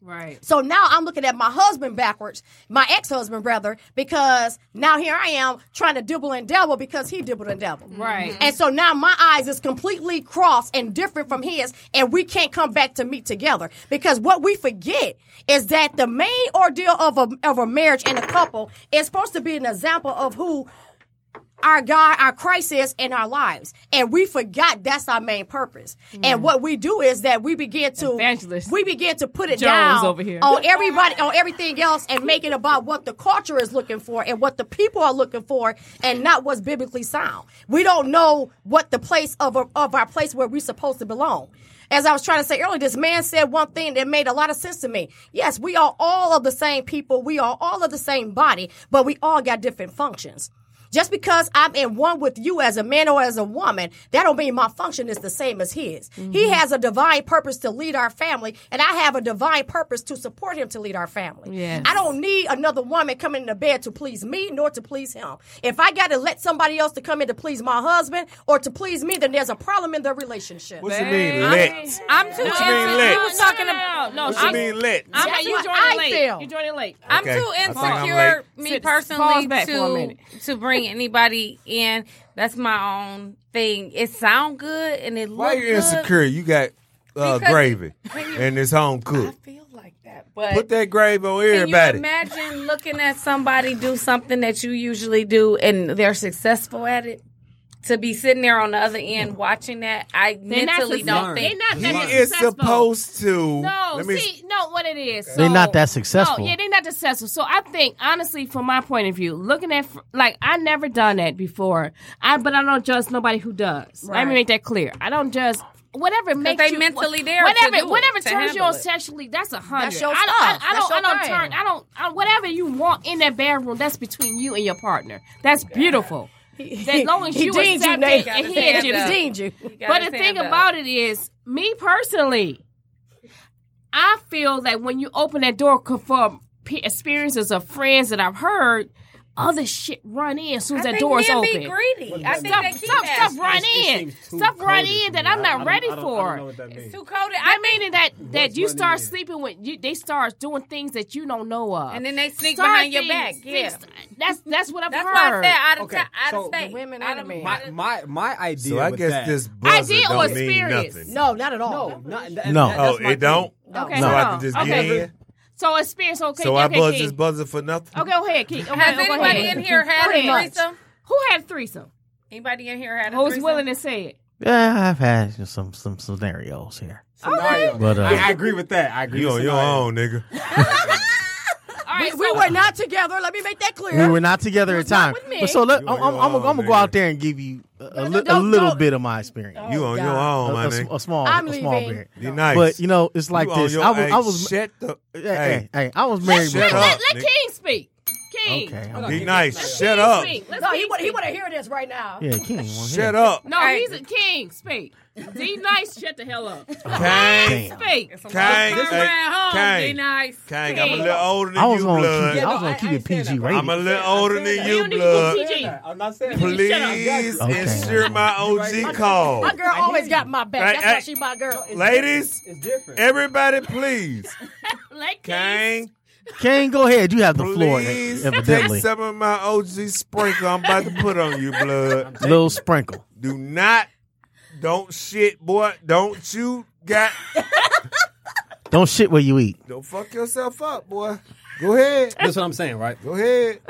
Speaker 2: Right.
Speaker 3: So now I'm looking at my husband backwards, my ex husband rather, because now here I am trying to dibble and devil because he dibbled and devil.
Speaker 2: Right.
Speaker 3: And so now my eyes is completely crossed and different from his, and we can't come back to meet together because what we forget is that the main ordeal of a of a marriage and a couple is supposed to be an example of who our God, our Christ is in our lives, and we forgot that's our main purpose. And what we do is that we begin to we begin to put it
Speaker 2: Jones
Speaker 3: down
Speaker 2: over here.
Speaker 3: on everybody on everything else and make it about what the culture is looking for and what the people are looking for, and not what's biblically sound. We don't know what the place of of our place where we're supposed to belong. As I was trying to say earlier, this man said one thing that made a lot of sense to me. Yes, we are all of the same people. We are all of the same body, but we all got different functions. Just because I'm in one with you as a man or as a woman, that don't mean my function is the same as his.
Speaker 2: Mm-hmm.
Speaker 3: He has a divine purpose to lead our family, and I have a divine purpose to support him to lead our family.
Speaker 2: Yes.
Speaker 3: I don't need another woman coming into bed to please me nor to please him. If I got to let somebody else to come in to please my husband or to please me, then there's a problem in the relationship.
Speaker 17: What you mean, let?
Speaker 5: I'm too.
Speaker 17: What you mean, let?
Speaker 5: was talking about.
Speaker 2: no,
Speaker 17: What you
Speaker 2: I'm-
Speaker 17: mean, let?
Speaker 2: I'm
Speaker 5: That's
Speaker 2: you
Speaker 5: what
Speaker 2: joining
Speaker 5: I
Speaker 2: late.
Speaker 5: feel.
Speaker 2: You joining late.
Speaker 5: I'm
Speaker 17: Okay,
Speaker 5: too
Speaker 17: I think I'm
Speaker 5: insecure,
Speaker 17: late.
Speaker 5: me
Speaker 2: Sit- pause
Speaker 5: personally,
Speaker 2: back for a
Speaker 5: to
Speaker 2: minute.
Speaker 5: to bring anybody in. That's my own thing. It sound good and it
Speaker 17: Why
Speaker 5: look
Speaker 17: you
Speaker 5: good.
Speaker 17: insecure? You got uh,
Speaker 5: Because-
Speaker 17: gravy and it's home cooked.
Speaker 5: Feel like that, but
Speaker 17: Put that gravy on
Speaker 5: can you
Speaker 17: everybody.
Speaker 5: imagine looking at somebody do something that you usually do and they're successful at it? To be sitting there on the other end watching that, I
Speaker 2: They're not
Speaker 5: mentally don't
Speaker 2: success-
Speaker 5: think.
Speaker 2: They're not
Speaker 17: He
Speaker 2: that
Speaker 17: is
Speaker 2: successful.
Speaker 17: supposed to.
Speaker 2: No,
Speaker 17: let me
Speaker 2: see, no, what it is.
Speaker 4: They're
Speaker 2: so-
Speaker 4: not that successful.
Speaker 2: No, yeah, they're not successful. So I think, honestly, from my point of view, looking at like I never done that before. I but I don't judge nobody who does. Let
Speaker 5: Right.
Speaker 2: me make that clear. I don't judge whatever makes
Speaker 5: they
Speaker 2: you
Speaker 5: mentally there to
Speaker 2: Whatever,
Speaker 5: do it,
Speaker 2: whatever
Speaker 5: to
Speaker 2: turns you
Speaker 5: handle
Speaker 2: on
Speaker 5: it.
Speaker 2: sexually, that's a hundred.
Speaker 3: That's your
Speaker 2: I don't, I,
Speaker 3: stuff.
Speaker 2: I
Speaker 3: That's
Speaker 2: don't, I
Speaker 3: your
Speaker 2: don't
Speaker 3: thing.
Speaker 2: turn. I don't. I, whatever you want in that bedroom, that's between you and your partner. That's beautiful. As long as
Speaker 3: he
Speaker 2: you
Speaker 3: deemed you,
Speaker 2: accept
Speaker 3: Nate.
Speaker 2: it,
Speaker 5: Gotta
Speaker 2: and uh, he
Speaker 5: stand
Speaker 2: had you
Speaker 5: up.
Speaker 2: to
Speaker 5: He
Speaker 3: Deemed you.
Speaker 2: but the thing about it is, me personally, I feel that when you open that door co- for p- experiences of friends that I've heard, other shit run in as soon as that door is open.
Speaker 5: be greedy. I think
Speaker 2: Stuff,
Speaker 5: they keep
Speaker 2: stuff,
Speaker 5: that.
Speaker 2: stuff run in, stuff run in that I'm not ready for.
Speaker 5: It's too cold.
Speaker 2: I mean that that you start sleeping with you, they start doing things that you don't know of,
Speaker 5: And then they sneak
Speaker 2: Start
Speaker 5: behind your
Speaker 2: things,
Speaker 5: back. Yeah.
Speaker 2: things- that's that's what I've
Speaker 5: That's why I
Speaker 2: heard.
Speaker 5: said out of,
Speaker 8: Okay,
Speaker 5: ti- out
Speaker 8: so
Speaker 5: of state.
Speaker 8: the
Speaker 3: women
Speaker 5: out
Speaker 3: and
Speaker 5: of
Speaker 3: the men.
Speaker 8: My, my my idea.
Speaker 17: so I
Speaker 8: with
Speaker 17: guess
Speaker 8: that-
Speaker 17: this buzzer
Speaker 2: Idea or
Speaker 17: don't mean
Speaker 2: experience?
Speaker 17: nothing.
Speaker 3: no, not at all.
Speaker 8: not,
Speaker 4: No.
Speaker 17: Oh, it don't.
Speaker 2: Okay,
Speaker 17: So
Speaker 2: hold
Speaker 17: I can
Speaker 2: on.
Speaker 17: just
Speaker 2: Okay.
Speaker 17: get in.
Speaker 2: so experience. Okay,
Speaker 17: So I
Speaker 2: okay,
Speaker 17: buzz
Speaker 2: Keith.
Speaker 17: this buzzer for nothing.
Speaker 2: Okay, go ahead, Keith. Okay,
Speaker 5: Has
Speaker 2: go
Speaker 5: anybody
Speaker 2: ahead.
Speaker 5: in here had
Speaker 3: Pretty
Speaker 5: a
Speaker 3: much.
Speaker 5: threesome?
Speaker 2: Who had a threesome?
Speaker 5: Anybody in here had a
Speaker 2: Who's
Speaker 5: threesome?
Speaker 2: willing to say it?
Speaker 4: Yeah, I've had some some scenarios here. But, uh,
Speaker 8: I, I agree with that. I agree.
Speaker 17: You
Speaker 8: with
Speaker 17: on your
Speaker 8: scenario.
Speaker 17: own, nigga.
Speaker 2: All right,
Speaker 3: We
Speaker 2: so-
Speaker 3: were not together. Let me make that clear.
Speaker 4: We were not together at time.
Speaker 3: with me.
Speaker 4: But so look, I'm,
Speaker 17: You on
Speaker 4: I'm,
Speaker 17: your
Speaker 4: I'm, gonna- I'm
Speaker 17: own,
Speaker 4: gonna go out
Speaker 17: nigga.
Speaker 4: there and give you a, a,
Speaker 3: No, no,
Speaker 4: li- a
Speaker 3: don't-
Speaker 4: little
Speaker 3: don't.
Speaker 4: bit of my experience.
Speaker 17: you on your
Speaker 4: a,
Speaker 17: own, my
Speaker 4: a
Speaker 17: nigga.
Speaker 4: sm- a small,
Speaker 3: I'm
Speaker 4: a small
Speaker 3: leaving.
Speaker 4: bit.
Speaker 17: Be nice.
Speaker 4: But you know, it's like
Speaker 17: You on
Speaker 4: this.
Speaker 17: your-
Speaker 4: I was, I
Speaker 17: hey,
Speaker 4: was,
Speaker 17: shut the.
Speaker 4: hey, hey,
Speaker 17: Hey,
Speaker 4: I was married
Speaker 17: shut
Speaker 4: before.
Speaker 17: up.
Speaker 2: Let King speak. King, speak.
Speaker 4: Okay,
Speaker 6: I'm- Be nice. Shut up.
Speaker 2: Speak. Let's
Speaker 3: No,
Speaker 2: King
Speaker 3: he want, he
Speaker 2: speak.
Speaker 3: want to hear this right now.
Speaker 4: Yeah, King. ain't wanna hear
Speaker 6: Shut
Speaker 4: that.
Speaker 6: up.
Speaker 2: No, he's a king. Speak. D nice, shut the hell up.
Speaker 6: Kang.
Speaker 2: Speak.
Speaker 6: Kang.
Speaker 2: Turn
Speaker 6: Hey,
Speaker 2: around home,
Speaker 6: Kang.
Speaker 2: D-Nice.
Speaker 6: Kang, I'm a
Speaker 2: Kang.
Speaker 6: little older than
Speaker 4: I was
Speaker 6: you,
Speaker 4: gonna
Speaker 6: blood.
Speaker 4: keep it, I was gonna keep it PG rated.
Speaker 6: I'm a little older than you,
Speaker 2: need to
Speaker 6: blood.
Speaker 2: be PG.
Speaker 8: I'm not saying
Speaker 6: Please
Speaker 4: Okay.
Speaker 6: insure my OG call.
Speaker 3: My girl always got my back.
Speaker 6: Hey,
Speaker 3: That's
Speaker 6: hey.
Speaker 3: why she my girl.
Speaker 6: Ladies,
Speaker 8: It's different.
Speaker 6: everybody, please.
Speaker 2: Like
Speaker 6: Kang,
Speaker 4: Kane, go ahead. You have the floor.
Speaker 6: please
Speaker 4: Evidently,
Speaker 6: take some of my OG sprinkle I'm about to put on you, blood.
Speaker 4: little sprinkle.
Speaker 6: Do not, don't shit, boy. Don't you got,
Speaker 4: Don't shit where you eat.
Speaker 6: don't fuck yourself up, boy. Go ahead.
Speaker 8: That's what I'm saying, right?
Speaker 6: Go ahead.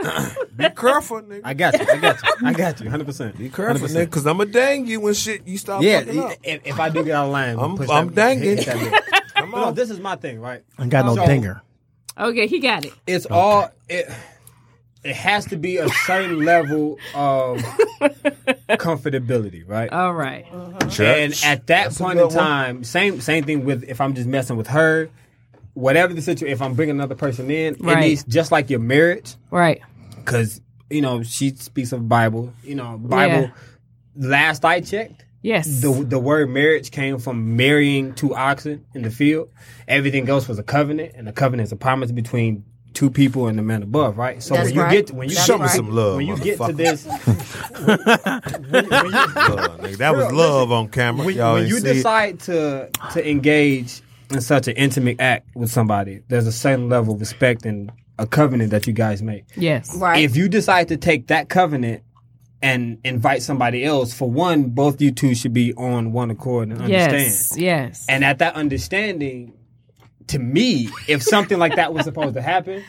Speaker 6: Be careful, nigga.
Speaker 8: I got you. I got you. I got you. 100%.
Speaker 6: Be careful, nigga, because I'm going to dang you when shit you stop
Speaker 8: Yeah,
Speaker 6: fucking up.
Speaker 8: if, if I do get out of line,
Speaker 6: I'm-
Speaker 8: push
Speaker 6: I'm
Speaker 8: that,
Speaker 6: danging.
Speaker 8: hit that lick.
Speaker 6: Come
Speaker 8: No,
Speaker 6: on.
Speaker 8: this is my thing, right?
Speaker 4: I got no
Speaker 8: So-
Speaker 4: dinger.
Speaker 2: Okay, he got it.
Speaker 8: It's all it. It has to be a certain level of comfortability, right?
Speaker 2: All right.
Speaker 8: And at that
Speaker 6: That's a
Speaker 8: point in
Speaker 6: good one.
Speaker 8: time, same same thing with if I'm just messing with her, whatever the situation. If I'm bringing another person in,
Speaker 2: Right.
Speaker 8: it needs just like your marriage,
Speaker 2: Right.
Speaker 8: because you know she speaks of Bible. You know Bible. Last I checked,
Speaker 2: Yes.
Speaker 8: the the word marriage came from marrying two oxen in the field. Everything else was a covenant, and a covenant is a promise between two people and the man above, right? So
Speaker 3: That's
Speaker 8: when you
Speaker 3: right.
Speaker 8: get to, when you
Speaker 3: That's
Speaker 8: get,
Speaker 3: right.
Speaker 6: Some love,
Speaker 8: when you get to
Speaker 6: motherfucker.
Speaker 8: this, when- when you-
Speaker 6: Love, nigga. That was love on camera.
Speaker 8: when,
Speaker 6: Y'all
Speaker 8: when
Speaker 6: ain't
Speaker 8: you
Speaker 6: see it.
Speaker 8: decide to to engage in such an intimate act with somebody, there's a certain level of respect and a covenant that you guys make.
Speaker 2: yes.
Speaker 3: Right.
Speaker 8: If you decide to take that covenant and invite somebody else, for one, both you two should be on one accord and understand.
Speaker 2: Yes. Yes.
Speaker 8: And at that understanding, to me, if something like that was supposed to happen,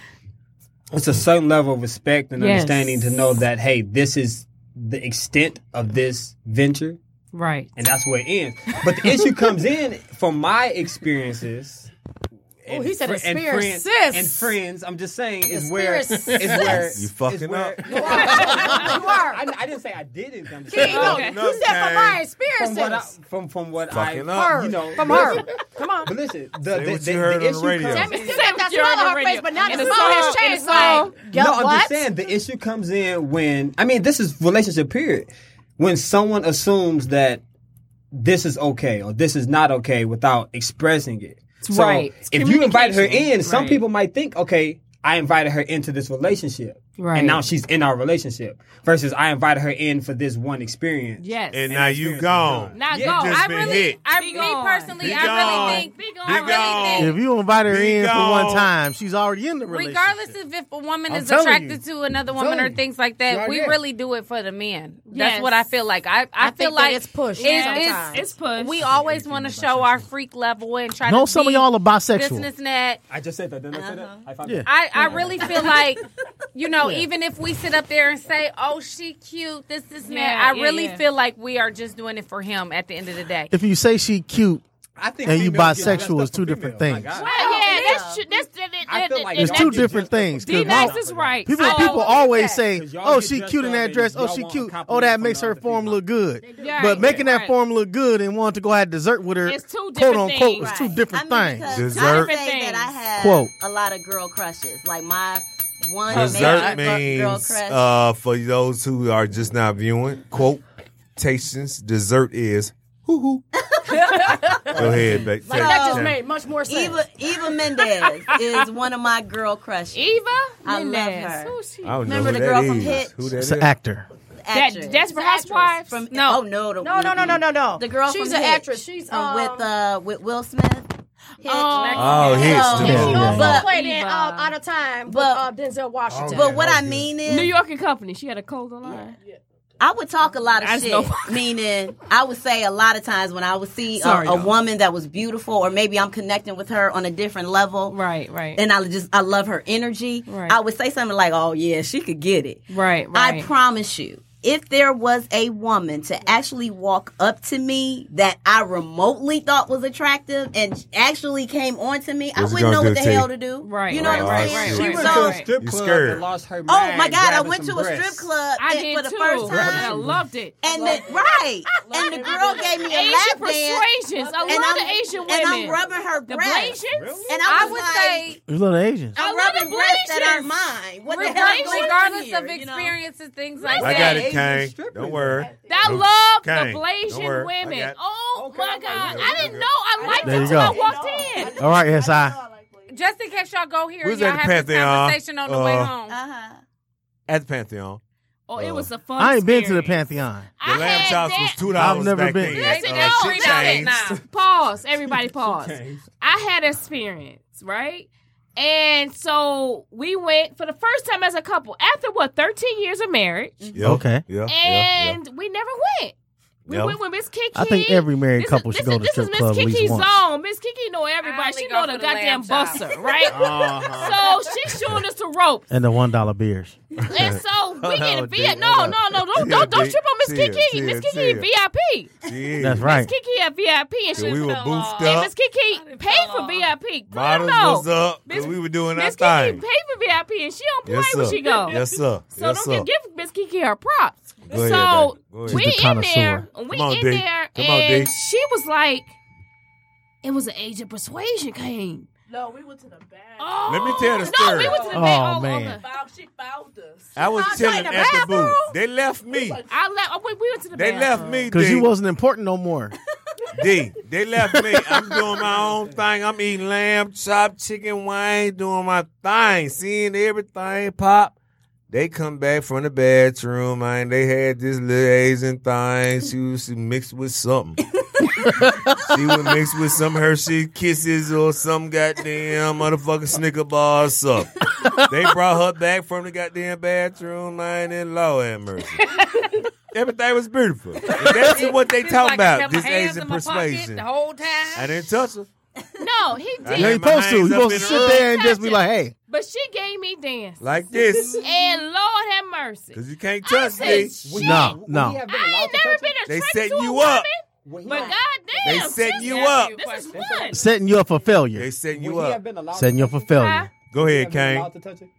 Speaker 8: it's a certain level of respect and
Speaker 2: Yes.
Speaker 8: understanding to know that hey, this is the extent of this venture
Speaker 2: right.
Speaker 8: and that's where it ends. But the issue comes in from my experiences.
Speaker 3: Oh, he said
Speaker 8: fri- and
Speaker 3: experiences.
Speaker 8: friends- and friends. I'm just saying is where is
Speaker 3: Experiences.
Speaker 8: where
Speaker 6: You fucking
Speaker 8: is where-
Speaker 6: up.
Speaker 8: No, I- you are. I, I didn't say I didn't. I'm just
Speaker 3: King,
Speaker 8: saying.
Speaker 3: no,
Speaker 2: Okay.
Speaker 3: you said from my experiences.
Speaker 8: From what I, from from what
Speaker 6: Fucking
Speaker 8: I
Speaker 6: up.
Speaker 3: Her.
Speaker 8: you know
Speaker 3: from
Speaker 8: listen-
Speaker 3: her. Come on.
Speaker 8: But listen, the,
Speaker 6: Say
Speaker 8: the,
Speaker 6: what
Speaker 8: the-
Speaker 6: you heard
Speaker 8: the
Speaker 6: on the
Speaker 8: issue
Speaker 6: radio.
Speaker 8: comes
Speaker 3: Damn
Speaker 8: in-
Speaker 3: it, you got that
Speaker 2: You're
Speaker 3: smile
Speaker 2: on
Speaker 3: on
Speaker 2: the
Speaker 3: her
Speaker 2: radio.
Speaker 3: face, but now
Speaker 2: And
Speaker 3: the
Speaker 2: the
Speaker 3: smile has
Speaker 2: song- and
Speaker 3: changed.
Speaker 2: the song-
Speaker 3: Like, yo,
Speaker 8: no, I'm
Speaker 3: what?
Speaker 8: just saying the issue comes in when I mean this is relationship period. When someone assumes that this is okay or this is not okay without expressing it. So
Speaker 2: Right. It's
Speaker 8: if you invite her
Speaker 2: communication.
Speaker 8: in, some
Speaker 2: Right.
Speaker 8: people might think, okay, I invited her into this relationship.
Speaker 2: Right.
Speaker 8: And now she's in our relationship. Versus I invited her in for this one experience.
Speaker 2: Yes.
Speaker 6: And now you gone.
Speaker 2: Not
Speaker 8: Yeah.
Speaker 2: go.
Speaker 6: You just
Speaker 2: I
Speaker 6: been
Speaker 2: really.
Speaker 6: hit.
Speaker 18: I,
Speaker 2: Be
Speaker 18: me
Speaker 2: gone.
Speaker 18: personally,
Speaker 6: Be
Speaker 18: I
Speaker 6: gone.
Speaker 18: really think.
Speaker 2: Be gone.
Speaker 18: I
Speaker 6: Be
Speaker 18: really
Speaker 6: gone.
Speaker 18: think.
Speaker 4: If you invite her
Speaker 6: Be
Speaker 4: in for
Speaker 6: gone.
Speaker 4: one time, she's already in the relationship.
Speaker 18: Regardless if, if a woman
Speaker 4: I'm
Speaker 18: is
Speaker 4: telling
Speaker 18: attracted to another woman or
Speaker 8: you.
Speaker 18: things like
Speaker 8: It's
Speaker 18: that,
Speaker 8: right
Speaker 18: we
Speaker 8: there.
Speaker 18: really do it for the men.
Speaker 2: Yes.
Speaker 18: That's what I feel like. I, I,
Speaker 3: I
Speaker 18: feel
Speaker 3: think that
Speaker 18: like
Speaker 3: it's pushed sometimes.
Speaker 2: It's pushed.
Speaker 18: We always want to show our freak level and try
Speaker 4: No,
Speaker 18: to.
Speaker 4: some of
Speaker 18: be
Speaker 4: y'all are
Speaker 18: This
Speaker 4: bisexual.
Speaker 18: and this and that.
Speaker 8: I just said that. Didn't I say that? High five.
Speaker 4: Yeah.
Speaker 18: I, I really feel like, you know, even if we sit up there and say, oh, she cute, this, this, and
Speaker 2: Yeah,
Speaker 18: that, I
Speaker 2: yeah,
Speaker 18: really
Speaker 2: yeah.
Speaker 18: feel like we are just doing it for him at the end of the day.
Speaker 4: If you say she cute,
Speaker 8: I think
Speaker 4: And you
Speaker 8: females get all that
Speaker 4: bisexual is
Speaker 8: stuff
Speaker 4: two
Speaker 8: from
Speaker 4: different things.
Speaker 8: females. My God.
Speaker 2: Well, yeah, that's tr- that's that, that,
Speaker 8: I
Speaker 2: that,
Speaker 8: feel like
Speaker 4: it's
Speaker 8: y'all
Speaker 4: two
Speaker 8: get
Speaker 4: different
Speaker 8: judged for
Speaker 4: things, 'cause
Speaker 8: females.
Speaker 4: my-
Speaker 2: D-Nice is right. Oh.
Speaker 4: people
Speaker 2: I
Speaker 4: people
Speaker 2: always
Speaker 4: always
Speaker 18: that.
Speaker 4: say,
Speaker 8: Because y'all
Speaker 4: "Oh,
Speaker 8: get
Speaker 4: she
Speaker 8: dressed
Speaker 4: cute in
Speaker 8: up
Speaker 4: that
Speaker 8: and
Speaker 4: dress. Oh,
Speaker 8: y'all
Speaker 4: she
Speaker 8: want
Speaker 4: cute.
Speaker 8: a
Speaker 4: Oh, that
Speaker 8: compliment
Speaker 4: makes
Speaker 8: from
Speaker 4: her
Speaker 8: the
Speaker 4: form
Speaker 8: female."
Speaker 4: look good."
Speaker 2: Yeah,
Speaker 4: But making
Speaker 2: yeah,
Speaker 4: that
Speaker 2: right.
Speaker 4: form look good and wanting to go have dessert with her,
Speaker 2: It's two
Speaker 4: quote
Speaker 2: different
Speaker 4: unquote,
Speaker 2: things.
Speaker 4: is two different
Speaker 5: I mean,
Speaker 4: things.
Speaker 5: because
Speaker 6: Dessert.
Speaker 5: I say that I have
Speaker 4: Quote.
Speaker 5: a lot of girl crushes. Like my one
Speaker 6: Dessert
Speaker 5: major gr- girl
Speaker 6: means,
Speaker 5: crush.
Speaker 6: uh, for those who are just now viewing, quote, tations, dessert is hoo hoo. Go ahead, babe.
Speaker 5: Like,
Speaker 6: Take
Speaker 5: that
Speaker 6: it,
Speaker 5: just
Speaker 6: Tam.
Speaker 3: made much more sense.
Speaker 5: Eva Eva Mendez is one of my girl crushes.
Speaker 2: Eva
Speaker 5: I love
Speaker 2: Mendes.
Speaker 5: her.
Speaker 2: Who's she?
Speaker 6: I don't know
Speaker 5: Remember
Speaker 6: who
Speaker 5: the
Speaker 6: that
Speaker 5: girl from
Speaker 6: is.
Speaker 5: Hitch?
Speaker 6: Who that
Speaker 4: It's
Speaker 6: is?
Speaker 4: an actor.
Speaker 5: Actress.
Speaker 2: Desperate Housewives?
Speaker 5: From,
Speaker 2: No.
Speaker 5: oh no, the,
Speaker 3: No, no, no, no, no, no.
Speaker 5: The girl
Speaker 3: She's
Speaker 5: from
Speaker 3: an
Speaker 5: Hitch.
Speaker 3: actress. She's
Speaker 5: From
Speaker 3: um,
Speaker 5: with uh with Will Smith. Hitch.
Speaker 6: Oh,
Speaker 5: So-
Speaker 6: Hitch. the
Speaker 4: Yeah,
Speaker 6: movie.
Speaker 4: yeah,
Speaker 3: But
Speaker 5: But-
Speaker 3: played in
Speaker 2: Eva.
Speaker 3: um, Out of Time with
Speaker 5: But-
Speaker 3: uh, Denzel Washington.
Speaker 5: But what I mean is,
Speaker 2: New York and Company. She had a cold line.
Speaker 5: I would talk a lot of
Speaker 2: I just
Speaker 5: shit.
Speaker 2: know-
Speaker 5: Meaning, I would say a lot of times when I would see a,
Speaker 2: Sorry,
Speaker 5: a
Speaker 2: y'all.
Speaker 5: woman that was beautiful, or maybe I'm connecting with her on a different level,
Speaker 2: Right, right,
Speaker 5: and I just I love her energy.
Speaker 2: Right.
Speaker 5: I would say something like, "Oh yeah, she could get it."
Speaker 2: right, right.
Speaker 5: I promise you, if there was a woman to actually walk up to me that I remotely thought was attractive and actually came on to me,
Speaker 19: What's it
Speaker 5: I wouldn't
Speaker 19: gonna
Speaker 5: know
Speaker 19: do
Speaker 5: what the
Speaker 19: to
Speaker 5: hell
Speaker 19: you?
Speaker 5: to do.
Speaker 19: Right,
Speaker 5: You know
Speaker 19: right,
Speaker 5: what I'm
Speaker 19: right, right,
Speaker 5: saying?
Speaker 19: right,
Speaker 5: So-
Speaker 19: right. She went to a strip
Speaker 5: You
Speaker 8: club and
Speaker 5: scared.
Speaker 8: lost her
Speaker 5: Oh
Speaker 8: mind
Speaker 5: my God! I
Speaker 8: grabbing
Speaker 5: went to
Speaker 8: some
Speaker 5: a
Speaker 8: breasts.
Speaker 5: strip club
Speaker 2: I
Speaker 5: and
Speaker 2: did
Speaker 5: for the
Speaker 2: too.
Speaker 5: first time.
Speaker 2: I loved it.
Speaker 5: And the, right, and the girl gave me a
Speaker 2: Asian
Speaker 5: lap dance.
Speaker 2: persuasions. I
Speaker 5: And
Speaker 2: love
Speaker 5: I'm-
Speaker 2: the Asian
Speaker 5: And I'm
Speaker 2: women.
Speaker 5: rubbing her
Speaker 2: The
Speaker 5: breasts.
Speaker 2: Blasians?
Speaker 5: And
Speaker 2: I
Speaker 5: I was
Speaker 2: would
Speaker 5: like,
Speaker 3: say
Speaker 4: You little Asians.
Speaker 5: I'm rubbing breasts that aren't mine. What the hell is going on
Speaker 3: regardless
Speaker 5: here?
Speaker 3: of experiences, things like
Speaker 6: I
Speaker 3: that.
Speaker 6: got it, Kane. Don't worry.
Speaker 2: I
Speaker 6: Don't-
Speaker 2: love the
Speaker 6: Kane, don't
Speaker 2: Blasian
Speaker 6: worry. I
Speaker 2: women.
Speaker 6: got-
Speaker 2: Oh my God. I didn't know I liked
Speaker 4: There
Speaker 2: it
Speaker 4: you
Speaker 2: until I
Speaker 4: go.
Speaker 2: walked in.
Speaker 4: All right, yes, I.
Speaker 3: Just in case y'all go here,
Speaker 6: We was
Speaker 3: y'all
Speaker 6: at the
Speaker 3: have this
Speaker 6: Pantheon, uh,
Speaker 3: conversation on the way
Speaker 6: uh,
Speaker 3: home.
Speaker 6: At the Pantheon.
Speaker 2: Oh, it was a fun.
Speaker 4: I ain't been to the Pantheon.
Speaker 6: The lamb chops was two dollars.
Speaker 4: I've never
Speaker 6: back
Speaker 4: been.
Speaker 6: Then.
Speaker 2: Listen,
Speaker 6: Uh,
Speaker 2: no,
Speaker 6: shit
Speaker 2: stop it
Speaker 6: changed.
Speaker 2: now. Pause. Everybody pause. I had experience, right? And so we went for the first time as a couple after what, 13 years of marriage.
Speaker 6: Yep,
Speaker 4: Okay.
Speaker 6: Yeah. yeah,
Speaker 2: And we never went. We
Speaker 6: Yep.
Speaker 2: went with Miss Kiki.
Speaker 4: I think every married
Speaker 2: This
Speaker 4: couple
Speaker 2: is,
Speaker 4: should
Speaker 2: this
Speaker 4: go
Speaker 2: is-
Speaker 4: to
Speaker 2: this
Speaker 4: strip
Speaker 2: is
Speaker 4: club
Speaker 2: Miss
Speaker 4: at least
Speaker 2: Kiki's
Speaker 4: once.
Speaker 2: zone. Miss Kiki know everybody. She know
Speaker 3: go
Speaker 2: the
Speaker 3: for the lamb
Speaker 2: goddamn
Speaker 3: chops.
Speaker 2: buster, right?
Speaker 6: Uh-huh.
Speaker 2: So she's showing us the ropes.
Speaker 4: And the one dollar beers.
Speaker 2: And so we get a
Speaker 6: Oh,
Speaker 2: VIP.
Speaker 6: dude.
Speaker 2: No, no, no, don't,
Speaker 6: Chill,
Speaker 2: don't, don't
Speaker 6: dude.
Speaker 2: trip on Miss
Speaker 6: Chill,
Speaker 2: Kiki.
Speaker 6: chill,
Speaker 2: Miss Kiki
Speaker 6: chill.
Speaker 2: VIP.
Speaker 6: Yeah.
Speaker 4: That's right.
Speaker 2: Miss Kiki had VIP, and
Speaker 6: So
Speaker 2: she
Speaker 6: we were boofed
Speaker 2: And
Speaker 6: up.
Speaker 2: Miss Kiki paid for VIP.
Speaker 6: Bottles
Speaker 2: no.
Speaker 6: was up. 'cause
Speaker 2: Miss-
Speaker 6: we were doing
Speaker 2: Miss
Speaker 6: our
Speaker 2: Kiki
Speaker 6: thing.
Speaker 2: paid for VIP, and she don't play
Speaker 6: Yes,
Speaker 2: when
Speaker 6: sir.
Speaker 2: she go.
Speaker 6: Yes, sir.
Speaker 2: So
Speaker 6: yes, sir.
Speaker 2: don't give, give Miss Kiki her props.
Speaker 6: Go ahead,
Speaker 2: so
Speaker 6: baby. Go ahead.
Speaker 2: we
Speaker 4: She's the
Speaker 2: in there,
Speaker 4: connoisseur.
Speaker 2: we
Speaker 6: Come on,
Speaker 2: in
Speaker 6: D.
Speaker 2: there,
Speaker 6: Come on,
Speaker 2: and
Speaker 6: D.
Speaker 2: she was like, "It was an age of persuasion came."
Speaker 20: No, we went to the bathroom.
Speaker 6: Let me tell the story.
Speaker 2: No, we went to the
Speaker 4: Oh,
Speaker 2: bathroom.
Speaker 4: man.
Speaker 20: Found- she found us.
Speaker 6: I was
Speaker 2: outside
Speaker 6: chilling
Speaker 2: the
Speaker 6: at the
Speaker 2: bathroom?
Speaker 6: booth. They left me.
Speaker 2: I left. oh, we, we went to the
Speaker 6: They
Speaker 2: bathroom.
Speaker 6: left me,
Speaker 4: Because
Speaker 6: D.
Speaker 4: you wasn't important no more.
Speaker 6: D. They left me. I'm doing my own thing. I'm eating lamb, chopped chicken, wine, doing my thing, seeing everything pop. They come back from the bathroom, and they had this little Asian thing. She was mixed with something. she was mixed with some Hershey Kisses or some goddamn motherfucking Snicker bar or something. They brought her back from the goddamn bathroom, man, and law and mercy. Everything was beautiful. And that's what they
Speaker 3: It's
Speaker 6: talk
Speaker 3: like I
Speaker 6: about,
Speaker 3: kept
Speaker 6: this
Speaker 3: my hands
Speaker 6: Asian
Speaker 3: in my pocket
Speaker 6: persuasion.
Speaker 3: the whole time.
Speaker 6: I didn't touch her.
Speaker 2: No, he
Speaker 6: I
Speaker 2: did.
Speaker 4: You
Speaker 6: had
Speaker 4: ain't
Speaker 6: my
Speaker 4: supposed to. You
Speaker 6: hands up
Speaker 4: supposed to
Speaker 6: in the
Speaker 4: sit
Speaker 6: air
Speaker 4: there and just be like, hey,
Speaker 2: But she gave me dance.
Speaker 6: Like this.
Speaker 2: And Lord have mercy.
Speaker 6: Because you can't
Speaker 2: I
Speaker 6: touch
Speaker 2: said,
Speaker 6: me.
Speaker 2: shit.
Speaker 4: no, no.
Speaker 2: I ain't never been
Speaker 6: They
Speaker 2: attracted
Speaker 6: setting
Speaker 2: to a
Speaker 6: you
Speaker 2: woman,
Speaker 6: up.
Speaker 2: but goddamn,
Speaker 6: They setting
Speaker 2: sis,
Speaker 6: you up.
Speaker 2: This is fun.
Speaker 4: Setting you up for failure.
Speaker 6: They setting you
Speaker 8: Would he have
Speaker 6: up.
Speaker 8: been allowed
Speaker 4: Setting you up for failure.
Speaker 6: Go
Speaker 8: Would he
Speaker 6: ahead,
Speaker 8: have been
Speaker 6: Kane.
Speaker 8: allowed to touch it?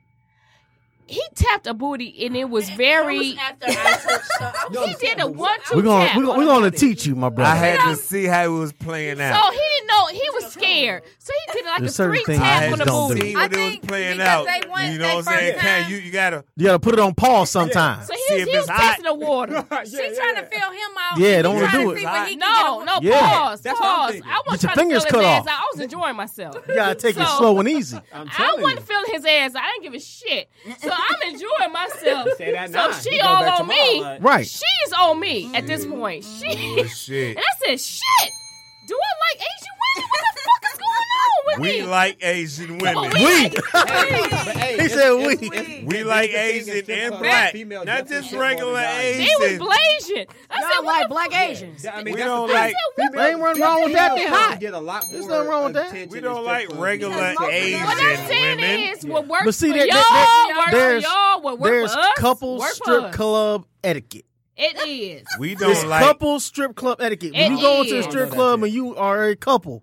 Speaker 2: He tapped a booty and it was very.
Speaker 20: After I touched her, I was
Speaker 2: he did a one two
Speaker 4: We're gonna
Speaker 2: tap.
Speaker 4: we're gonna, we're gonna teach you, my brother.
Speaker 6: I had to see how it was playing
Speaker 2: so
Speaker 6: out.
Speaker 2: he didn't know he was scared. So he did like
Speaker 4: There's
Speaker 2: a
Speaker 4: certain
Speaker 2: three
Speaker 4: things you
Speaker 2: tap
Speaker 4: just
Speaker 2: on the
Speaker 4: don't
Speaker 2: booty.
Speaker 4: do.
Speaker 6: see
Speaker 3: I
Speaker 6: what it was
Speaker 3: think
Speaker 6: playing
Speaker 3: because
Speaker 6: out.
Speaker 3: they went
Speaker 6: You know
Speaker 3: that
Speaker 6: what I'm saying?
Speaker 3: first
Speaker 6: Kane,
Speaker 3: time.
Speaker 6: you, you gotta
Speaker 4: you gotta put it on pause sometimes.
Speaker 2: So he
Speaker 6: See
Speaker 2: was,
Speaker 6: if
Speaker 2: he was
Speaker 6: it's hot.
Speaker 2: testing the water.
Speaker 3: She's trying to feel him out.
Speaker 4: Yeah,
Speaker 3: He
Speaker 4: don't
Speaker 3: trying to
Speaker 4: do it.
Speaker 3: see what he can get
Speaker 2: No,
Speaker 3: away-
Speaker 2: no,
Speaker 4: Yeah.
Speaker 2: pause,
Speaker 8: That's what I'm
Speaker 2: pause.
Speaker 8: thinking.
Speaker 2: I wasn't
Speaker 4: Get
Speaker 2: trying
Speaker 4: your
Speaker 2: to feel
Speaker 4: fingers
Speaker 2: his
Speaker 4: cut
Speaker 2: ass
Speaker 4: off.
Speaker 2: out. I was enjoying myself.
Speaker 4: You gotta take it
Speaker 2: So-
Speaker 4: slow and easy.
Speaker 8: I'm
Speaker 2: I
Speaker 8: telling you.
Speaker 2: wasn't feeling his ass. I didn't give a shit. So I'm enjoying myself.
Speaker 8: Say that
Speaker 2: so
Speaker 8: now.
Speaker 2: she
Speaker 8: You go
Speaker 2: all
Speaker 8: back
Speaker 2: on
Speaker 8: tomorrow,
Speaker 2: me.
Speaker 8: like-
Speaker 4: Right.
Speaker 2: She's on me at this point. She
Speaker 6: Oh, shit.
Speaker 2: and I said, shit. Do I like Asian women? What the fuck is going on with
Speaker 6: We
Speaker 2: me?
Speaker 6: like Asian women.
Speaker 2: we
Speaker 4: We
Speaker 8: But hey,
Speaker 4: he
Speaker 8: it's-
Speaker 4: said
Speaker 8: it's-
Speaker 4: we
Speaker 6: We like
Speaker 8: That's the thing,
Speaker 6: Asian
Speaker 8: it's just
Speaker 6: and
Speaker 8: like
Speaker 6: black,
Speaker 8: females
Speaker 6: not
Speaker 8: just
Speaker 6: just
Speaker 8: shit on
Speaker 6: regular
Speaker 8: the guy.
Speaker 6: Asian.
Speaker 2: they was blazing. I said,
Speaker 19: Y'all
Speaker 2: what
Speaker 19: like
Speaker 2: the
Speaker 19: black Asians.
Speaker 8: I mean,
Speaker 6: We
Speaker 8: that's
Speaker 6: don't
Speaker 8: the thing.
Speaker 6: like-
Speaker 8: Females-
Speaker 4: Ain't nothing wrong with that.
Speaker 8: females
Speaker 4: Hot.
Speaker 8: Get a lot
Speaker 4: There's
Speaker 8: more
Speaker 4: nothing wrong with that.
Speaker 8: attention
Speaker 6: we
Speaker 8: and
Speaker 6: don't
Speaker 8: strip
Speaker 6: like
Speaker 8: clubs.
Speaker 6: regular
Speaker 19: most of them-
Speaker 6: Asian
Speaker 2: What I'm saying
Speaker 6: women.
Speaker 2: is, what works
Speaker 4: But see,
Speaker 2: for
Speaker 4: there-
Speaker 2: y'all
Speaker 4: there- there-
Speaker 2: works
Speaker 4: there's-
Speaker 2: for y'all. What works
Speaker 4: There's
Speaker 2: for us?
Speaker 4: couple
Speaker 2: work for
Speaker 4: strip
Speaker 2: us.
Speaker 4: club etiquette.
Speaker 2: It is.
Speaker 6: We
Speaker 4: There's
Speaker 6: don't like.
Speaker 4: couple strip club etiquette. When
Speaker 2: It
Speaker 4: you go into a
Speaker 2: is.
Speaker 4: strip
Speaker 8: I know
Speaker 4: club
Speaker 8: that
Speaker 4: and you are a couple,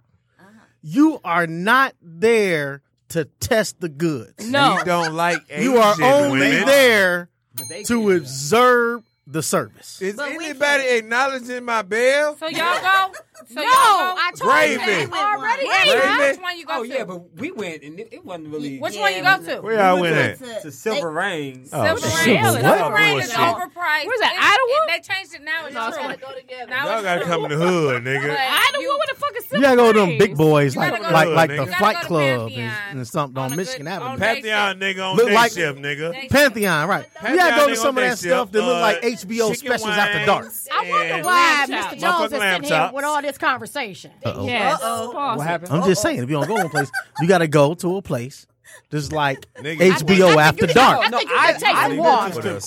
Speaker 4: you are not there to test the goods.
Speaker 2: No.
Speaker 6: We don't like Asian
Speaker 4: You are only
Speaker 6: women.
Speaker 4: there
Speaker 8: They
Speaker 4: to
Speaker 8: can't.
Speaker 4: observe the service.
Speaker 6: Is anybody acknowledging my bell?
Speaker 3: So y'all go. So
Speaker 2: No,
Speaker 3: y'all go.
Speaker 2: I
Speaker 6: told you that
Speaker 3: They already.
Speaker 2: Raven.
Speaker 3: asked
Speaker 6: Raven.
Speaker 3: Which one you go
Speaker 8: Oh
Speaker 3: to?
Speaker 8: yeah, but we went and it, it wasn't really.
Speaker 3: Which
Speaker 8: We
Speaker 3: one
Speaker 5: Yeah,
Speaker 3: you
Speaker 5: we
Speaker 3: go to?
Speaker 6: Where y'all went
Speaker 8: went
Speaker 6: at?
Speaker 8: to Silver Rain.
Speaker 6: Oh,
Speaker 3: Silver
Speaker 4: shit.
Speaker 3: Rain.
Speaker 4: Silver
Speaker 3: Silver
Speaker 6: Rain.
Speaker 3: Rain is
Speaker 6: Bullshit.
Speaker 3: overpriced.
Speaker 2: Where's that,
Speaker 3: It's-
Speaker 2: Ottawa?
Speaker 3: it- They changed it now. It's
Speaker 2: No, it's
Speaker 3: true.
Speaker 2: gotta
Speaker 20: go together.
Speaker 3: Now
Speaker 6: Y'all
Speaker 3: it's
Speaker 6: gotta
Speaker 3: true.
Speaker 6: come in the hood, nigga.
Speaker 3: But-
Speaker 2: I don't
Speaker 3: You-
Speaker 2: know what the fuck is.
Speaker 4: You gotta go to them big
Speaker 2: Silver
Speaker 4: boys
Speaker 3: You
Speaker 4: like
Speaker 3: gotta go to
Speaker 4: like
Speaker 3: the-
Speaker 4: like
Speaker 6: you
Speaker 4: the
Speaker 6: gotta
Speaker 4: Flight
Speaker 3: go to
Speaker 4: Club and,
Speaker 3: Pantheon.
Speaker 4: and something
Speaker 3: On
Speaker 4: on
Speaker 3: a
Speaker 4: Michigan
Speaker 3: good- on
Speaker 4: Avenue.
Speaker 3: day-
Speaker 6: Pantheon, nigga, on
Speaker 4: Look
Speaker 6: day
Speaker 4: like-
Speaker 6: shift, nigga.
Speaker 3: They-
Speaker 4: Pantheon, right?
Speaker 6: Pantheon,
Speaker 4: you gotta go
Speaker 6: nigga,
Speaker 4: to
Speaker 6: on
Speaker 4: some of
Speaker 6: day
Speaker 4: that stuff
Speaker 6: shift,
Speaker 4: that look
Speaker 6: uh,
Speaker 4: like HBO
Speaker 6: chicken
Speaker 4: specials after
Speaker 6: wings
Speaker 4: dark.
Speaker 2: I wonder
Speaker 6: and-
Speaker 2: why
Speaker 19: Why Mr.
Speaker 2: Mr. Jones
Speaker 19: Jones
Speaker 6: is
Speaker 19: is
Speaker 6: sitting
Speaker 19: sitting
Speaker 6: here
Speaker 19: here
Speaker 6: laptops. with
Speaker 19: with
Speaker 6: all
Speaker 19: all this conversation.
Speaker 4: Uh-oh.
Speaker 2: Yes. Pause
Speaker 8: What
Speaker 2: it.
Speaker 8: happened?
Speaker 4: I'm just saying, if you don't go to a place, you gotta go to a place that's like
Speaker 6: Nigga,
Speaker 4: HBO after dark.
Speaker 2: I think you should take
Speaker 8: I
Speaker 2: some
Speaker 8: didn't
Speaker 2: water.
Speaker 8: go to a strip
Speaker 6: Us,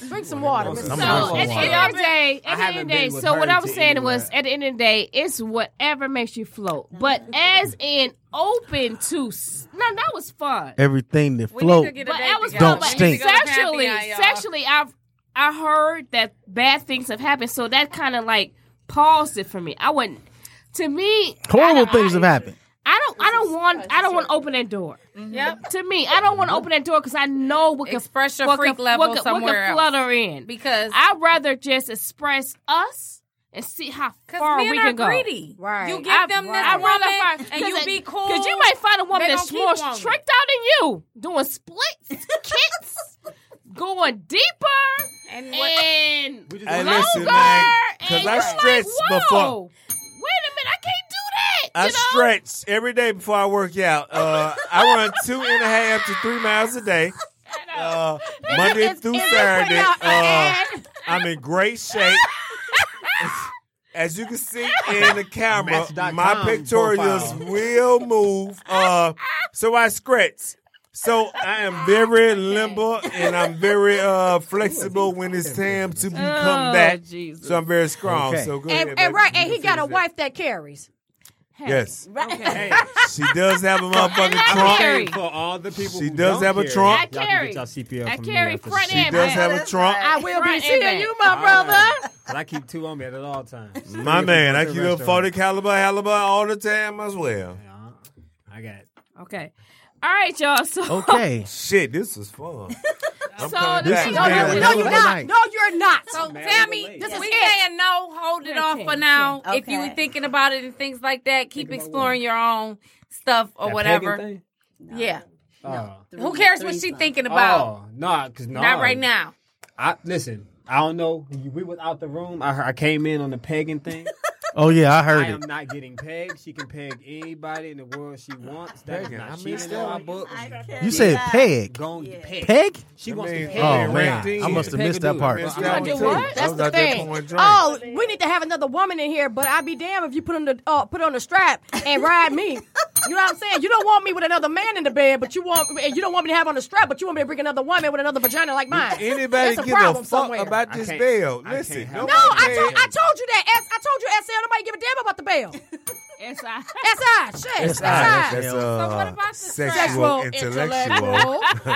Speaker 8: club.
Speaker 19: Drink some water, Mr.
Speaker 4: I'm
Speaker 19: Jones.
Speaker 4: gonna
Speaker 2: So
Speaker 4: drink
Speaker 2: at the
Speaker 4: some
Speaker 2: end of the day,
Speaker 8: I
Speaker 2: at the end
Speaker 8: haven't
Speaker 2: of the day,
Speaker 8: been with
Speaker 2: so what
Speaker 8: her
Speaker 2: I was
Speaker 8: to
Speaker 2: saying was,
Speaker 8: anywhere.
Speaker 2: at the end of the day, it's whatever makes you float. But as in open to, s- no, that was fun.
Speaker 4: Everything that
Speaker 3: We need
Speaker 4: float.
Speaker 3: to get a
Speaker 2: But
Speaker 3: date
Speaker 2: that was
Speaker 3: together.
Speaker 2: fun.
Speaker 4: Don't
Speaker 2: But
Speaker 4: stink.
Speaker 2: sexually,
Speaker 3: Pantheon, y'all.
Speaker 2: sexually, I've I heard that bad things have happened, so that kind of like paused it for me. I wouldn't. To me,
Speaker 4: Horrible things have happened.
Speaker 2: I don't. I don't want. I don't want to open that door.
Speaker 1: Yep.
Speaker 2: To me, I don't want to open that door because I know what could
Speaker 1: Express your
Speaker 2: what could-
Speaker 1: freak level
Speaker 2: what could, what
Speaker 1: somewhere
Speaker 2: could
Speaker 1: else.
Speaker 2: flutter in.
Speaker 1: Because
Speaker 2: I'd rather just express us and see how far
Speaker 1: men
Speaker 2: we
Speaker 1: are
Speaker 2: can go.
Speaker 1: greedy. Right. You give them this
Speaker 2: I'd rather
Speaker 1: woman
Speaker 2: find-
Speaker 1: and
Speaker 2: 'cause
Speaker 1: you
Speaker 2: it-
Speaker 1: be cool,
Speaker 2: Cause you might find a woman
Speaker 1: they
Speaker 2: that's
Speaker 1: gonna
Speaker 2: more
Speaker 1: keep wanting.
Speaker 2: tricked out than you, doing splits, kicks, going deeper, and,
Speaker 1: just-
Speaker 6: Hey,
Speaker 2: longer.
Speaker 6: listen, man. Because
Speaker 2: and
Speaker 6: I
Speaker 2: you're
Speaker 6: stretch
Speaker 2: like,
Speaker 6: before.
Speaker 2: Whoa, wait a minute, I can't do that.
Speaker 6: I
Speaker 2: you know?
Speaker 6: stretch every day before I work out. Uh, I run two and a half to three miles a day. Uh, Monday
Speaker 2: It's-
Speaker 6: through
Speaker 2: it's
Speaker 6: Saturday.
Speaker 2: putting out
Speaker 4: Oh.
Speaker 6: Uh,
Speaker 2: an ad.
Speaker 6: I'm in great shape. As you can see in the camera,
Speaker 8: Match.com
Speaker 6: my pictorials
Speaker 8: profile.
Speaker 6: will move. Uh, so I scratch. So I am very limber and I'm very uh, flexible when it's time to become
Speaker 3: Oh,
Speaker 6: that.
Speaker 3: Jesus.
Speaker 6: So I'm very strong.
Speaker 3: Okay.
Speaker 6: So good.
Speaker 3: And, and right, and he got a wife that carries.
Speaker 6: Yes.
Speaker 3: Right.
Speaker 6: She does have a motherfucking trunk.
Speaker 8: carry. For all the people
Speaker 6: she
Speaker 8: who
Speaker 6: does
Speaker 8: don't
Speaker 6: have a
Speaker 8: carry.
Speaker 6: trunk.
Speaker 8: Y'all can carry. get y'all CPL I from me carry after front
Speaker 6: She
Speaker 8: this. and
Speaker 6: does
Speaker 8: back.
Speaker 6: have a trunk.
Speaker 3: I will be
Speaker 2: Front and
Speaker 3: seeing
Speaker 2: back.
Speaker 3: you, my brother.
Speaker 8: But I keep two on me at all times.
Speaker 6: My man, I keep a
Speaker 8: Restaurant.
Speaker 6: 40 caliber halibut all the time as well.
Speaker 8: I got it.
Speaker 2: Okay. All right, y'all.
Speaker 4: Oh.
Speaker 2: So
Speaker 6: Shit, this was fun. I'm
Speaker 2: So
Speaker 6: coming
Speaker 2: the
Speaker 6: back.
Speaker 2: thing-
Speaker 3: No,
Speaker 2: Yeah,
Speaker 3: you,
Speaker 2: we
Speaker 3: no,
Speaker 2: have
Speaker 3: you're
Speaker 2: a
Speaker 3: not.
Speaker 2: night.
Speaker 3: No, you're not.
Speaker 1: So Tammy,
Speaker 3: this is
Speaker 1: we
Speaker 3: it.
Speaker 1: saying no. Hold it
Speaker 2: Yeah,
Speaker 1: off
Speaker 2: ten,
Speaker 1: for now.
Speaker 2: ten.
Speaker 1: If you were
Speaker 2: Okay.
Speaker 1: thinking about it and things like that, keep exploring your own stuff or
Speaker 8: That
Speaker 1: whatever.
Speaker 8: pagan thing?
Speaker 1: Yeah.
Speaker 8: Oh.
Speaker 1: Who cares what she thinking about?
Speaker 8: Oh, nah, cause no,
Speaker 1: Not right now.
Speaker 8: I listen. I don't know. We was out the room. I, heard, I came in on the pegging thing.
Speaker 4: Oh yeah, I heard
Speaker 8: I am
Speaker 4: it.
Speaker 8: not getting pegged. She can peg anybody in the world she wants. That's
Speaker 6: Pegging. I
Speaker 8: not
Speaker 6: missed
Speaker 8: cheating in
Speaker 6: that.
Speaker 8: my book.
Speaker 4: You said peg.
Speaker 8: Gonna get pegged.
Speaker 4: Peg?
Speaker 8: She wants
Speaker 6: I
Speaker 8: to
Speaker 6: mean,
Speaker 8: peg.
Speaker 4: Oh,
Speaker 8: right
Speaker 4: man.
Speaker 8: now.
Speaker 4: I must have
Speaker 8: Peg a
Speaker 4: missed that
Speaker 8: dude.
Speaker 4: part.
Speaker 6: Missed
Speaker 8: I'm
Speaker 6: that
Speaker 8: gonna
Speaker 6: one
Speaker 8: tell you.
Speaker 6: too. I
Speaker 3: That's
Speaker 6: was
Speaker 3: the
Speaker 6: out there
Speaker 3: thing.
Speaker 6: pouring drinks.
Speaker 3: Oh, we need to have another woman in here, but I'd be damned if you put on the uh, put on the strap and ride me. You know what I'm saying? You don't want me with another man in the bed, but you want and you don't want me to have on the strap, but you want me to bring another woman with another vagina like mine.
Speaker 6: Anybody
Speaker 3: That's a
Speaker 6: give a
Speaker 3: problem
Speaker 6: fuck
Speaker 3: somewhere.
Speaker 6: about
Speaker 8: I
Speaker 6: this
Speaker 8: can't-
Speaker 6: bill?
Speaker 8: I
Speaker 6: Listen,
Speaker 8: can't have
Speaker 3: no,
Speaker 6: nobody
Speaker 3: I told
Speaker 6: cares.
Speaker 3: I told you that. S, I told you SL. Nobody give a damn about the bail.
Speaker 2: it's uh,
Speaker 3: SI, shit.
Speaker 6: That's,
Speaker 3: SI.
Speaker 6: that's,
Speaker 4: So
Speaker 1: what
Speaker 6: uh,
Speaker 1: about the
Speaker 6: sexual intellectual.
Speaker 1: so let me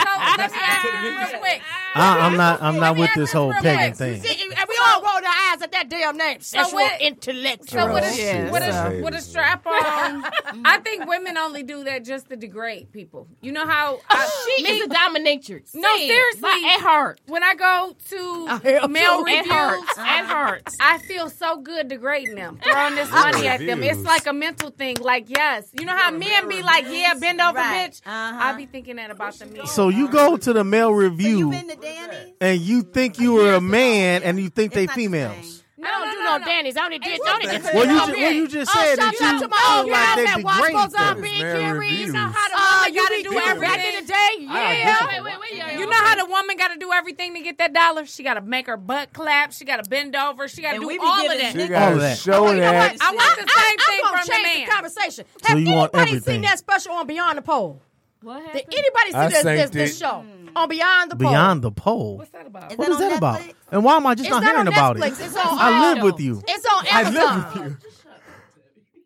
Speaker 1: ask you real quick.
Speaker 4: I, Uh, I'm not. I'm not with this whole pegging thing.
Speaker 3: See, and we all rolled our eyes at that damn name. Sexual
Speaker 1: what-
Speaker 3: intellectual.
Speaker 1: So what is
Speaker 6: Yes,
Speaker 1: what
Speaker 6: sir.
Speaker 1: is what a strap on? I think women only do that just to degrade people. You know how I,
Speaker 2: she is a dominatrix.
Speaker 1: No,
Speaker 2: Said
Speaker 1: seriously.
Speaker 2: by At heart.
Speaker 1: when I go to
Speaker 3: hell
Speaker 1: male
Speaker 3: no.
Speaker 2: At heart.
Speaker 1: reviews,
Speaker 2: At heart.
Speaker 1: I feel so good degrading them, throwing this money at them. It's
Speaker 6: Reviews.
Speaker 1: like a mental thing. Like yes, you know how men be like, yeah, bend over,
Speaker 5: Right.
Speaker 1: bitch.
Speaker 5: Uh-huh.
Speaker 1: I be thinking that about the men.
Speaker 4: So you go to the male
Speaker 5: You
Speaker 4: review
Speaker 5: been to Danny's?
Speaker 4: and you think you are a man and you think
Speaker 5: It's
Speaker 4: they
Speaker 5: not the
Speaker 4: females.
Speaker 1: no,
Speaker 2: I don't do no, Danny's. I only did. I only did.
Speaker 4: Well, you ju- well, you
Speaker 2: Oh,
Speaker 4: just
Speaker 3: Oh,
Speaker 4: said that
Speaker 3: shout out
Speaker 4: you
Speaker 3: to my old
Speaker 4: feel like
Speaker 3: guys
Speaker 4: they
Speaker 3: that watch
Speaker 4: degrade
Speaker 3: those
Speaker 4: them.
Speaker 3: up
Speaker 6: It's
Speaker 3: in
Speaker 6: mad
Speaker 3: Carrie. You know
Speaker 6: reviews.
Speaker 2: Oh,
Speaker 3: how to
Speaker 1: Uh,
Speaker 3: uh,
Speaker 1: you
Speaker 3: gotta
Speaker 1: be
Speaker 3: do
Speaker 1: different.
Speaker 3: everything. Back in the day, yeah.
Speaker 2: Wait, wait, wait, y'all.
Speaker 1: You know how the woman got to do everything to get that dollar? She got to make her butt clap. She got to bend over. She got to
Speaker 5: And
Speaker 1: do
Speaker 5: we be
Speaker 1: all of
Speaker 5: giving
Speaker 1: that.
Speaker 6: She
Speaker 5: All
Speaker 6: got
Speaker 4: of
Speaker 6: to
Speaker 4: that.
Speaker 6: show
Speaker 3: You know
Speaker 6: that.
Speaker 3: what?
Speaker 1: I want the
Speaker 3: I-
Speaker 1: same thing
Speaker 3: I'm gonna
Speaker 1: from the
Speaker 3: change
Speaker 1: man.
Speaker 3: the conversation.
Speaker 4: So
Speaker 3: Have
Speaker 4: you want
Speaker 3: anybody
Speaker 4: everything.
Speaker 3: seen that special on Beyond the Pole?
Speaker 2: What
Speaker 3: Did
Speaker 2: happened?
Speaker 3: anybody
Speaker 6: I
Speaker 3: see this, this,
Speaker 6: synced
Speaker 3: this
Speaker 6: it.
Speaker 3: show on Beyond the Pole?
Speaker 4: Beyond the pole.
Speaker 1: What's that about?
Speaker 4: What is
Speaker 5: on
Speaker 4: that about?
Speaker 5: Netflix?
Speaker 4: And why am I just
Speaker 3: It's
Speaker 4: not
Speaker 3: not
Speaker 4: hearing
Speaker 3: on
Speaker 4: about it?
Speaker 3: Netflix. It's on
Speaker 4: I
Speaker 3: all
Speaker 4: live with you.
Speaker 3: It's on
Speaker 4: I
Speaker 3: Amazon.
Speaker 4: live with you.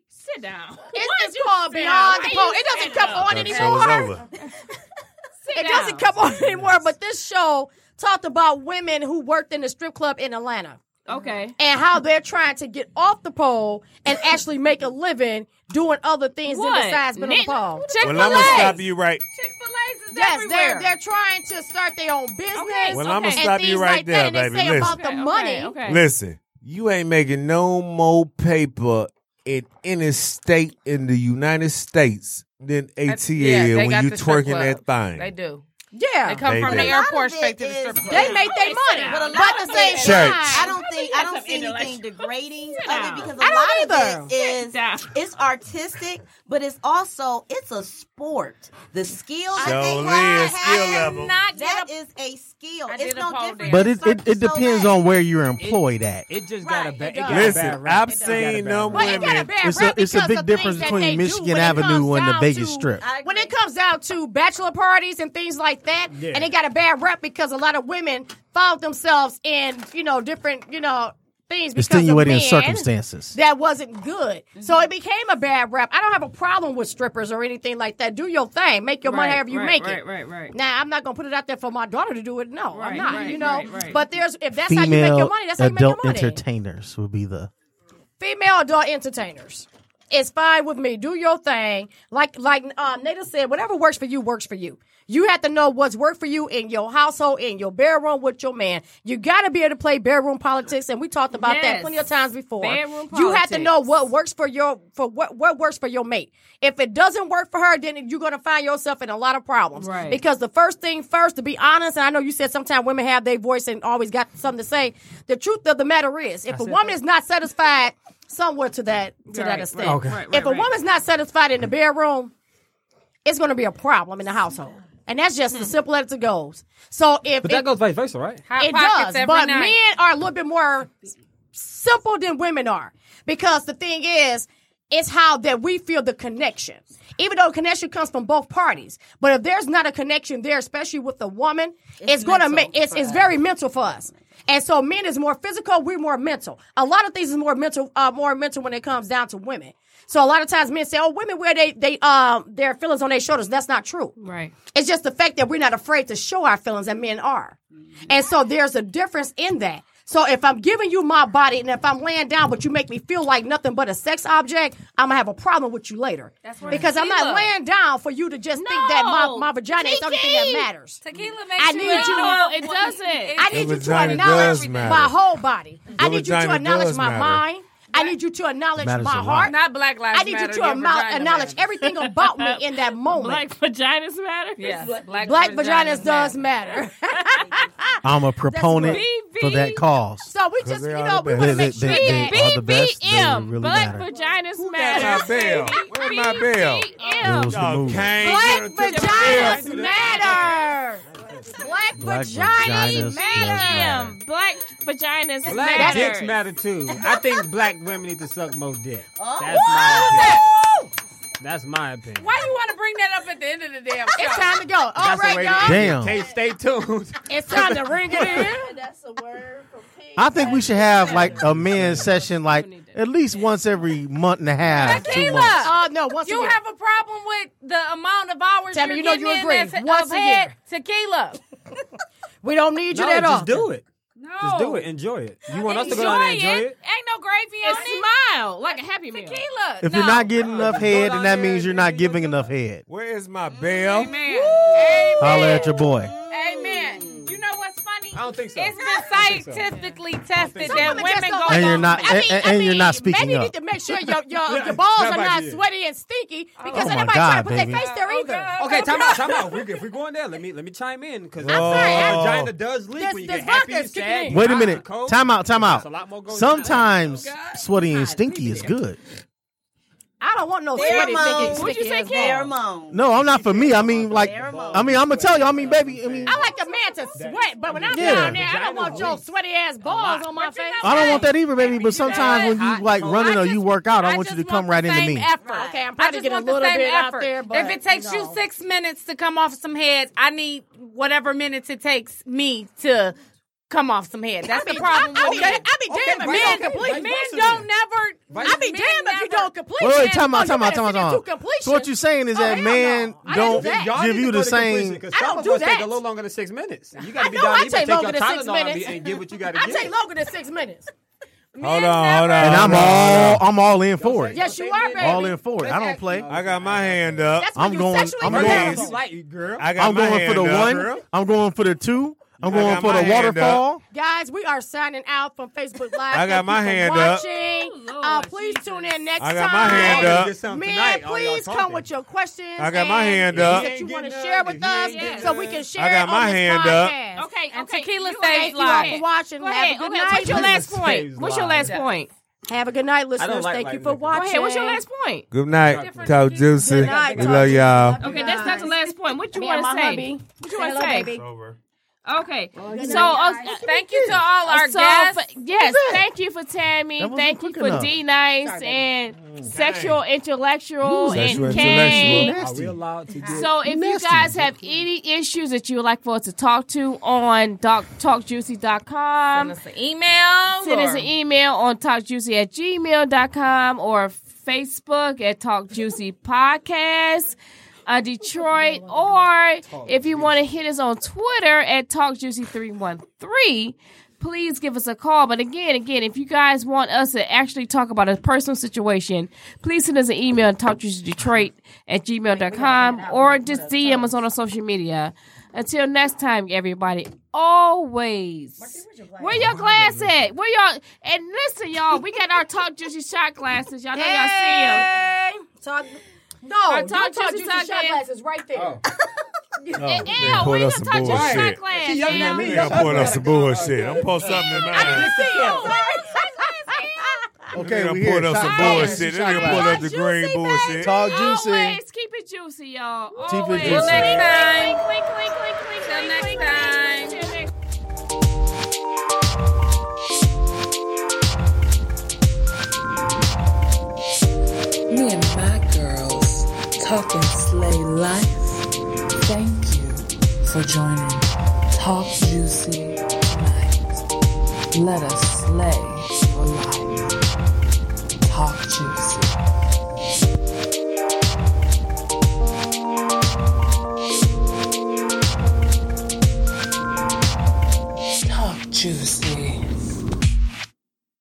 Speaker 2: Sit down.
Speaker 3: It's, it's called Beyond the Pole. It doesn't come on
Speaker 6: That show is
Speaker 3: anymore.
Speaker 6: over.
Speaker 3: It doesn't come on anymore. But this show talked about women who worked in the strip club in Atlanta.
Speaker 2: Okay.
Speaker 3: and how they're trying to get off the pole and actually make a living doing other things than
Speaker 2: What?
Speaker 3: besides been on the
Speaker 2: Knitting?
Speaker 3: pole.
Speaker 6: Well, I'm going to stop you right.
Speaker 1: Chick-fil-A's is
Speaker 3: Yes,
Speaker 1: everywhere.
Speaker 3: they're they're trying to start their own business.
Speaker 2: Okay,
Speaker 6: Well,
Speaker 2: okay.
Speaker 6: I'm going
Speaker 2: And
Speaker 6: to stop you
Speaker 3: things
Speaker 6: right
Speaker 3: like
Speaker 6: there,
Speaker 3: that, and
Speaker 6: baby.
Speaker 3: they say
Speaker 6: Listen.
Speaker 3: about the money.
Speaker 2: Okay. okay.
Speaker 6: Listen, you ain't making no more paper in any state in the United States than
Speaker 1: That's-
Speaker 6: ATL
Speaker 1: yeah, they got
Speaker 6: when you
Speaker 1: the strip
Speaker 6: twerking that
Speaker 1: clubs. They
Speaker 6: thing.
Speaker 1: do.
Speaker 3: Yeah,
Speaker 1: They come
Speaker 6: They
Speaker 1: from
Speaker 6: do.
Speaker 1: the
Speaker 6: A
Speaker 5: lot of
Speaker 1: airport
Speaker 5: it
Speaker 1: straight to the
Speaker 5: is-
Speaker 1: strip club.
Speaker 3: they make their money,
Speaker 5: But a lot
Speaker 3: but
Speaker 5: of
Speaker 3: the
Speaker 5: it
Speaker 3: same
Speaker 5: is-
Speaker 6: Church.
Speaker 5: I don't think I
Speaker 2: Sit
Speaker 5: don't see
Speaker 2: down.
Speaker 5: anything degrading
Speaker 2: Sit down.
Speaker 5: other because a
Speaker 3: I don't
Speaker 5: lot
Speaker 3: either.
Speaker 5: of it is
Speaker 2: down.
Speaker 5: it's artistic, but it's also it's a sport. The skill that
Speaker 6: So
Speaker 5: they
Speaker 6: Lynn,
Speaker 5: have,
Speaker 6: skill
Speaker 5: have-
Speaker 6: level.
Speaker 1: Not
Speaker 5: that
Speaker 1: get a,
Speaker 5: is a skill.
Speaker 1: I did
Speaker 5: It's
Speaker 1: a
Speaker 5: no
Speaker 1: pole
Speaker 5: different.
Speaker 4: But
Speaker 5: than
Speaker 4: it, it, it
Speaker 5: Cirque du
Speaker 4: depends
Speaker 5: Soleil.
Speaker 4: on where you're employed at.
Speaker 8: It just got a
Speaker 5: Right,
Speaker 8: bad.
Speaker 5: it
Speaker 8: It got a bad
Speaker 6: Listen,
Speaker 8: rap.
Speaker 6: I've
Speaker 8: It got a
Speaker 6: seen
Speaker 8: bad
Speaker 6: them
Speaker 8: rap.
Speaker 3: Well, it got a
Speaker 6: women.
Speaker 3: bad
Speaker 4: It's
Speaker 3: rap
Speaker 4: a, it's a
Speaker 3: because
Speaker 4: big
Speaker 3: of
Speaker 4: difference
Speaker 3: things that
Speaker 4: between
Speaker 3: they do
Speaker 4: Michigan
Speaker 3: when it
Speaker 4: Avenue
Speaker 3: comes
Speaker 4: and the
Speaker 3: down
Speaker 4: Vegas
Speaker 3: to-
Speaker 4: Strip.
Speaker 5: I agree.
Speaker 3: When it comes down to bachelor parties and things like that,
Speaker 8: Yeah.
Speaker 3: and they got a bad rep because a lot of women found themselves in you know different you know things because
Speaker 4: Extenuating
Speaker 3: of men
Speaker 4: circumstances.
Speaker 3: that wasn't good. So
Speaker 10: Mm-hmm.
Speaker 3: it became a bad rap. I don't have a problem with strippers or anything like that. Do your thing, make your money
Speaker 10: Right,
Speaker 3: however you
Speaker 10: right,
Speaker 3: make
Speaker 10: right,
Speaker 3: it.
Speaker 10: right, right.
Speaker 3: Now I'm not gonna put it out there for my daughter to do it. No,
Speaker 10: Right,
Speaker 3: I'm not.
Speaker 10: right,
Speaker 3: you know,
Speaker 10: right, right.
Speaker 3: but there's if that's
Speaker 4: Female
Speaker 3: how you make your money, that's how you make your
Speaker 4: adult
Speaker 3: money.
Speaker 4: entertainers would be the
Speaker 3: Female adult entertainers. It's fine with me. Do your thing. Like like um, Nada said, whatever works for you works for you. You have to know what's worked for you in your household, in your bedroom with your man. You got to be able to play bedroom politics, and we talked about that
Speaker 10: Yes.
Speaker 3: plenty of times before.
Speaker 10: Bedroom
Speaker 3: you have
Speaker 10: politics.
Speaker 3: to know what works for your for what what works for your mate. If it doesn't work for her, then you're gonna find yourself in a lot of problems.
Speaker 10: Right.
Speaker 3: Because the first thing first, to be honest, and I know you said sometimes women have their voice and always got something to say. The truth of the matter is, if a
Speaker 10: said
Speaker 3: woman is not satisfied somewhere to that to
Speaker 10: Right,
Speaker 3: that extent,
Speaker 10: right, Okay. right,
Speaker 3: if a
Speaker 10: right, right.
Speaker 3: woman's not satisfied in the bedroom, it's going to be a problem in the household. And that's just
Speaker 10: Hmm.
Speaker 3: the simple as it goes. So if
Speaker 8: But
Speaker 3: it-
Speaker 8: that goes vice versa, right?
Speaker 10: Hot
Speaker 3: it
Speaker 10: pockets
Speaker 3: does,
Speaker 10: every
Speaker 3: but
Speaker 10: night.
Speaker 3: men are a little bit more simple than women are because the thing is, it's how that we feel the connection. Even though connection comes from both parties, but if there's not a connection there, especially with the woman, it's, gonna
Speaker 10: mental
Speaker 3: make it's
Speaker 10: for
Speaker 3: it's
Speaker 10: us.
Speaker 3: very mental for us. And so men is more physical, we're more mental. A lot of things is more mental, uh, more mental when it comes down to women. So a lot of times men say, "Oh, women wear they they um their feelings on their shoulders." That's not true.
Speaker 2: Right.
Speaker 3: It's just the fact that we're not afraid to show our feelings, and men are.
Speaker 10: Mm-hmm.
Speaker 3: And so there's a difference in that. So if I'm giving you my body and if I'm laying down, but you make me feel like nothing but a sex object, I'm gonna have a problem with you later.
Speaker 10: That's where
Speaker 3: because I'm not
Speaker 10: tequila-
Speaker 3: laying down for you to just think that my,
Speaker 10: No,
Speaker 3: my vagina is the only thing that
Speaker 10: Kiki.
Speaker 3: matters.
Speaker 10: Tequila makes
Speaker 3: I
Speaker 10: you
Speaker 3: need you-
Speaker 10: know
Speaker 2: No, it
Speaker 10: what-
Speaker 2: doesn't.
Speaker 3: I need you to
Speaker 17: vagina
Speaker 3: acknowledge
Speaker 17: does
Speaker 3: my
Speaker 17: matter.
Speaker 3: whole body. I
Speaker 17: The
Speaker 3: need you to
Speaker 17: vagina
Speaker 3: acknowledge
Speaker 17: does
Speaker 3: my
Speaker 17: matter.
Speaker 3: mind. I need you to acknowledge my
Speaker 4: Matters a lot.
Speaker 3: heart.
Speaker 10: Not Black Lives
Speaker 3: I need you
Speaker 10: Matter,
Speaker 3: to
Speaker 10: your
Speaker 3: amount-
Speaker 10: vagina
Speaker 3: acknowledge
Speaker 10: matters.
Speaker 3: everything about me in that moment.
Speaker 2: Black vaginas matter.
Speaker 10: Yes,
Speaker 3: Black, vaginas, does matter.
Speaker 4: I'm a proponent
Speaker 2: what-
Speaker 4: for that cause.
Speaker 3: so we
Speaker 17: Because
Speaker 3: just, you
Speaker 17: they are
Speaker 3: know,
Speaker 17: the
Speaker 3: we want to
Speaker 4: best. They-
Speaker 3: make sure
Speaker 4: they-
Speaker 3: that
Speaker 4: they are the best. They
Speaker 2: BBM.
Speaker 4: really
Speaker 2: Black
Speaker 4: matter.
Speaker 2: vaginas
Speaker 17: Where's my
Speaker 2: matter.
Speaker 17: bell? Where's my bell?
Speaker 4: It
Speaker 2: BBM.
Speaker 4: was the move.
Speaker 3: Black vaginas
Speaker 17: matter.
Speaker 3: matter. Black,
Speaker 4: Black
Speaker 3: vaginas
Speaker 4: vaginas
Speaker 3: matter.
Speaker 2: BBM. Black vaginas
Speaker 8: Black
Speaker 2: matter.
Speaker 8: dicks matter too. I think black women need to suck more dick.
Speaker 3: Oh,
Speaker 8: That's my opinion. That's my opinion.
Speaker 10: Why do you want to bring that up at the end of the damn show?
Speaker 3: It's time to go. All
Speaker 8: That's the
Speaker 3: right,
Speaker 8: way
Speaker 3: y'all.
Speaker 8: it is.
Speaker 4: Damn.
Speaker 8: Hey, stay tuned.
Speaker 3: It's time to ring it in.
Speaker 1: That's a word from Pete.
Speaker 4: I think we should have like a men's session like at least once every month and a half. Two
Speaker 10: Tequila.
Speaker 4: months.
Speaker 3: Uh, no, once
Speaker 10: You
Speaker 3: again.
Speaker 10: have a problem with the amount of hours
Speaker 3: Tammy,
Speaker 10: you're
Speaker 3: you know
Speaker 10: getting
Speaker 3: you
Speaker 10: in
Speaker 3: agree.
Speaker 10: as- of
Speaker 3: Once a
Speaker 10: head tequila.
Speaker 3: we don't need you
Speaker 8: No,
Speaker 3: that
Speaker 8: just
Speaker 3: often.
Speaker 8: do it.
Speaker 10: No,
Speaker 8: Just do it. Enjoy it. You want us to go down there and enjoy it?
Speaker 10: Ain't no gravy on
Speaker 2: It
Speaker 10: it.
Speaker 2: smiled like a happy meal.
Speaker 10: Tequila.
Speaker 4: If
Speaker 10: no.
Speaker 4: you're not getting enough head, then that
Speaker 17: down there
Speaker 4: means you're
Speaker 17: and
Speaker 4: not
Speaker 17: do
Speaker 4: giving enough head.
Speaker 17: Where is my bell?
Speaker 10: Amen. Amen.
Speaker 4: Holler at your boy.
Speaker 10: Amen. You know what's funny? I
Speaker 8: don't think so.
Speaker 10: It's
Speaker 8: I don't think so.
Speaker 10: been scientifically tested
Speaker 3: Some
Speaker 10: that
Speaker 3: women just
Speaker 10: women
Speaker 3: don't
Speaker 10: go
Speaker 3: like
Speaker 4: And you're
Speaker 10: long-
Speaker 4: not-
Speaker 3: I mean,
Speaker 4: and-
Speaker 3: I
Speaker 4: and you're
Speaker 3: mean,
Speaker 4: not speaking
Speaker 3: maybe you
Speaker 4: up.
Speaker 3: need to make sure your your,
Speaker 8: Yeah,
Speaker 3: your balls are
Speaker 8: that might
Speaker 3: not
Speaker 8: be it.
Speaker 3: sweaty and stinky because
Speaker 4: Oh my
Speaker 3: anybody trying
Speaker 4: God,
Speaker 3: to put their
Speaker 4: baby.
Speaker 3: face there either.
Speaker 8: Okay, time out, time out. We, if we're going there, let me let me chime in because
Speaker 17: sorry, I-
Speaker 8: vagina does leak
Speaker 3: This-
Speaker 8: when you
Speaker 3: this
Speaker 8: get happy,
Speaker 3: vodka's kicking
Speaker 8: sad,
Speaker 3: in.
Speaker 8: you
Speaker 4: Wait a
Speaker 8: hot,
Speaker 4: minute.
Speaker 8: cold.
Speaker 4: Time out, time
Speaker 8: There's a
Speaker 4: out.
Speaker 8: lot more going down.
Speaker 4: Sometimes sweaty and stinky is good.
Speaker 3: I don't want no sweaty
Speaker 9: Pheromones.
Speaker 3: thinking.
Speaker 9: What'd you say, Pheromones.
Speaker 4: No, I'm not for me. I mean, like, I mean, I'm gonna tell you. I mean, baby. I mean,
Speaker 3: I like a man to sweat, but when I'm
Speaker 4: Yeah.
Speaker 3: down there, I don't want your sweaty ass balls on my face.
Speaker 4: I don't want that either, baby. But sometimes when you like running or you work out, I want you to
Speaker 10: just
Speaker 4: come
Speaker 10: want
Speaker 4: right
Speaker 10: the
Speaker 4: into
Speaker 10: same
Speaker 4: me.
Speaker 10: effort.
Speaker 3: Okay, I'm
Speaker 10: I
Speaker 3: probably
Speaker 10: just
Speaker 3: getting a
Speaker 10: want the
Speaker 3: little
Speaker 10: same
Speaker 3: bit
Speaker 10: effort.
Speaker 3: out there, but
Speaker 10: if it takes you
Speaker 3: know.
Speaker 10: six minutes to come off some heads, I need whatever minutes it takes me to come off some head. That's the problem.
Speaker 3: I, I,
Speaker 10: with
Speaker 3: be,
Speaker 10: men.
Speaker 3: I be damn if
Speaker 8: vice
Speaker 3: you
Speaker 8: versa
Speaker 3: don't complete.
Speaker 8: then.
Speaker 10: Men
Speaker 8: Vice versa
Speaker 10: don't
Speaker 8: then.
Speaker 10: never.
Speaker 3: I be damn if you don't complete.
Speaker 4: Wait, wait,
Speaker 3: man.
Speaker 4: time out,
Speaker 3: Oh,
Speaker 4: time
Speaker 3: you better
Speaker 4: out, time out,
Speaker 3: sit there
Speaker 4: time
Speaker 3: to
Speaker 4: out. So what you're saying is that
Speaker 3: hell
Speaker 4: man
Speaker 3: no. I didn't
Speaker 4: don't
Speaker 3: do that.
Speaker 4: give you the same.
Speaker 3: I
Speaker 8: some
Speaker 3: don't
Speaker 8: of
Speaker 3: do
Speaker 8: us
Speaker 3: that.
Speaker 8: take a little longer than six minutes. You
Speaker 3: I
Speaker 8: got to be
Speaker 3: know
Speaker 8: down.
Speaker 3: I
Speaker 8: You better
Speaker 3: take
Speaker 8: take
Speaker 3: longer
Speaker 8: your
Speaker 3: than six
Speaker 8: Tylenol
Speaker 3: minutes.
Speaker 8: and get what you got to
Speaker 3: I
Speaker 8: get.
Speaker 3: take longer than six minutes.
Speaker 17: Hold on, hold on.
Speaker 4: And I'm
Speaker 17: hold on, hold
Speaker 4: all,
Speaker 17: on.
Speaker 4: I'm all in for it.
Speaker 3: Yes, you are, baby.
Speaker 4: All in for it. I don't play.
Speaker 17: I got my hand up.
Speaker 3: That's when
Speaker 4: I'm
Speaker 3: you
Speaker 4: going-
Speaker 3: sexually
Speaker 4: I'm
Speaker 17: going-
Speaker 8: Girl,
Speaker 3: compatible.
Speaker 8: you like it, girl.
Speaker 17: I got
Speaker 4: I'm
Speaker 17: my
Speaker 4: going
Speaker 17: hand
Speaker 4: for the
Speaker 17: up.
Speaker 4: one. I'm going for the two. I'm
Speaker 17: I
Speaker 4: going
Speaker 17: got
Speaker 4: for
Speaker 17: my
Speaker 4: the
Speaker 17: hand up.
Speaker 4: waterfall.
Speaker 3: Guys, we are signing out from Facebook Live.
Speaker 17: I got
Speaker 3: Thank
Speaker 17: my
Speaker 3: you for
Speaker 17: hand up.
Speaker 3: watching.
Speaker 2: Oh,
Speaker 3: Uh,
Speaker 2: Lord
Speaker 3: please
Speaker 2: Jesus.
Speaker 3: tune in next
Speaker 17: I
Speaker 3: time.
Speaker 17: got my hand up.
Speaker 8: Get some
Speaker 3: Man,
Speaker 8: tonight, all y'all
Speaker 3: please come
Speaker 8: talking.
Speaker 3: with your questions.
Speaker 17: I got my
Speaker 3: and
Speaker 17: hand
Speaker 3: things
Speaker 17: up.
Speaker 3: that you want to
Speaker 8: If he ain't
Speaker 3: share
Speaker 8: getting
Speaker 3: with us
Speaker 8: none,
Speaker 2: if he
Speaker 3: so
Speaker 2: ain't
Speaker 3: we can
Speaker 2: getting
Speaker 3: share
Speaker 17: none. I got
Speaker 3: it on
Speaker 17: my
Speaker 3: this
Speaker 17: hand up.
Speaker 3: podcast.
Speaker 2: Okay,
Speaker 10: And
Speaker 2: okay.
Speaker 10: tequila
Speaker 2: You
Speaker 10: stays
Speaker 2: thank you
Speaker 10: live.
Speaker 2: all
Speaker 3: for
Speaker 2: for
Speaker 3: watching.
Speaker 2: Go
Speaker 3: Have
Speaker 2: ahead.
Speaker 3: a good
Speaker 2: Okay,
Speaker 3: night.
Speaker 2: What's your last
Speaker 8: Tequila
Speaker 2: point?
Speaker 8: stays
Speaker 2: What's your
Speaker 8: live.
Speaker 2: last point?
Speaker 3: Have a good night, listeners.
Speaker 8: like
Speaker 3: Thank you
Speaker 8: light
Speaker 3: for
Speaker 8: liquor.
Speaker 2: Go
Speaker 8: Go
Speaker 3: watching.
Speaker 2: ahead. What's your last point?
Speaker 17: Good night, Coach Juicy.
Speaker 3: Good night,
Speaker 17: We
Speaker 3: Coach
Speaker 17: love
Speaker 3: Juicy.
Speaker 17: y'all.
Speaker 3: Love you
Speaker 2: Okay, that's not the
Speaker 3: guys.
Speaker 2: last point. What you
Speaker 3: Me
Speaker 2: want
Speaker 3: and
Speaker 2: to
Speaker 3: my
Speaker 2: say?
Speaker 3: hubby.
Speaker 2: What you want to
Speaker 3: Hello,
Speaker 2: say?
Speaker 3: baby.
Speaker 2: Okay.
Speaker 21: you
Speaker 2: so,
Speaker 21: know,
Speaker 2: uh,
Speaker 21: guys. Thank you to all our
Speaker 2: so,
Speaker 21: guests.
Speaker 2: for- yes,
Speaker 21: Look.
Speaker 2: thank you for Tammy.
Speaker 21: That wasn't
Speaker 2: Thank you
Speaker 21: quick
Speaker 2: for
Speaker 21: enough. Mm,
Speaker 2: D Nice and Sexual Intellectual
Speaker 21: Ooh,
Speaker 2: and
Speaker 21: Sexual
Speaker 2: Kane.
Speaker 8: Are we allowed to get
Speaker 2: So if you guys have any issues that you would like for us to talk to on doc, talkjuicy.com,
Speaker 21: Send us an email.
Speaker 2: send us
Speaker 21: or-
Speaker 2: an email on talkjuicy at gmail.com or Facebook at Talk Juicy Podcast. Uh, Detroit, or if you want to hit us on Twitter at TalkJuicy313, please give us a call. But again, again, if you guys want us to actually talk about a personal situation, please send us an email at TalkJuicyDetroit at gmail.com or just DM us on our social media. Until next time, everybody, always. Where your glass at? Where y'all? And listen, y'all, we got our Talk Juicy shot glasses. Y'all know y'all see them.
Speaker 3: Talk, no,
Speaker 2: Our
Speaker 3: you
Speaker 2: Talk Oh.
Speaker 3: talk
Speaker 2: Juicy
Speaker 3: juicy
Speaker 2: Talk
Speaker 3: shot
Speaker 2: Game.
Speaker 3: glasses right there.
Speaker 2: And
Speaker 6: man,
Speaker 2: L,
Speaker 6: pull
Speaker 2: where you gonna
Speaker 6: up some
Speaker 2: touch your shot
Speaker 6: bullshit.
Speaker 2: glass?
Speaker 6: She yelling
Speaker 2: L?
Speaker 6: at me. I'm pulling up some bullshit. I'm pulling something in mine.
Speaker 4: Okay,
Speaker 6: I'm
Speaker 4: we
Speaker 6: pulling
Speaker 4: here.
Speaker 6: up some
Speaker 4: Shot
Speaker 6: bullshit.
Speaker 4: glasses.
Speaker 6: They're
Speaker 4: Shot
Speaker 6: gonna pull up the
Speaker 4: glasses.
Speaker 6: green bullshit.
Speaker 4: Talk
Speaker 2: Always keep it juicy, y'all.
Speaker 4: Keep it
Speaker 2: Always.
Speaker 4: juicy. Till next
Speaker 21: time.
Speaker 2: Wink, wink, wink, wink, wink,
Speaker 21: Till
Speaker 2: wink,
Speaker 21: next
Speaker 2: wink, wink, wink, wink.
Speaker 1: Me and my girls talking slay life. Thank you for joining Talk Juicy tonight. Let us slay.